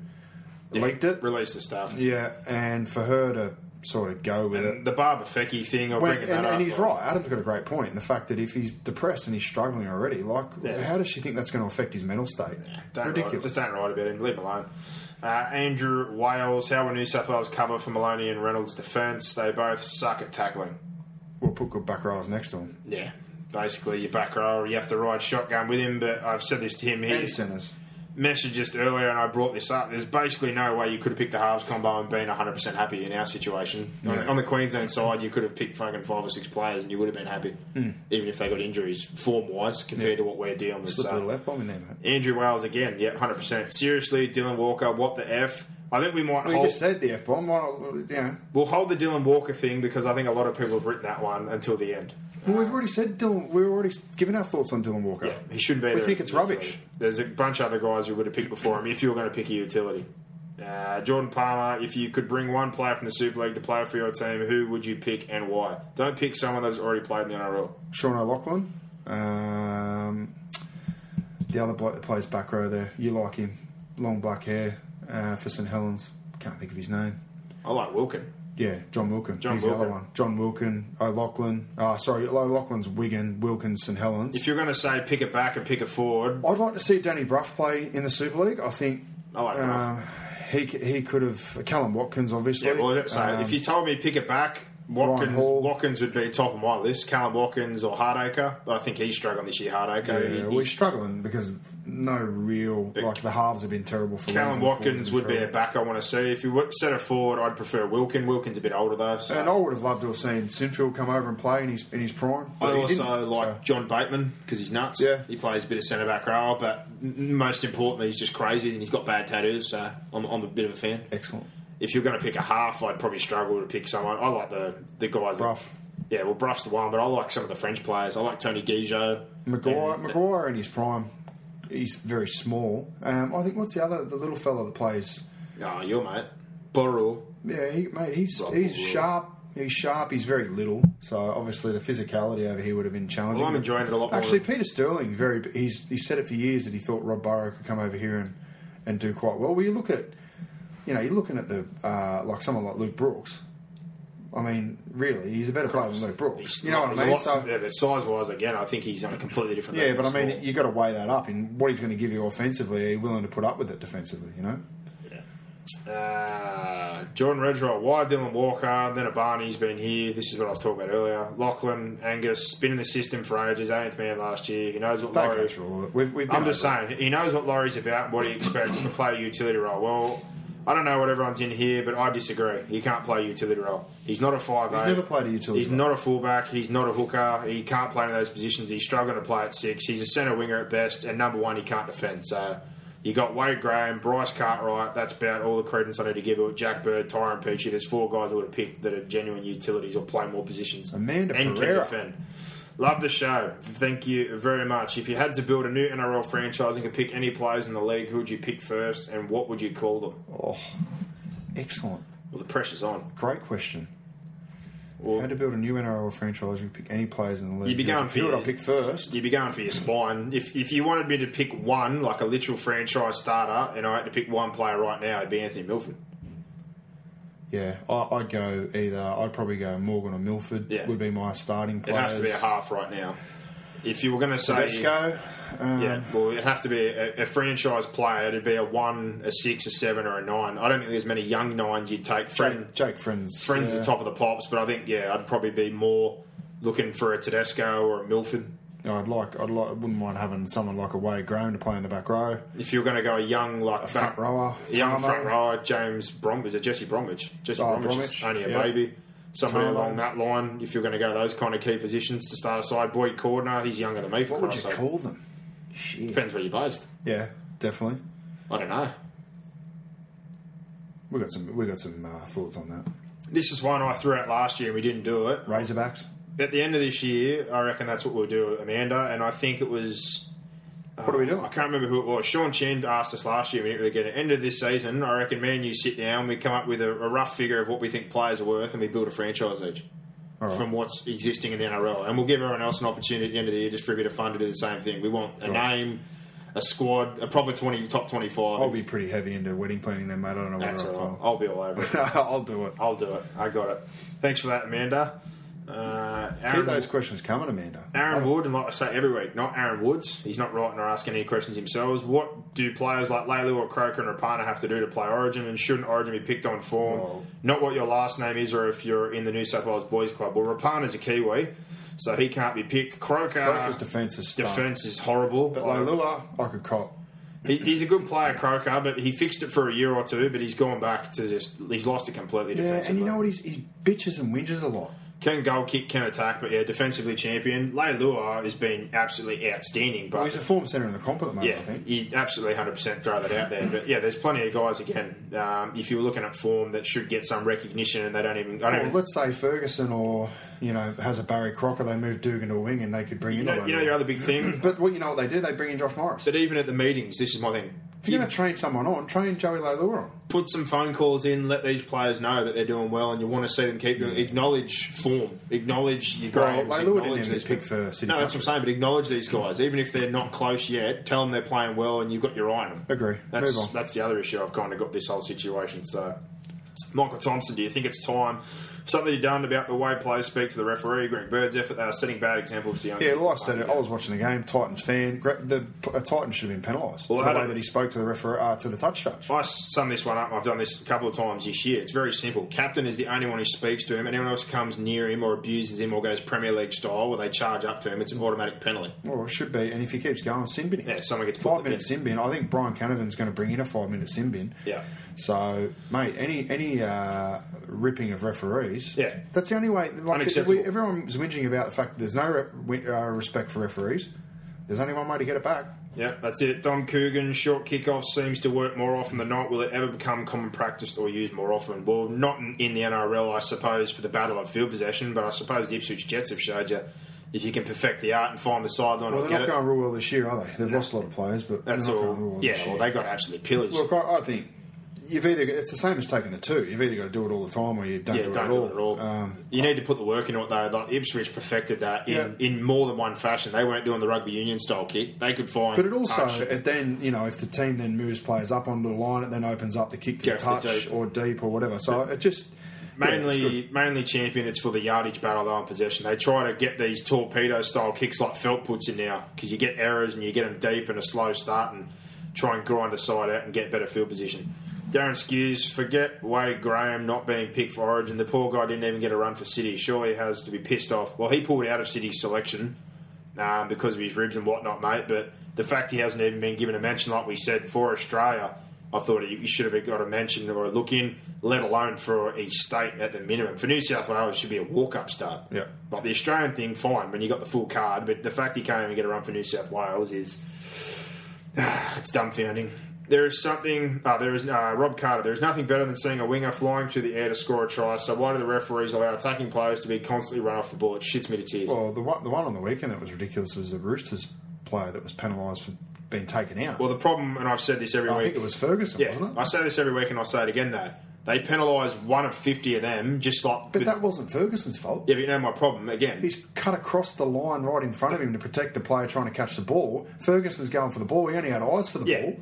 Speaker 2: leaked it.
Speaker 1: release the stuff.
Speaker 2: Yeah, and for her to sort of go with it.
Speaker 1: The Barber Fecky thing. I'll
Speaker 2: When-
Speaker 1: bring that
Speaker 2: and,
Speaker 1: up.
Speaker 2: and he's right. Adam's got a great point. The fact that if he's depressed and he's struggling already, like,
Speaker 1: Yeah.
Speaker 2: how does she think that's going to affect his mental state?
Speaker 1: Don't Write,
Speaker 2: Ridiculous.
Speaker 1: just don't write about him. Leave him alone. Uh, Andrew Wales. How will New South Wales cover for Maloney and Reynolds' defence? They both suck at tackling.
Speaker 2: We'll put good back rows next to him.
Speaker 1: Yeah. Basically, your back row, you have to ride shotgun with him. But I've said this to him. He,
Speaker 2: And centres.
Speaker 1: message just earlier, and I brought this up. There's basically no way you could have picked the halves combo and been 100% happy in our situation. On- On, the Queensland side, you could have picked fucking five or six players and you would have been happy,
Speaker 2: Hmm.
Speaker 1: even if they got injuries form wise compared to what we're dealing with.
Speaker 2: Slip a
Speaker 1: So-
Speaker 2: little left bomb in there, mate.
Speaker 1: Andrew Wales again, yep, 100%. Seriously, Dylan Walker, what the F? I think we might
Speaker 2: We
Speaker 1: hold.
Speaker 2: just said the F bomb. Well, you know.
Speaker 1: we'll hold the Dylan Walker thing because I think a lot of people have written that one until the end.
Speaker 2: Well, we've already said Dylan. We've already given our thoughts on Dylan Walker.
Speaker 1: Yeah, he shouldn't be
Speaker 2: We
Speaker 1: there.
Speaker 2: think
Speaker 1: as
Speaker 2: it's
Speaker 1: a utility.
Speaker 2: rubbish.
Speaker 1: There's a bunch of other guys who would have picked before him if you were going to pick a utility. Uh, Jordan Palmer, if you could bring one player from the Super League to play for your team, who would you pick and why? Don't pick someone that has already played in the NRL.
Speaker 2: Sean O'Loughlin, um, the other bloke that plays back row there. You like him? Long black hair uh, for St Helens. Can't think of his name.
Speaker 1: I like Wilkin.
Speaker 2: Yeah, John Wilkin.
Speaker 1: John
Speaker 2: He's the other
Speaker 1: Wilkin.
Speaker 2: one. John Wilkin, O'Loughlin. Ah, sorry, O'Loughlin's Wigan, Wilkins, St Helens.
Speaker 1: If you're going to say pick a back and pick a forward,
Speaker 2: I'd like to see Danny Bruff play in the Super League. I think
Speaker 1: I like
Speaker 2: uh, he c- he could have Callum Watkins, obviously.
Speaker 1: yeah, well, that's so
Speaker 2: Um,
Speaker 1: if you told me pick a back, Watkins,
Speaker 2: Ryan Hall.
Speaker 1: Watkins would be top of my list. Callum Watkins or Hardacre, but I think he's struggling this year. Hardacre, He-
Speaker 2: Yeah,
Speaker 1: he's-
Speaker 2: we're struggling because no real like the halves have been terrible for
Speaker 1: Callum
Speaker 2: Lions and the forwards
Speaker 1: Watkins
Speaker 2: have
Speaker 1: would be a
Speaker 2: terrible.
Speaker 1: back I want to see. If you would set a forward, I'd prefer Wilkin. Wilkin's a bit older though. So.
Speaker 2: And I would have loved to have seen Sinfield come over and play in his in his prime.
Speaker 1: I
Speaker 2: but he
Speaker 1: also
Speaker 2: didn't.
Speaker 1: like
Speaker 2: So,
Speaker 1: John Bateman because he's nuts.
Speaker 2: Yeah.
Speaker 1: he plays a bit of centre back role, but n- most importantly, he's just crazy and he's got bad tattoos. So I'm, I'm a bit of a fan.
Speaker 2: excellent.
Speaker 1: If you're going to pick a half, I'd probably struggle to pick someone. I like the the guys. that-
Speaker 2: Bruff.
Speaker 1: yeah, well, Bruff's the one, but I like some of the French players. I like Tony Guijo.
Speaker 2: Maguire,
Speaker 1: And-
Speaker 2: Maguire in his prime, he's very small. Um, I think what's the other the little fella that plays?
Speaker 1: Oh, your mate, Borrell.
Speaker 2: Yeah, he, mate, he's
Speaker 1: Rob
Speaker 2: he's
Speaker 1: Wood.
Speaker 2: sharp. He's sharp. He's very little. So obviously the physicality over here would have been challenging.
Speaker 1: Well, I'm enjoying it a lot more.
Speaker 2: Actually, Peter Sterling, very he's he said it for years that he thought Rob Burrow could come over here and, and do quite well. Well, you look at, you know, you're looking at the uh, like someone like Luke Brooks. I mean, really, he's a better player than Luke Brooks. You know what
Speaker 1: He's a
Speaker 2: I mean?
Speaker 1: lot-
Speaker 2: So,
Speaker 1: yeah, but size wise, again, I think he's on a completely different.
Speaker 2: yeah,
Speaker 1: level
Speaker 2: but I mean,
Speaker 1: as well.
Speaker 2: you got to weigh that up in what he's going to give you offensively. Are you willing to put up with it defensively? You know.
Speaker 1: Uh, Jordan Redrow, why Dylan Walker? Then Abani's been here. This is what I was talking about earlier. Lachlan, Angus, been in the system for ages. 18th man last year. He knows what
Speaker 2: Don't go
Speaker 1: Laurie.
Speaker 2: through all of it. We've, we've been
Speaker 1: I'm just
Speaker 2: over it.
Speaker 1: saying, he knows what Laurie's about, what he expects to play a utility role. Well, I don't know what everyone's in here, but I disagree. He can't play utility role. He's not a five.
Speaker 2: He's never played a utility
Speaker 1: He's
Speaker 2: role.
Speaker 1: not a fullback. He's not a hooker. He can't play in those positions. He's struggling to play at six. He's a centre winger at best, and number one, he can't defend. So you got Wade Graham, Bryce Cartwright. That's about all the credence I need to give it. Jack Bird, Tyron Peachy. There's four guys I would have picked that are genuine utilities or play more positions
Speaker 2: Amanda
Speaker 1: and
Speaker 2: Pereira.
Speaker 1: can defend. Love the show. Thank you very much. If you had to build a new NRL franchise and could pick any players in the league, who would you pick first, and what would you call them?
Speaker 2: Oh, Excellent.
Speaker 1: Well, the pressure's on.
Speaker 2: Great question. If you had to build a new NRL franchise, you pick any players in the
Speaker 1: You'd
Speaker 2: league.
Speaker 1: be
Speaker 2: who would
Speaker 1: going
Speaker 2: you
Speaker 1: for
Speaker 2: pick?
Speaker 1: your-
Speaker 2: I'll pick first.
Speaker 1: You'd be going for your spine. If, if you wanted me to pick one, like a literal franchise starter, and I had to pick one player right now, it'd be Anthony Milford.
Speaker 2: Yeah, I, I'd go either. I'd probably go Morgan or Milford.
Speaker 1: Yeah.
Speaker 2: would be my starting
Speaker 1: It'd
Speaker 2: players.
Speaker 1: have to be a half right now. If you were going to say
Speaker 2: Tedesco. Um,
Speaker 1: Yeah, well, it'd have to be a, a franchise player. It'd be a one, a six, a seven, or a nine. I don't think there's many young nines you'd take. Friend,
Speaker 2: Jake Friends.
Speaker 1: friends
Speaker 2: yeah.
Speaker 1: at the top of the pops, but I think yeah, I'd probably be more looking for a Tedesco or a Milford.
Speaker 2: Yeah, I'd like. I'd like. Wouldn't mind having someone like a Wade Graham to play in the back row.
Speaker 1: If you're going to go a young like a
Speaker 2: front rower,
Speaker 1: young
Speaker 2: Tamo.
Speaker 1: front rower, James Bromwich, or Jesse Bromwich, Jesse
Speaker 2: Oh,
Speaker 1: Bromwich,
Speaker 2: Bromwich,
Speaker 1: is only a
Speaker 2: yeah.
Speaker 1: baby. Somebody
Speaker 2: Tamo.
Speaker 1: along that line. If you're going to go those kind of key positions to start a side, Boyd Cordner, he's younger than me. For
Speaker 2: What would you
Speaker 1: Christ's sake.
Speaker 2: call them? Shit.
Speaker 1: Depends where you're based.
Speaker 2: Yeah, definitely.
Speaker 1: I don't know.
Speaker 2: We got some. We got some uh, thoughts on that.
Speaker 1: This is one I threw out last year and we didn't do it.
Speaker 2: Razorbacks.
Speaker 1: At the end of this year, I reckon that's what we'll do, Amanda. And I think it was um,
Speaker 2: what are we
Speaker 1: I
Speaker 2: doing?
Speaker 1: can't remember who it was. Sean Chen asked us last year. We didn't really get it. End of this season, I reckon. Man, you sit down. We come up with a, a rough figure of what we think players are worth, and we build a franchise each from what's existing in the NRL. And we'll give everyone else an opportunity at the end of the year just for a bit of fun to do the same thing. We want a name, a squad, a proper twenty top twenty five.
Speaker 2: I'll be pretty heavy into wedding planning, then, mate. I don't know
Speaker 1: That's
Speaker 2: whether
Speaker 1: all right.
Speaker 2: I'll.
Speaker 1: I'll be all over it.
Speaker 2: I'll do it.
Speaker 1: I'll do it. I got it. Thanks for that, Amanda. Uh,
Speaker 2: Keep
Speaker 1: Aaron,
Speaker 2: those questions coming, Amanda.
Speaker 1: Aaron Wood, and like I say every week, not Aaron Woods. He's not writing or asking any questions himself. What do players like Lelu or Croker and Rapana have to do to play Origin? And shouldn't Origin be picked on form? Not what your last name is, or if you're in the New South Wales Boys Club. Well, Rapana's a Kiwi, so he can't be picked. Croker,
Speaker 2: Croker's defence is stunk.
Speaker 1: defence is horrible.
Speaker 2: But Leilua, I could cop.
Speaker 1: He, he's a good player, Croker, but he fixed it for a year or two. But he's gone back to just he's lost it completely.
Speaker 2: Yeah, and
Speaker 1: defensively.
Speaker 2: you know what? He's, he bitches and whinges a lot.
Speaker 1: Can goal kick, can attack, but yeah, defensively champion. Leilua has been absolutely outstanding. But
Speaker 2: Well, he's a form centre in the comp at the moment,
Speaker 1: Yeah,
Speaker 2: I think.
Speaker 1: you absolutely 100% throw that out there. But yeah, there's plenty of guys, again, um, if you were looking at form, that should get some recognition and they don't even. I don't
Speaker 2: Well,
Speaker 1: even-
Speaker 2: let's say Ferguson or, you know, has a Barry Crocker, they move Dugan to a wing and they could bring
Speaker 1: you,
Speaker 2: in
Speaker 1: know,
Speaker 2: a
Speaker 1: you know your other big thing?
Speaker 2: But well, you know what they do? They bring in Josh Morris.
Speaker 1: But even at the meetings, this is my thing.
Speaker 2: If you're going to train someone on, train Joey Leilua on.
Speaker 1: Put some phone calls in, let these players know that they're doing well and you want to see them keep doing Acknowledge form. Acknowledge your
Speaker 2: Well,
Speaker 1: grades.
Speaker 2: Leilua didn't
Speaker 1: acknowledge
Speaker 2: even
Speaker 1: these
Speaker 2: pick
Speaker 1: people.
Speaker 2: for Sydney
Speaker 1: No, that's what I'm saying, but acknowledge these guys. Even if they're not close yet, tell them they're playing well and you've got your eye on them.
Speaker 2: Agree.
Speaker 1: That's,
Speaker 2: Move on.
Speaker 1: that's the other issue I've kind of got this whole situation. So, Michael Thompson, do you think it's time for something to be done about the way players speak to the referee? Greg Bird's effort, they are setting bad examples to young
Speaker 2: Yeah,
Speaker 1: kids
Speaker 2: well, I
Speaker 1: at
Speaker 2: said it.
Speaker 1: home.
Speaker 2: I was watching the game. Titans fan. Gra- The a Titan should have been penalised
Speaker 1: Well,
Speaker 2: for
Speaker 1: I
Speaker 2: the way
Speaker 1: don't-
Speaker 2: that he spoke to the referee uh, to the touch judge.
Speaker 1: I sum this one up. I've done this a couple of times this year. It's very simple. Captain is the only one who speaks to him. Anyone else comes near him or abuses him or goes Premier League style, where they charge up to him, it's an automatic penalty.
Speaker 2: Well, it should be. And if he keeps going, sin bin. him.
Speaker 1: Yeah, someone gets put in
Speaker 2: five
Speaker 1: the
Speaker 2: minute sin bin. I think Brian Canavan's going to bring in a five minute sin bin.
Speaker 1: Yeah.
Speaker 2: So, mate, any any uh, ripping of referees.
Speaker 1: Yeah.
Speaker 2: That's the only way. Like,
Speaker 1: Unacceptable.
Speaker 2: we, everyone's whinging about the fact that there's no re- wi- uh, respect for referees. There's only one way to get it back.
Speaker 1: Yeah, that's it. Dom Coogan, short kickoff seems to work more often than not. Will it ever become common practice or used more often? Well, not in in the NRL, I suppose, for the battle of field possession, but I suppose the Ipswich Jets have showed you if you can perfect the art and find the sideline
Speaker 2: Well,
Speaker 1: and
Speaker 2: they're
Speaker 1: get
Speaker 2: not
Speaker 1: it.
Speaker 2: going real well this year, are they? They've lost a lot of players, but
Speaker 1: that's
Speaker 2: they're not
Speaker 1: all.
Speaker 2: going real well
Speaker 1: yeah,
Speaker 2: this
Speaker 1: well,
Speaker 2: year.
Speaker 1: they got absolutely pillaged.
Speaker 2: Look, I, I think you've either it's the same as taking the two. You've either got to do it all the time, or you don't
Speaker 1: yeah,
Speaker 2: do it
Speaker 1: don't
Speaker 2: at
Speaker 1: do
Speaker 2: all.
Speaker 1: it at all.
Speaker 2: Um,
Speaker 1: you need to put the work into it, though. Like Ipswich perfected that in,
Speaker 2: Yeah.
Speaker 1: in more than one fashion. They weren't doing the rugby union style kick. They could find.
Speaker 2: But it also
Speaker 1: touch.
Speaker 2: it then you know if the team then moves players up onto the line, it then opens up the kick to
Speaker 1: Yeah,
Speaker 2: the
Speaker 1: for
Speaker 2: touch
Speaker 1: deep.
Speaker 2: or deep or whatever. So it just yeah, it's
Speaker 1: Mainly,
Speaker 2: good.
Speaker 1: mainly champion. It's for the yardage battle though in possession. They try to get these torpedo style kicks like Felt puts in now because you get errors and you get them deep and a slow start and try and grind a side out and get better field position. Darren Skews, forget Wade Graham not being picked for Origin. The poor guy didn't even get a run for City. Surely he has to be pissed off. Well, he pulled out of City's selection um, because of his ribs and whatnot, mate. But the fact he hasn't even been given a mention, like we said, for Australia, I thought he, he should have got a mention or a look in, let alone for each state at the minimum. For New South Wales, it should be a walk up start.
Speaker 2: Yeah.
Speaker 1: Like the Australian thing, fine when you got the full card, but the fact he can't even get a run for New South Wales is it's dumbfounding. There is something. Uh, there is uh, Rob Carter. There is nothing better than seeing a winger flying through the air to score a try. So why do the referees allow attacking players to be constantly run off the ball? It shits me to tears.
Speaker 2: Well, the one, the one on the weekend that was ridiculous was the Roosters player that was penalised for being taken out.
Speaker 1: Well, the problem, and I've said this every
Speaker 2: I
Speaker 1: week.
Speaker 2: think it was Ferguson,
Speaker 1: yeah,
Speaker 2: wasn't it?
Speaker 1: I say this every week, and I'll say it again though. They penalise one of fifty of them, just like.
Speaker 2: but that wasn't Ferguson's fault.
Speaker 1: yeah, but you know my problem again.
Speaker 2: He's cut across the line right in front of him to protect the player trying to catch the ball. Ferguson's going for the ball. He only had eyes for the
Speaker 1: Yeah.
Speaker 2: ball.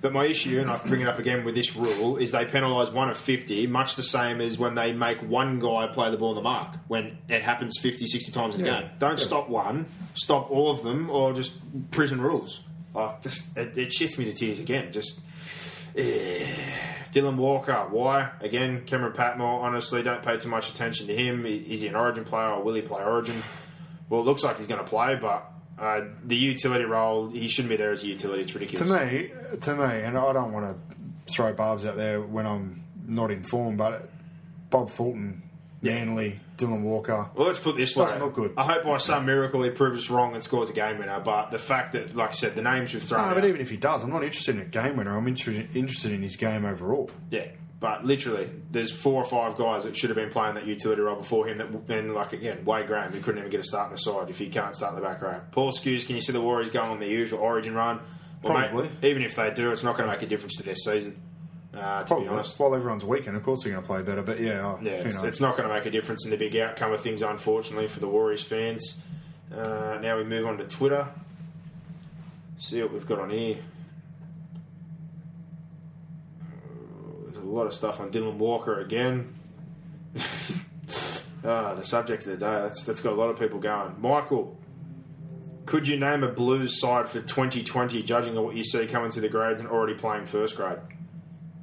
Speaker 1: But my issue, and I bring it up again with this rule, is they penalise one of 50, much the same as when they make one guy play the ball on the mark, when it happens 50, 60 times in a
Speaker 2: Yeah.
Speaker 1: game. Don't stop one, stop all of them, or just prison rules. Like, just it, it shits me to tears again. Just. eh. Dylan Walker, why? Again, Cameron Patmore, honestly, don't pay too much attention to him. I- Is he an origin player or will he play origin? Well, it looks like he's going to play, but uh, the utility role, he shouldn't be there as a utility. It's ridiculous.
Speaker 2: To me, to me, and I don't want to throw barbs out there when I'm not informed, but Bob Fulton, Manly, Dylan Walker.
Speaker 1: Well, let's put it this
Speaker 2: Doesn't
Speaker 1: way.
Speaker 2: look good.
Speaker 1: I hope by some miracle he proves us wrong and scores a game winner. But the fact that, like I said, the names we've thrown,
Speaker 2: No,
Speaker 1: out,
Speaker 2: but even if he does, I'm not interested in a game winner. I'm inter- interested in his game overall.
Speaker 1: yeah, but literally, there's four or five guys that should have been playing that utility role before him. That then, like again, Wade Graham, who couldn't even get a start in the side if he can't start in the back row. Paul Skews, can you see the Warriors going on the usual Origin run? Well, mate,
Speaker 2: Probably.
Speaker 1: even if they do, it's not going to make a difference to their season. Uh, to
Speaker 2: Probably.
Speaker 1: be honest,
Speaker 2: While everyone's weakened, of course they're going to play better. But yeah, I-
Speaker 1: Yeah,
Speaker 2: who
Speaker 1: it's,
Speaker 2: knows?
Speaker 1: it's not going to make a difference in the big outcome of things, unfortunately, for the Warriors fans. Uh, now we move on to Twitter. See what we've got on here. Uh, There's a lot of stuff on Dylan Walker again. Ah, the subject of the day. That's that's got a lot of people going. Michael, could you name a Blues side for 2020, judging on what you see coming to the grades and already playing first grade?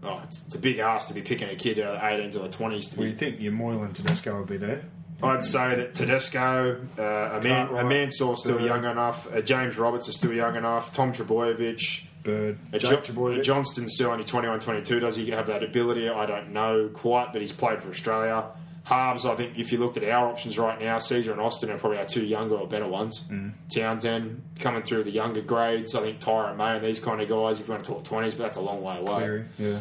Speaker 1: Oh, it's, it's a big ask to be picking a kid out of the 18s or the 20s to
Speaker 2: Well,
Speaker 1: be
Speaker 2: you think your Moylan Tedesco would be there?
Speaker 1: I'd say that Tedesco, uh, Aman-
Speaker 2: Cartwright.
Speaker 1: Amansour's still
Speaker 2: Bird.
Speaker 1: young enough. Uh, James Roberts is still young enough. Tom Trebojevic.
Speaker 2: Bird,
Speaker 1: Uh,
Speaker 2: Jake
Speaker 1: Jo-
Speaker 2: Trbojevic.
Speaker 1: uh, Johnston's still only 21, 22. Does he have that ability? I don't know quite, but he's played for Australia. Halves, I think, if you looked at our options right now, Caesar and Austin are probably our two younger or better ones. Mm. Townsend coming through the younger grades. I think Tyron May and these kind of guys, if you want to talk 20s, but that's a long way away.
Speaker 2: Cleary, yeah.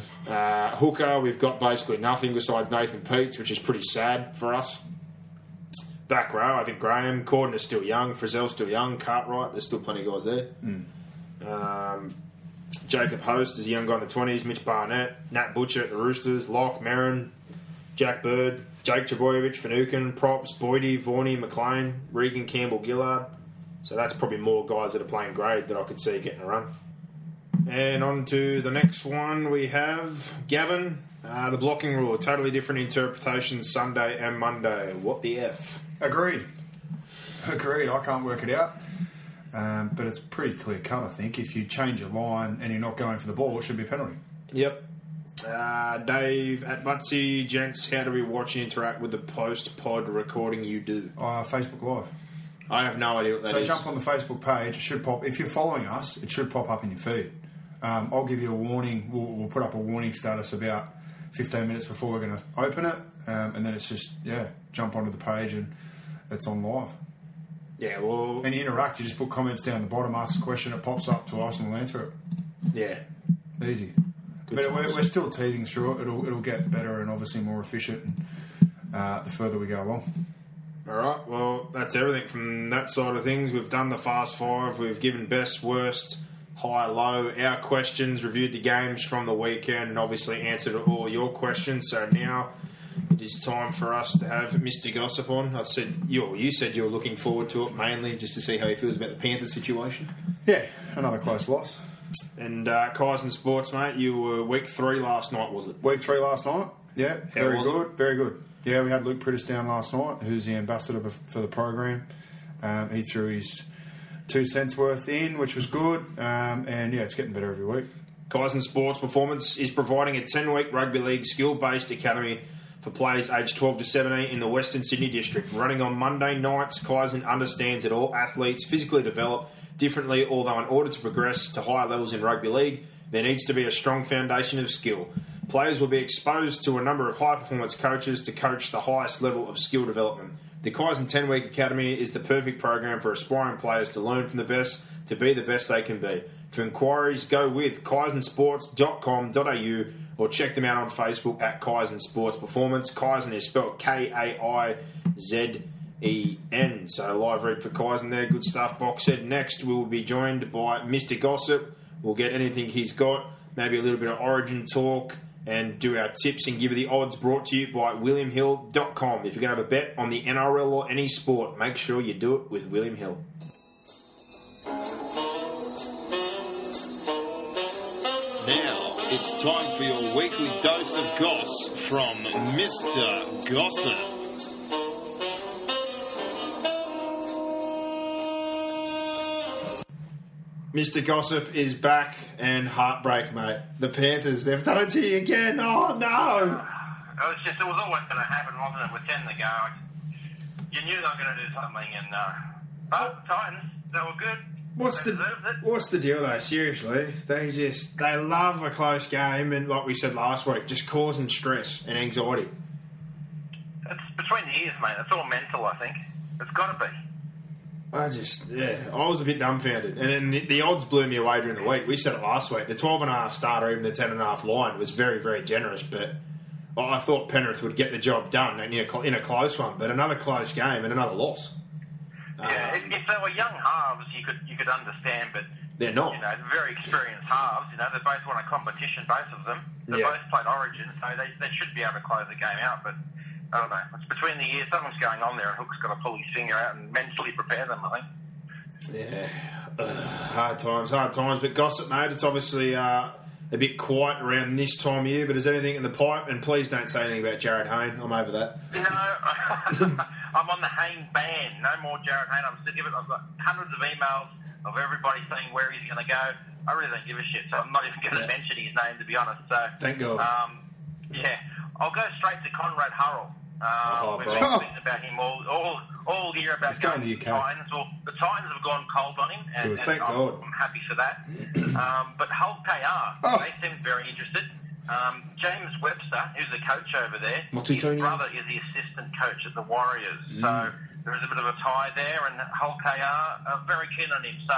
Speaker 1: Uh, hooker, we've got basically nothing besides Nathan Peets, which is pretty sad for us. Back row, I think Graham, Corden is still young, Frizzell's still young, Cartwright, there's still plenty of guys there. Um, Jacob Host is a young guy in the 20s, Mitch Barnett, Nat Butcher at the Roosters, Locke, Merrin, Jack Bird, Jake Trebojevic, Finucane, Props, Boydie, Vorney, McLean, Regan, Campbell, Gillard. So that's probably more guys that are playing grade that I could see getting a run. And on to the next one we have Gavin, uh, the blocking rule. Totally different interpretations Sunday and Monday. What the F?
Speaker 2: Agreed. Agreed. I can't work it out. Um, but it's pretty clear cut, I think. If you change your line and you're not going for the ball, it should be a penalty.
Speaker 1: Yep. Uh, Dave at Butsy, gents, how do we watch and interact with the post pod recording you do?
Speaker 2: Uh, Facebook Live.
Speaker 1: I have no idea what that is.
Speaker 2: so jump on the Facebook page. It should pop. If you're following us, it should pop up in your feed. Um, I'll give you a warning. We'll, we'll put up a warning status about 15 minutes before we're going to open it. Um, and then it's just, yeah, jump onto the page and it's on live.
Speaker 1: Yeah, well,
Speaker 2: And you interact. You just put comments down the bottom, ask a question, it pops up to us and we'll answer it.
Speaker 1: yeah.
Speaker 2: Easy.
Speaker 1: Good
Speaker 2: but we're,
Speaker 1: times.
Speaker 2: we're still teething through it. It'll, it'll get better and obviously more efficient uh, the further we go along.
Speaker 1: All right. Well, that's everything from that side of things. We've done the fast five. We've given best, worst, high, low, our questions, reviewed the games from the weekend, and obviously answered all your questions. So now it is time for us to have Mr. Gossip on. I said you. You said you were looking forward to it mainly just to see how he feels about the Panthers situation.
Speaker 2: Yeah, another close loss.
Speaker 1: And uh, Kaizen Sports, mate, you were week three last night, was it?
Speaker 2: Week three last night. Yeah, very
Speaker 1: was
Speaker 2: good, very good. Yeah, we had Luke Prittis down last night, who's the ambassador bef- for the program. Um, he threw his two cents worth in, which was good. Um, and yeah, it's getting better every week.
Speaker 1: Kaizen Sports Performance is providing a 10 week rugby league skill based academy for players aged 12 to 17 in the Western Sydney district. Running on Monday nights, Kaizen understands that all athletes physically develop differently, although, in order to progress to higher levels in rugby league, There needs to be a strong foundation of skill. Players will be exposed to a number of high performance coaches to coach the highest level of skill development. The Kaizen 10 Week Academy is the perfect program for aspiring players to learn from the best to be the best they can be. For inquiries, go with kaizensports.com.au or check them out on Facebook at Kaizen Sports Performance. Kaizen is spelled K A I Z E N. So live read for Kaizen there. Good stuff. Box said next we will be joined by Mr. Gossip. We'll get anything he's got, maybe a little bit of origin talk, and do our tips and give you the odds brought to you by WilliamHill.com. If you're going to have a bet on the NRL or any sport, make sure you do it with William Hill.
Speaker 5: Now it's time for your weekly dose of goss from Mr. Gossip.
Speaker 1: Mr. Gossip is back and heartbreak, mate. The Panthers, they've done it to you again. Oh, no.
Speaker 6: It was just, it was always going to happen, wasn't it? With 10 to go, you knew they were going to do something, and, uh, but Titans, they were good.
Speaker 1: What's
Speaker 6: they
Speaker 1: the
Speaker 6: deserved it.
Speaker 1: what's the deal though? Seriously, they just they love a close game, and like we said last week, just causing stress and anxiety.
Speaker 6: It's between the ears, mate. It's all mental, I think. It's got to be.
Speaker 1: I just yeah, I was a bit dumbfounded, and then the, the odds blew me away during the week. We said it last week. The twelve and a half start or even the ten and a half line was very very generous, but I I thought Penrith would get the job done in a, cl- in a close one, but another close game and another loss. Ah.
Speaker 6: yeah, if, if they were young halves, you could you could understand, but
Speaker 1: They're not.
Speaker 6: You know, very experienced halves. You know, they both won a competition, both of them. They
Speaker 1: Yeah.
Speaker 6: both played Origin, so they, they should be able to close the game out. But I don't know. It's between the ears. Something's going on there, and Hook's got to pull his finger out and mentally prepare them. I think.
Speaker 1: Yeah, Ugh, hard times, hard times. But gossip, mate, it's obviously uh, a bit quiet around this time of year. But is anything in the pipe? And please don't say anything about Jared Hayne. I'm over that.
Speaker 6: No, I'm on the Hayne ban. No more Jared Hayne. I'm sick of it. I've got hundreds of emails of everybody saying where he's going to go. I really don't give a shit, so I'm not even going to mention his name, to be honest. So
Speaker 1: Thank God.
Speaker 6: Um, yeah, I'll go straight to Conrad Hurrell. Um,
Speaker 1: Oh,
Speaker 6: we've
Speaker 1: bro.
Speaker 6: been speaking about him all all, all year about
Speaker 2: He's going to
Speaker 6: the
Speaker 2: UK.
Speaker 6: Titans. Well, the Titans have gone cold on him, and,
Speaker 1: Good,
Speaker 6: and
Speaker 1: thank
Speaker 6: I'm,
Speaker 1: God.
Speaker 6: I'm happy for that. Um, but Hulk KR, they seem very interested. Um, James Webster, who's the coach over there,
Speaker 1: What's he
Speaker 6: his
Speaker 1: doing now?
Speaker 6: brother is the assistant coach at the Warriors. So there is a bit of a tie there, and Hulk KR are very keen on him. So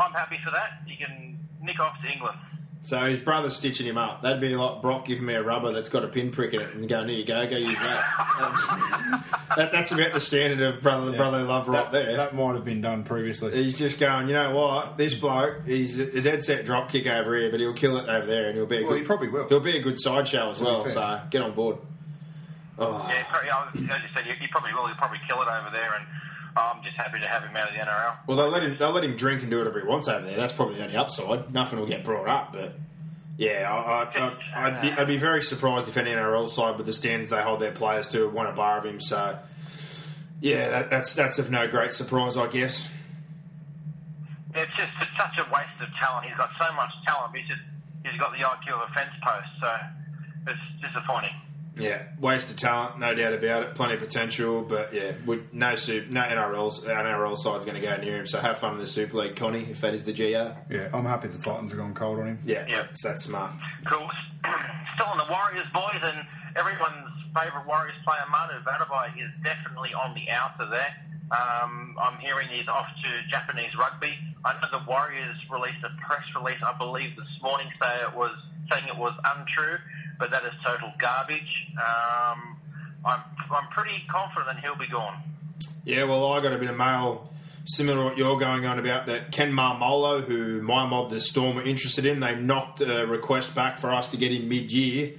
Speaker 6: I'm happy for that. He can nick off to England.
Speaker 1: so his brother's stitching him up. That'd be like Brock giving me a rubber that's got a pinprick in it and going, "Here you go, go use that." That's, that, that's about the standard of brother brother love right
Speaker 2: that,
Speaker 1: there.
Speaker 2: That might have been done previously.
Speaker 1: He's just going, you know what? This bloke, he's a dead set drop kick over here, but he'll kill it over there, and he'll be. A
Speaker 2: Well,
Speaker 1: good,
Speaker 2: he probably will.
Speaker 1: He'll be a good sideshow as
Speaker 2: To be
Speaker 1: well.
Speaker 2: fair.
Speaker 1: So get on board.
Speaker 6: Yeah, probably, I was- as you said, you, you probably will. You'll probably kill it over there, and I'm just happy to have him out of the NRL.
Speaker 1: Well, they'll let him. They'll let him drink and do whatever he wants over there. That's probably the only upside. Nothing will get brought up, but yeah, I, I, I, I'd, be, I'd be very surprised if any NRL side with the standards they hold their players to want a bar of him. So yeah, that, that's that's of no great surprise, I guess.
Speaker 6: It's just it's such a waste of talent. He's got so much talent, but he's just he's got the IQ of a fence post, so it's disappointing.
Speaker 1: Yeah, waste of talent, no doubt about it. Plenty of potential, but yeah, we, no soup, no NRLs. Our NRL side's going to go near him. So have fun in the Super League, Connie, if that is the GR. Yeah,
Speaker 2: Yeah, I'm happy the Titans have gone cold on him.
Speaker 1: that's, that's smart.
Speaker 6: Cool. Still on the Warriors, boys, and everyone's favourite Warriors player, Manu Vanabai, is definitely on the outer there. Um, I'm hearing he's off to Japanese rugby. I know the Warriors released a press release, I believe, this morning, saying it was saying it was untrue, but that is total garbage. Um, I'm I'm pretty confident he'll be gone.
Speaker 1: Yeah, well, I got a bit of mail similar to what you're going on about that Ken Marmolo, who my mob, the Storm, were interested in. They knocked a request back for us to get him mid year,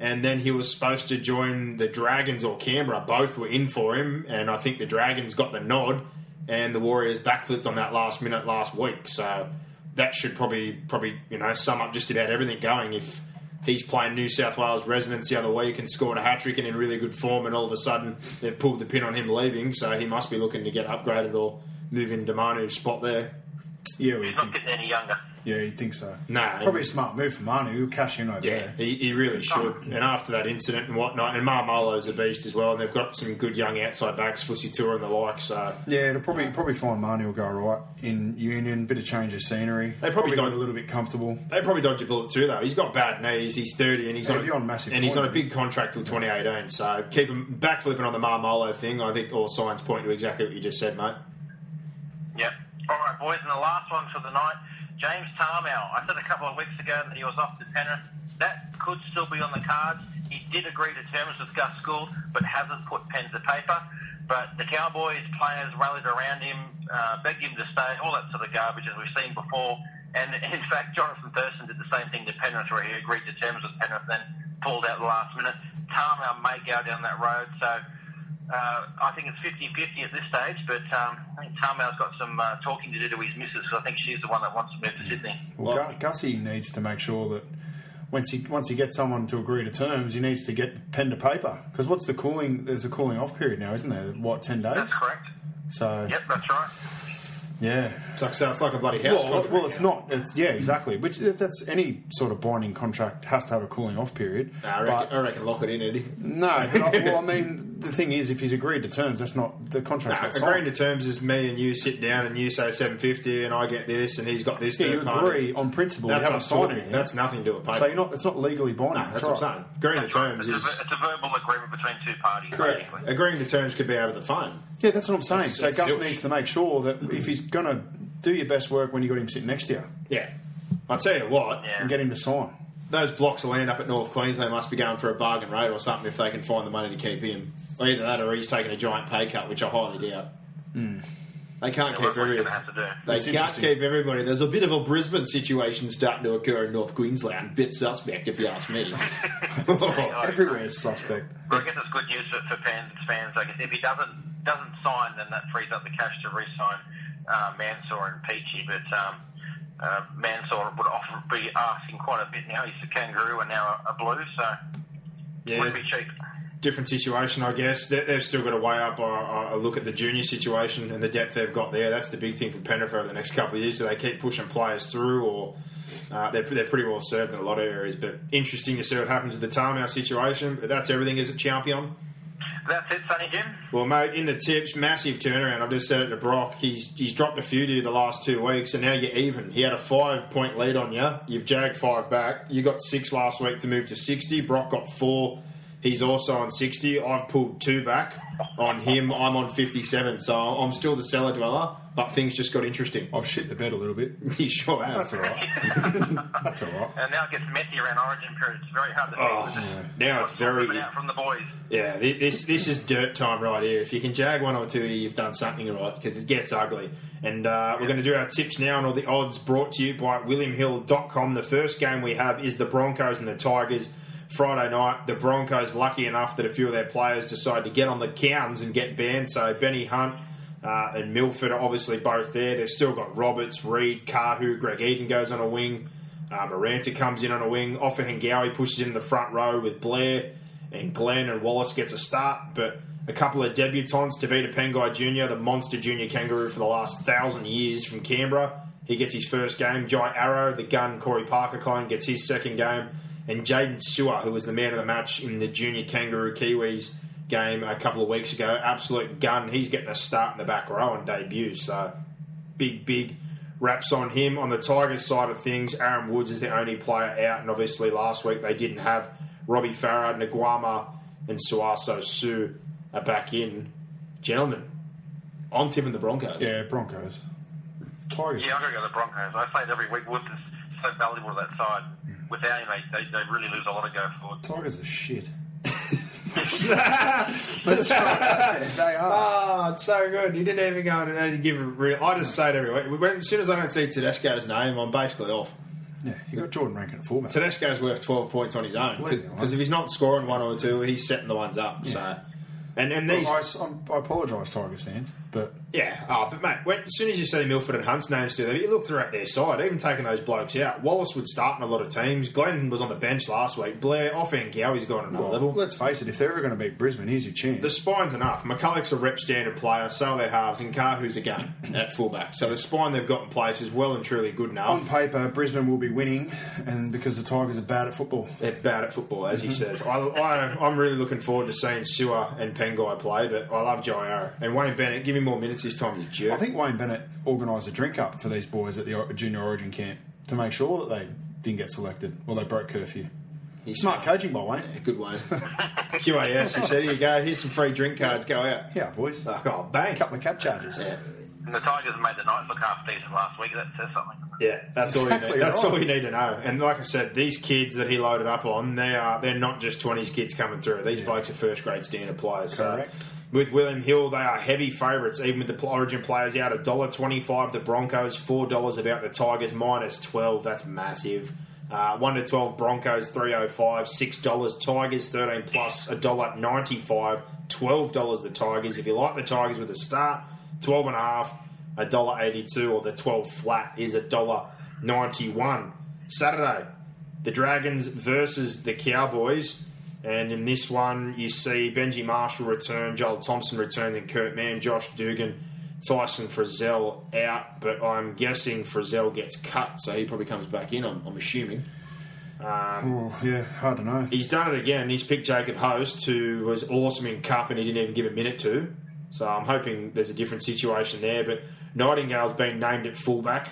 Speaker 1: and then he was supposed to join the Dragons or Canberra. Both were in for him, and I think the Dragons got the nod, and the Warriors backflipped on that last minute last week. So that should probably probably you know sum up just about everything going if. He's playing New South Wales residents the other week and scored a hat trick and in really good form, and all of a sudden they've pulled the pin on him leaving, so he must be looking to get upgraded or move into Manu's spot there.
Speaker 2: Yeah, we
Speaker 6: He's not
Speaker 2: think.
Speaker 6: getting any younger.
Speaker 2: Yeah, you'd think so.
Speaker 1: Nah,
Speaker 2: Probably
Speaker 1: he-
Speaker 2: a smart move for Manu. He'll cash in over
Speaker 1: Yeah,
Speaker 2: there.
Speaker 1: he, he really should. And after that incident and whatnot, and Marmolo's a beast as well, and they've got some good young outside backs, Fussy Tour and the like, so
Speaker 2: Yeah, it'll probably probably find Manu will go right in Union. Bit of change of scenery.
Speaker 1: They probably
Speaker 2: got
Speaker 1: don't-
Speaker 2: a little bit comfortable.
Speaker 1: they probably dodge a bullet too, though. He's got bad knees, he's 30, and he's
Speaker 2: Yeah,
Speaker 1: on,
Speaker 2: he'd be on massive
Speaker 1: and he's on
Speaker 2: point.
Speaker 1: a big contract till 2018, so keep him backflipping on the Marmolo thing. I think all signs point to exactly what you just said, mate.
Speaker 6: Yep. All right, boys, and the last one for the night, James Tarmow. I said a couple of weeks ago that he was off to Penrith. That could still be on the cards. He did agree to terms with Gus Gould, but hasn't put pen to paper. But the Cowboys players rallied around him, uh, begged him to stay, all that sort of garbage as we've seen before. And in fact, Jonathan Thurston did the same thing to Penrith, where he agreed to terms with Penrith, then pulled out the last minute. Tarmow may go down that road, so uh, I think it's 50 50 at this stage, but um, I think Tarmow's got some uh, talking to do to his missus, so I think she's the one that wants to move to Sydney.
Speaker 2: Well, Gu- Gussie needs to make sure that once he once he gets someone to agree to terms, he needs to get pen to paper. Because what's the cooling? There's a cooling off period now, isn't there? What ten days?
Speaker 6: That's correct.
Speaker 2: So
Speaker 6: Yep, that's right.
Speaker 2: yeah.
Speaker 1: So, so it's like a bloody house
Speaker 2: Well,
Speaker 1: contract.
Speaker 2: well, it's not. It's yeah, exactly. Which that's any sort of binding contract has to have a cooling off period.
Speaker 1: Nah, I,
Speaker 2: But-
Speaker 1: reckon, I reckon lock it in, Eddie.
Speaker 2: No, but I, well, I mean, the thing is, if he's agreed to terms, that's not the contract.
Speaker 1: Nah, agreeing to terms is me and you sit down and you say 750 and I get this and he's got this.
Speaker 2: yeah,
Speaker 1: third
Speaker 2: you
Speaker 1: party.
Speaker 2: agree on principle.
Speaker 1: That's
Speaker 2: you haven't
Speaker 1: not
Speaker 2: signed
Speaker 1: sorting.
Speaker 2: anything.
Speaker 1: That's nothing to do with paper.
Speaker 2: so you're not. It's not legally binding.
Speaker 1: Nah, that's
Speaker 2: right.
Speaker 1: what I'm saying. Agreeing to
Speaker 6: That's right.
Speaker 1: terms
Speaker 6: It's, a,
Speaker 1: is
Speaker 6: it's a verbal agreement between two parties,
Speaker 2: Correct.
Speaker 6: basically.
Speaker 1: agreeing to terms could be over the phone.
Speaker 2: Yeah, that's what I'm saying. so
Speaker 1: it's
Speaker 2: Gus
Speaker 1: zilch.
Speaker 2: needs to make sure that if he's going to do your best work when you got him sitting next to you,
Speaker 1: Yeah, I tell you what,
Speaker 6: Yeah.
Speaker 2: and get him to sign.
Speaker 1: those blocks of land up at North Queensland must be going for a bargain rate or something if they can find the money to keep him. Or either that, or he's taking a giant pay cut, which I highly doubt. They can't
Speaker 6: Yeah,
Speaker 1: keep
Speaker 6: what- what
Speaker 1: everybody.
Speaker 6: you're gonna have to do.
Speaker 1: They
Speaker 2: That's
Speaker 1: can't
Speaker 2: interesting.
Speaker 1: keep everybody. There's a bit of a Brisbane situation starting to occur in North Queensland. Bit suspect, if you ask me.
Speaker 2: Everywhere is suspect.
Speaker 6: But I guess it's good news for, for fans, fans. I guess if he doesn't doesn't sign, then that frees up the cash to re-sign uh, Mansour and Peachy. But um, uh, Mansour would often be asking quite a bit now. He's a kangaroo and now a, a blue, so it
Speaker 1: yeah,
Speaker 6: wouldn't be cheap.
Speaker 1: different situation, I guess. They- They've still got to weigh up a, a- a look at the junior situation and the depth they've got there. That's the big thing for Penrith over the next couple of years. Do they keep pushing players through, or uh, they're, they're pretty well served in a lot of areas? But interesting to see what happens with the Tarmow situation. But that's everything, is it, champion?
Speaker 6: That's it, Sonny Jim.
Speaker 1: Well, mate, in the tips, massive turnaround. I just said it to Brock. He's he's dropped a few to you the last two weeks, and now you're even. He had a five point lead on you. You've jagged five back. You got six last week to move to sixty. Brock got four. He's also on sixty. I've pulled two back on him. I'm on fifty seven. So I'm still the cellar dweller, but things just got interesting.
Speaker 2: I've shit the bed a little bit.
Speaker 1: He sure have.
Speaker 2: That's all right. that's all right.
Speaker 6: And now it gets messy around Origin period. It's very hard to deal with it.
Speaker 1: Now Oh, it's
Speaker 6: What's
Speaker 1: very
Speaker 6: coming out from the boys.
Speaker 1: Yeah, thi- this this is dirt time right here. If you can jag one or two, you've done something right because it gets ugly. And uh, we're going to do our tips now and all the odds brought to you by WilliamHill.com. The first game we have is the Broncos and the Tigers. Friday night, the Broncos lucky enough that a few of their players decide to get on the cowns and get banned. So Benny Hunt uh, and Milford are obviously both there. They've still got Roberts, Reed, Carhu, Greg Eden goes on a wing. Uh, Maranta comes in on a wing. Offa Hengawi pushes into the front row with Blair and Glenn and Wallace gets a start, but a couple of debutants, Davida Pengai Jr., the monster junior kangaroo for the last thousand years from Canberra, he gets his first game. Jai Arrow, the gun Corey Parker clone, gets his second game. And Jaden Sewer, who was the man of the match in the junior kangaroo Kiwis game a couple of weeks ago, absolute gun. He's getting a start in the back row and debut, so big, big wraps on him. On the Tigers side of things, Aaron Woods is the only player out, and obviously last week they didn't have Robbie Farah, Naguama, and Suaso Sue are back in. Gentlemen, I'm tipping the Broncos.
Speaker 2: Yeah, Broncos. Tigers.
Speaker 6: Yeah, I'm going to go to the Broncos. I say it every week. Woods is so valuable to that side. Without him, they, they, they really lose a lot of go forward.
Speaker 2: Tigers are shit.
Speaker 1: they are. Oh, it's so good. You didn't even go in and only give a real. I just say it every week. When, as soon as I don't see Tedesco's name, I'm basically off.
Speaker 2: Yeah, you got Jordan Rankin at fullback.
Speaker 1: Tedesco's worth 12 points on his own
Speaker 2: Leave him alone.
Speaker 1: because if he's not scoring one or two, he's setting the ones up. So, and and
Speaker 2: Well,
Speaker 1: these
Speaker 2: I, s- I'm- I apologise, Tigers fans, but
Speaker 1: Yeah, oh, but mate, when, as soon as you see Milford and Hunt's names still there, you look throughout their side, even taking those blokes out. Wallace would start in a lot of teams. Glenn was on the bench last week. Blair, off and Gowie's gone another level.
Speaker 2: Let's face it, if they're ever going to beat Brisbane, here's your chance.
Speaker 1: The spine's enough. McCulloch's a rep standard player, so they halves, and Carhu's a gun at fullback. So the spine they've got in place is well and truly good enough.
Speaker 2: on paper, Brisbane will be winning, and because the Tigers are bad at football.
Speaker 1: They're bad at football, as he
Speaker 2: Mm-hmm.
Speaker 1: says. I, I, I'm really looking forward to seeing Sewer and Pengai play, but I love Jairo. And Wayne Bennett, give him more minutes this time, you jerk.
Speaker 2: I think Wayne Bennett organised a drink up for these boys at the o- junior origin camp to make sure that they didn't get selected or they broke curfew.
Speaker 1: He's
Speaker 2: Smart coaching by Wayne.
Speaker 1: Yeah, good one. QAS, he said, here you go, here's some free drink cards, go out.
Speaker 2: Yeah, boys.
Speaker 1: Like, oh, bang.
Speaker 2: A couple of cap charges.
Speaker 1: Yeah.
Speaker 6: And the Tigers made the Knights look half decent last week. That says something.
Speaker 1: Yeah, that's all. You
Speaker 2: Exactly
Speaker 1: need. That's
Speaker 2: right.
Speaker 1: all you need to know. And like I said, these kids that he loaded up on, they are they're not just twenties kids coming through. These blokes are first grade standard players.
Speaker 2: Correct.
Speaker 1: So with William Hill, they are heavy favourites. Even with the pl- Origin players out, a dollar twenty five. The Broncos four dollars about the Tigers minus twelve. That's massive. Uh, one to twelve Broncos three oh five six dollars Tigers thirteen plus a dollar ninety five twelve dollars the Tigers. If you like the Tigers with a start twelve and a half a dollar eighty-two, or the twelve flat is a dollar ninety-one. Saturday, the Dragons versus the Cowboys, and in this one you see Benji Marshall return, Joel Thompson returns, and Kurt Mann, Josh Dugan, Tyson Frizzell out. But I'm guessing Frizzell gets cut, so he probably comes back in. I'm, I'm assuming.
Speaker 2: Oh, yeah, hard to know.
Speaker 1: He's done it again. He's picked Jacob Host, who was awesome in Cup and he didn't even give a minute to. So I'm hoping there's a different situation there. But Nightingale's been named at fullback.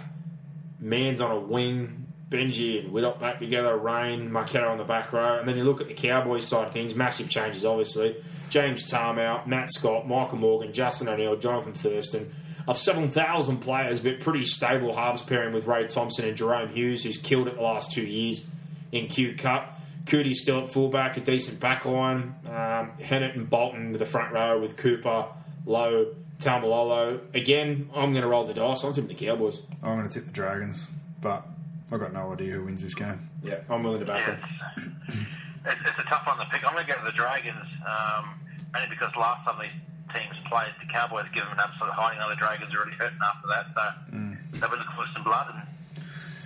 Speaker 1: Man's on a wing. Benji and Widop back together. Rain, Marquetta on the back row. And then you look at the Cowboys side of things. Massive changes, obviously. James Tarmow, Matt Scott, Michael Morgan, Justin O'Neill, Jonathan Thurston. Of 7,000 players, but pretty stable halves pairing with Ray Thompson and Jerome Hughes, who's killed it the last two years in Q Cup. Cootie's still at fullback, a decent back line. Um, Hennett and Bolton with the front row with Cooper, Lowe, Tamalolo. Again, I'm going to roll the dice. I'm tipping the Cowboys.
Speaker 2: I'm going to tip the Dragons, but I've got no idea who wins this game.
Speaker 1: Yeah, I'm willing to back them.
Speaker 6: It's, it's a tough one to pick. I'm going to go to the Dragons, um, only because last time these teams played, the Cowboys gave them an absolute hiding. Now the Dragons are really hurting after that, so
Speaker 1: Mm.
Speaker 6: they've been looking for some blood. And,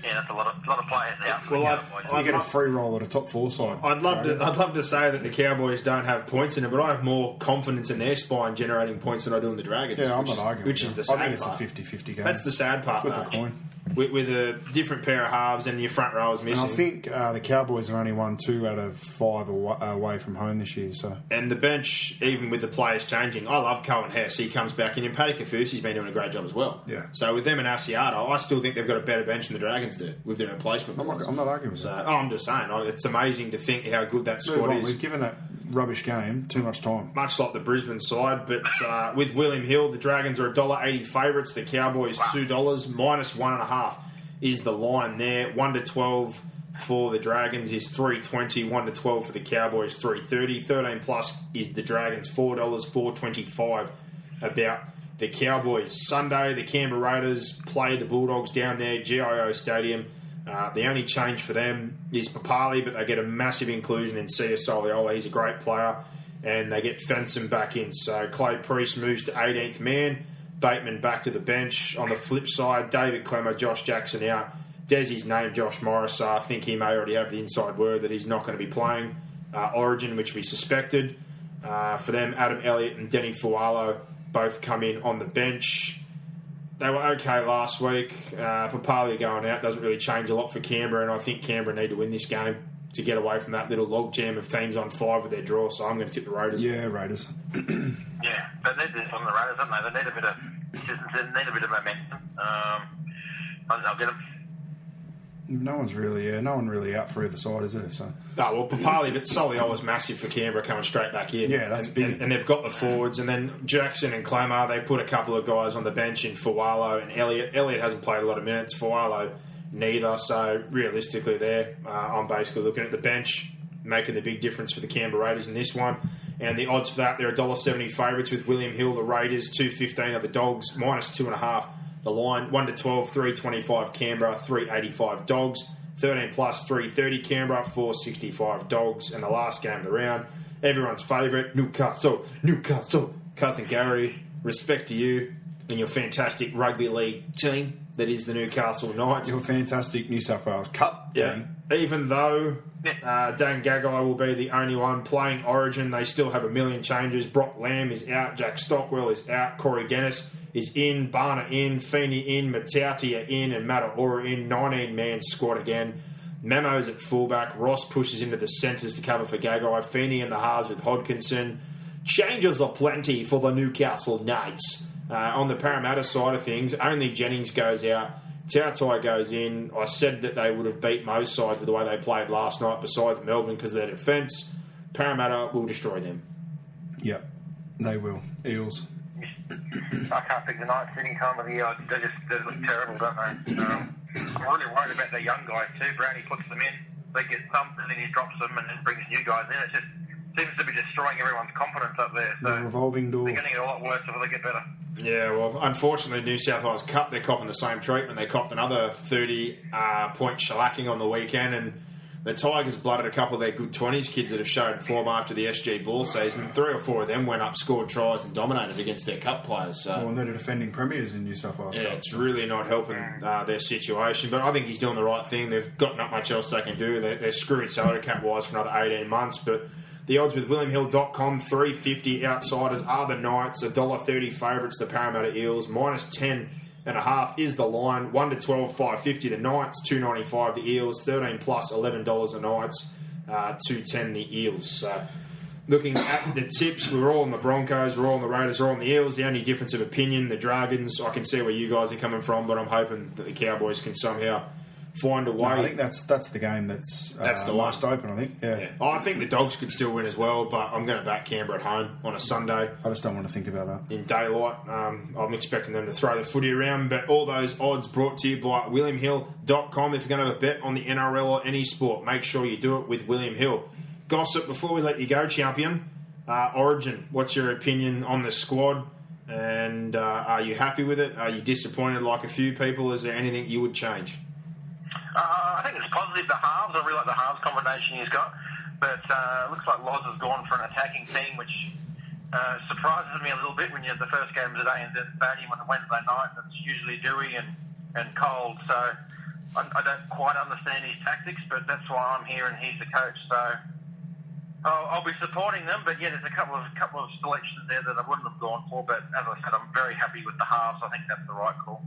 Speaker 6: yeah, that's a lot of, lot of players out. for the
Speaker 1: Well, I-
Speaker 6: Cowboys.
Speaker 2: You get a free roll at a top four side.
Speaker 1: I'd love to. I'd love to say that the Cowboys don't have points in it, but I have more confidence in their spine generating points than I do in the Dragons.
Speaker 2: Yeah, I'm
Speaker 1: which
Speaker 2: not
Speaker 1: is,
Speaker 2: arguing.
Speaker 1: Which
Speaker 2: with
Speaker 1: is
Speaker 2: you.
Speaker 1: the sad
Speaker 2: I think it's
Speaker 1: part.
Speaker 2: a 50 50 game.
Speaker 1: That's the sad part.
Speaker 2: Flip a
Speaker 1: though.
Speaker 2: coin.
Speaker 1: With, with a different pair of halves and your front row is
Speaker 2: And
Speaker 1: missing.
Speaker 2: I think uh, the Cowboys are only one two out of five awa- away from home this year, so.
Speaker 1: and the bench, even with the players changing, I love Cohen Hess. He comes back in, and Paddy Kafusi's been doing a great job as well.
Speaker 2: Yeah.
Speaker 1: So with them and Asiata, I still think they've got a better bench than the Dragons do with their replacement.
Speaker 2: I'm not-
Speaker 1: players.
Speaker 2: I'm not arguing with
Speaker 1: so,
Speaker 2: that.
Speaker 1: Oh, I'm just saying, I- it's amazing to think how good that
Speaker 2: Move
Speaker 1: squad
Speaker 2: on.
Speaker 1: is.
Speaker 2: We've given that rubbish game too much time.
Speaker 1: much like the Brisbane side, but uh, with William Hill, the Dragons are $1.80 favourites. The Cowboys $2, minus one and a half is the line there. One to twelve for the Dragons is three twenty. One to twelve for the Cowboys three thirty. Thirteen plus is the Dragons four dollars four twenty five about the Cowboys. Sunday, the Canberra Raiders play the Bulldogs down there, GIO Stadium. Uh, the only change for them is Papali, but they get a massive inclusion in Sia Soliola. He's a great player. And they get Fenson back in. So Clay Priest moves to 18th man. Bateman back to the bench. On the flip side, David Clemmer, Josh Jackson out. Desi's name, Josh Morris. So I think he may already have the inside word that he's not going to be playing. Uh, Origin, which we suspected. Uh, for them, Adam Elliott and Denny Fualo both come in on the bench. They were okay last week. Uh, Papali going out doesn't really change a lot for Canberra, and I think Canberra need to win this game to get away from that little logjam of teams on five with their draw. So I'm going to tip the Raiders.
Speaker 2: Yeah, Raiders.
Speaker 6: Yeah, they need this on the Raiders, don't they? They need a bit of they need a bit of momentum. Um, I- I'll get them.
Speaker 2: No one's really, yeah, no one really out for either side, is there? So
Speaker 1: No, well, Papali, but Solio was massive for Canberra coming straight back in.
Speaker 2: Yeah, that's
Speaker 1: and,
Speaker 2: big.
Speaker 1: And, and they've got the forwards, and then Jackson and Clamar, they put a couple of guys on the bench in Fawalo and Elliot. Elliot hasn't played a lot of minutes, Fawalo neither. So realistically, there, uh, I'm basically looking at the bench, making the big difference for the Canberra Raiders in this one. And the odds for that, they're $1.70 favourites with William Hill, the Raiders, two fifteen are the Dogs, minus two and a half the line. 1 to 12, 325 Canberra, 385 Dogs. 13 plus 330 Canberra, 465 Dogs. And the last game of the round, everyone's favourite, Newcastle, Newcastle. Cousin Gary, respect to you. and your fantastic rugby league team that is the Newcastle Knights.
Speaker 2: Your fantastic New South Wales Cup
Speaker 1: Yeah.
Speaker 2: team.
Speaker 1: Even though uh, Dan Gagai will be the only one playing Origin, they still have a million changes. Brock Lamb is out, Jack Stockwell is out, Corey Guinness is in, Barner in, Feeney in, Matauti are in, and Mataora in. 19 man squad again. Memo's at fullback. Ross pushes into the centres to cover for Gagai. Feeney in the halves with Hodkinson. Changes are plenty for the Newcastle Knights. Uh, on the Parramatta side of things, only Jennings goes out. Tautai goes in. I said that they would have beat most sides with the way they played last night, besides Melbourne, because of their defence. Parramatta will destroy them.
Speaker 2: Yep. They will. Eels.
Speaker 6: I can't pick the Knights any time of the year. They just they look terrible, don't they? Um, I'm really worried about their young guys too. Brownie puts them in, they get thumped, and then he drops them and then brings new guys in. It just seems to be destroying everyone's confidence up there. So
Speaker 2: The revolving door.
Speaker 6: they're going to get a lot worse before they get better.
Speaker 1: Yeah, well, unfortunately, New South Wales Cup, they're copping the same treatment. They copped another 30 uh, point shellacking on the weekend, and the Tigers blooded a couple of their good 20s kids that have shown form after the SG ball season. Three or four of them went up, scored tries, and dominated against their Cup players. So.
Speaker 2: Well, and they're the defending premiers in New South Wales
Speaker 1: Yeah,
Speaker 2: Cup.
Speaker 1: it's really not helping uh, their situation. But I think he's doing the right thing. They've got not much else they can do. They're, they're screwed salary cap wise for another 18 months. But the odds with WilliamHill.com, 350 outsiders are the Knights, $1.30 favourites, the Parramatta Eels, minus 10 and a half is the line, 1 to 12, 550 the Knights, 295 the Eels, 13 plus $11 the Knights, uh, 210 the Eels. So looking at the tips, we're all on the Broncos, we're all on the Raiders, we're all on the Eels. The only difference of opinion, the Dragons, I can see where you guys are coming from, but I'm hoping that the Cowboys can somehow find a way.
Speaker 2: I think that's that's the game that's uh,
Speaker 1: That's the one.
Speaker 2: last open. I think. Yeah.
Speaker 1: Yeah. I think the Dogs could still win as well, but I'm going to back Canberra at home on a Sunday
Speaker 2: I just don't want to think about that.
Speaker 1: in daylight. Um, I'm expecting them to throw the footy around, but all those odds brought to you by WilliamHill.com. If you're going to have a bet on the NRL or any sport, make sure you do it with William Hill. Gossip, before we let you go, champion, uh, Origin, what's your opinion on the squad? And uh, are you happy with it? Are you disappointed like a few people? Is there anything you would change?
Speaker 6: Uh, I think it's positive the halves. I really like the halves combination he's got, but uh, it looks like Loz has gone for an attacking team, which uh, surprises me a little bit when you have the first game today and then Stadium on a Wednesday night. and It's usually dewy and, and cold, so I, I don't quite understand his tactics, but that's why I'm here and he's the coach. So I'll, I'll be supporting them, but yeah, there's a couple of couple of selections there that I wouldn't have gone for. But as I said, I'm very happy with the halves. I think that's the right call.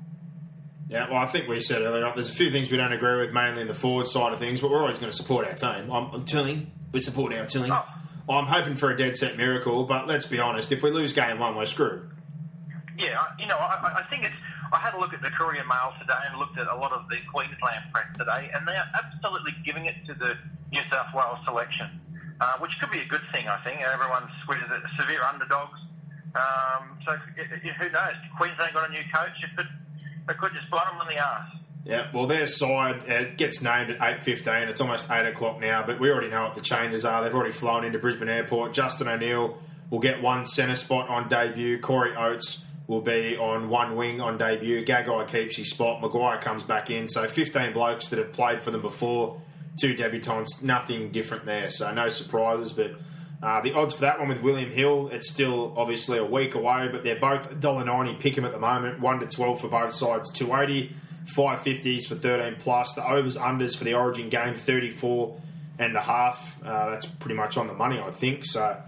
Speaker 1: Yeah, well, I think we said earlier on, there's a few things we don't agree with, mainly in the forward side of things, but we're always going to support our team. I'm, I'm telling, we support our team.
Speaker 6: Oh.
Speaker 1: I'm hoping for a dead set miracle, but let's be honest, if we lose game one, we're screwed.
Speaker 6: Yeah, I- you know, I, I- I think it's. I had a look at the Courier Mail today and looked at a lot of the Queensland press today, and they are absolutely giving it to the New South Wales selection, uh, which could be a good thing, I think. Everyone's what is it, severe underdogs. Um, so i- i- who knows? Queensland got a new coach. It could, it could just blow them on the arse.
Speaker 1: Yeah, well, their side uh, it gets named at eight fifteen. It's almost eight o'clock now, but we already know what the changes are. They've already flown into Brisbane Airport. Justin O'Neill will get one centre spot on debut. Corey Oates will be on one wing on debut. Gagai keeps his spot. Maguire comes back in. So fifteen blokes that have played for them before, two debutants, nothing different there. So no surprises, but. Uh, the odds for that one with William Hill, it's still obviously a week away, but they're both $1.90 pick 'em at the moment, 1 to 12 for both sides, 280 550s for 13 plus. The overs unders for the Origin game 34 and a half. Uh, that's pretty much on the money, I think. So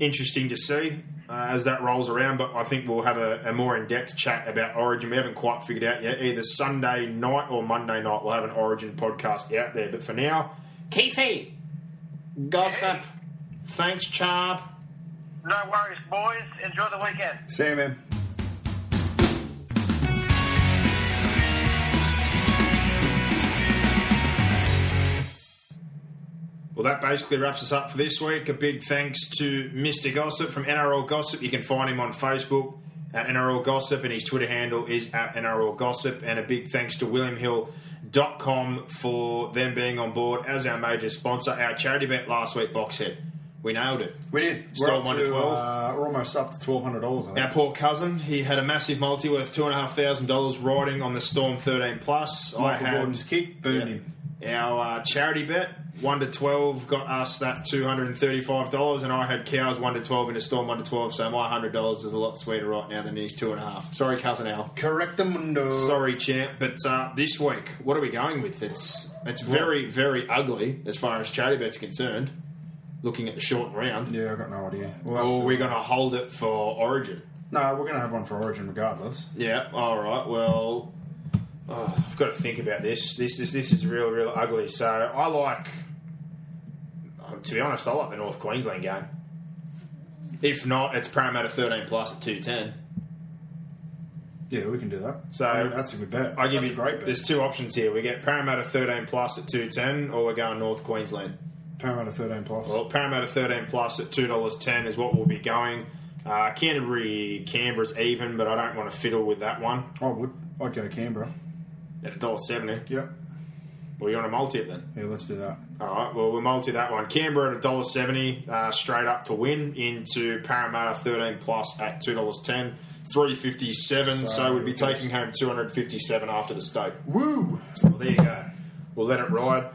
Speaker 1: interesting to see uh, as that rolls around. But I think we'll have a, a more in depth chat about Origin. We haven't quite figured out yet. Either Sunday night or Monday night, we'll have an Origin podcast out there. But for now, Keithy, gossip. Thanks, Charb.
Speaker 6: No worries, boys. Enjoy the weekend.
Speaker 2: See you, man.
Speaker 1: Well, that basically wraps us up for this week. A big thanks to Mr. Gossip from NRL Gossip. You can find him on Facebook at NRL Gossip, and his Twitter handle is at NRL Gossip. And a big thanks to WilliamHill.com for them being on board as our major sponsor. Our charity bet last week, box hit. We nailed it.
Speaker 2: We did.
Speaker 1: Still
Speaker 2: We're, up
Speaker 1: one to
Speaker 2: to,
Speaker 1: twelve.
Speaker 2: uh, we're almost up to twelve hundred dollars. I
Speaker 1: Our
Speaker 2: think.
Speaker 1: poor cousin, he had a massive multi worth two and a half thousand dollars riding on the Storm thirteen plus. I
Speaker 2: Michael
Speaker 1: had
Speaker 2: Gordon's kick burned
Speaker 1: Yeah.
Speaker 2: him.
Speaker 1: Our uh, charity bet, 1 to 12, got us that $235, and I had cows 1 to 12 in a storm 1 to 12, so my $100 is a lot sweeter right now than his 2.5. Sorry, Cousin Al.
Speaker 2: Correct the mundo.
Speaker 1: Sorry, champ, but uh, this week, what are we going with? It's it's very very ugly as far as charity bets concerned. Looking at the short round,
Speaker 2: Yeah, I've got no idea. We'll have
Speaker 1: or
Speaker 2: to-
Speaker 1: we're going to hold it for Origin.
Speaker 2: No, we're going to have one for Origin regardless.
Speaker 1: Yeah. All right. Well, oh, I've got to think about this. This is this is real real ugly. So I like, uh, to be honest, I like the North Queensland game. If not, it's Parramatta thirteen plus at two ten.
Speaker 2: Yeah, we can do that.
Speaker 1: So-
Speaker 2: Yeah, that's a good bet.
Speaker 1: I give
Speaker 2: that's
Speaker 1: you
Speaker 2: a great bet.
Speaker 1: There's two options here. We get Parramatta 13 plus at 210, or we're going North Queensland.
Speaker 2: Parramatta 13 plus.
Speaker 1: Well, Parramatta 13 plus at $2.10 is what we'll be going. Uh, Canterbury, Canberra's even, but I don't want to fiddle with that one.
Speaker 2: I would. I'd go Canberra.
Speaker 1: At $1.70.
Speaker 2: Yep.
Speaker 1: Well, you want to multi it then?
Speaker 2: Yeah, let's do that.
Speaker 1: All right, well, we'll multi that one. Canberra at $1.70, uh, straight up to win into Parramatta 13 plus at $2.10. 357 so, we'd be taking home 257 after the stoke.
Speaker 2: Woo!
Speaker 1: Well, there you go. We'll let it ride.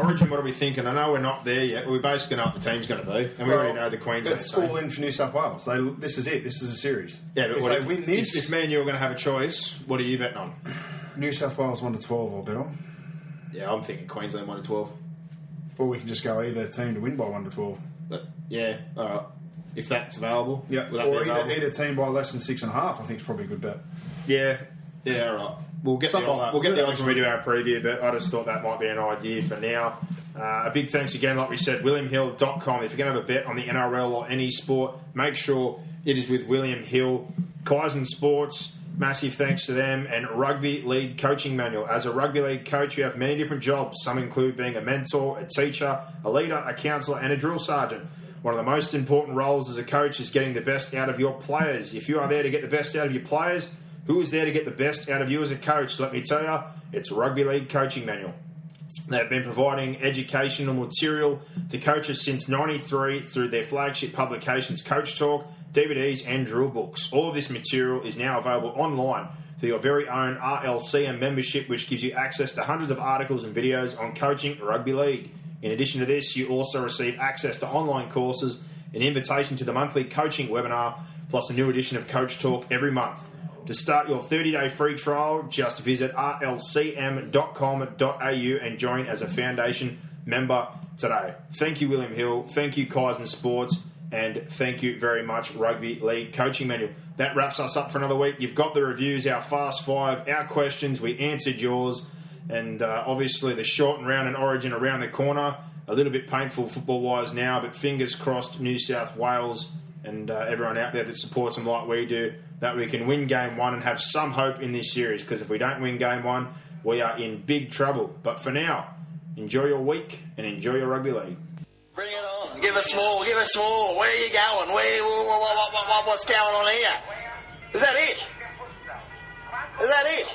Speaker 1: Origin, what are we thinking? I know we're not there yet. but We basically know what the team's going to be, and we already know the Queensland
Speaker 2: It's
Speaker 1: team.
Speaker 2: all in for New South Wales. They, this is it. This is a series.
Speaker 1: yeah, but
Speaker 2: if
Speaker 1: what
Speaker 2: they win this,
Speaker 1: if, if me and you are going to have a choice, what are you betting on?
Speaker 2: New South Wales 1 to 12, I'll bet on.
Speaker 1: Yeah, I'm thinking Queensland one to twelve.
Speaker 2: Or we can just go either team to win by 1 to 12.
Speaker 1: But yeah, all right. If that's available,
Speaker 2: Yeah,
Speaker 1: Will that
Speaker 2: or
Speaker 1: be
Speaker 2: either,
Speaker 1: available?
Speaker 2: either team by less than six and a half, I think is probably a good bet.
Speaker 1: yeah, yeah, all right. We'll get
Speaker 2: Something
Speaker 1: the,
Speaker 2: like that.
Speaker 1: we'll get
Speaker 2: Yeah,
Speaker 1: the odds when we do our preview, but I just thought that might be an idea for now. Uh, a big thanks again, like we said, WilliamHill.com. If you're going to have a bet on the NRL or any sport, make sure it is with William Hill. Kaizen Sports, massive thanks to them. And Rugby League Coaching Manual. As a rugby league coach, you have many different jobs. Some include being a mentor, a teacher, a leader, a counsellor, and a drill sergeant. One of the most important roles as a coach is getting the best out of your players. If you are there to get the best out of your players, who is there to get the best out of you as a coach? Let me tell you, it's Rugby League Coaching Manual. They've been providing educational material to coaches since 93 through their flagship publications, Coach Talk, DVDs, and drill books. All of this material is now available online for your very own RLCM membership, which gives you access to hundreds of articles and videos on coaching rugby league. In addition to this, you also receive access to online courses, an invitation to the monthly coaching webinar, plus a new edition of Coach Talk every month. To start your 30 day free trial, just visit rlcm.com.au and join as a foundation member today. Thank you, William Hill. Thank you, Kaizen Sports. And thank you very much, Rugby League Coaching Manual. That wraps us up for another week. You've got the reviews, our fast five, our questions. We answered yours. And uh, obviously, the short and round and origin around the corner. A little bit painful football wise now, but fingers crossed, New South Wales and uh, everyone out there that supports them like we do, that we can win game one and have some hope in this series. Because if we don't win game one, we are in big trouble. But for now, enjoy your week and enjoy your rugby league.
Speaker 7: Bring it on. Give us more. Give us more. Where are you going? Where, wha- wha- wha- wha- wha- what's going on here? Is that it? Is that it?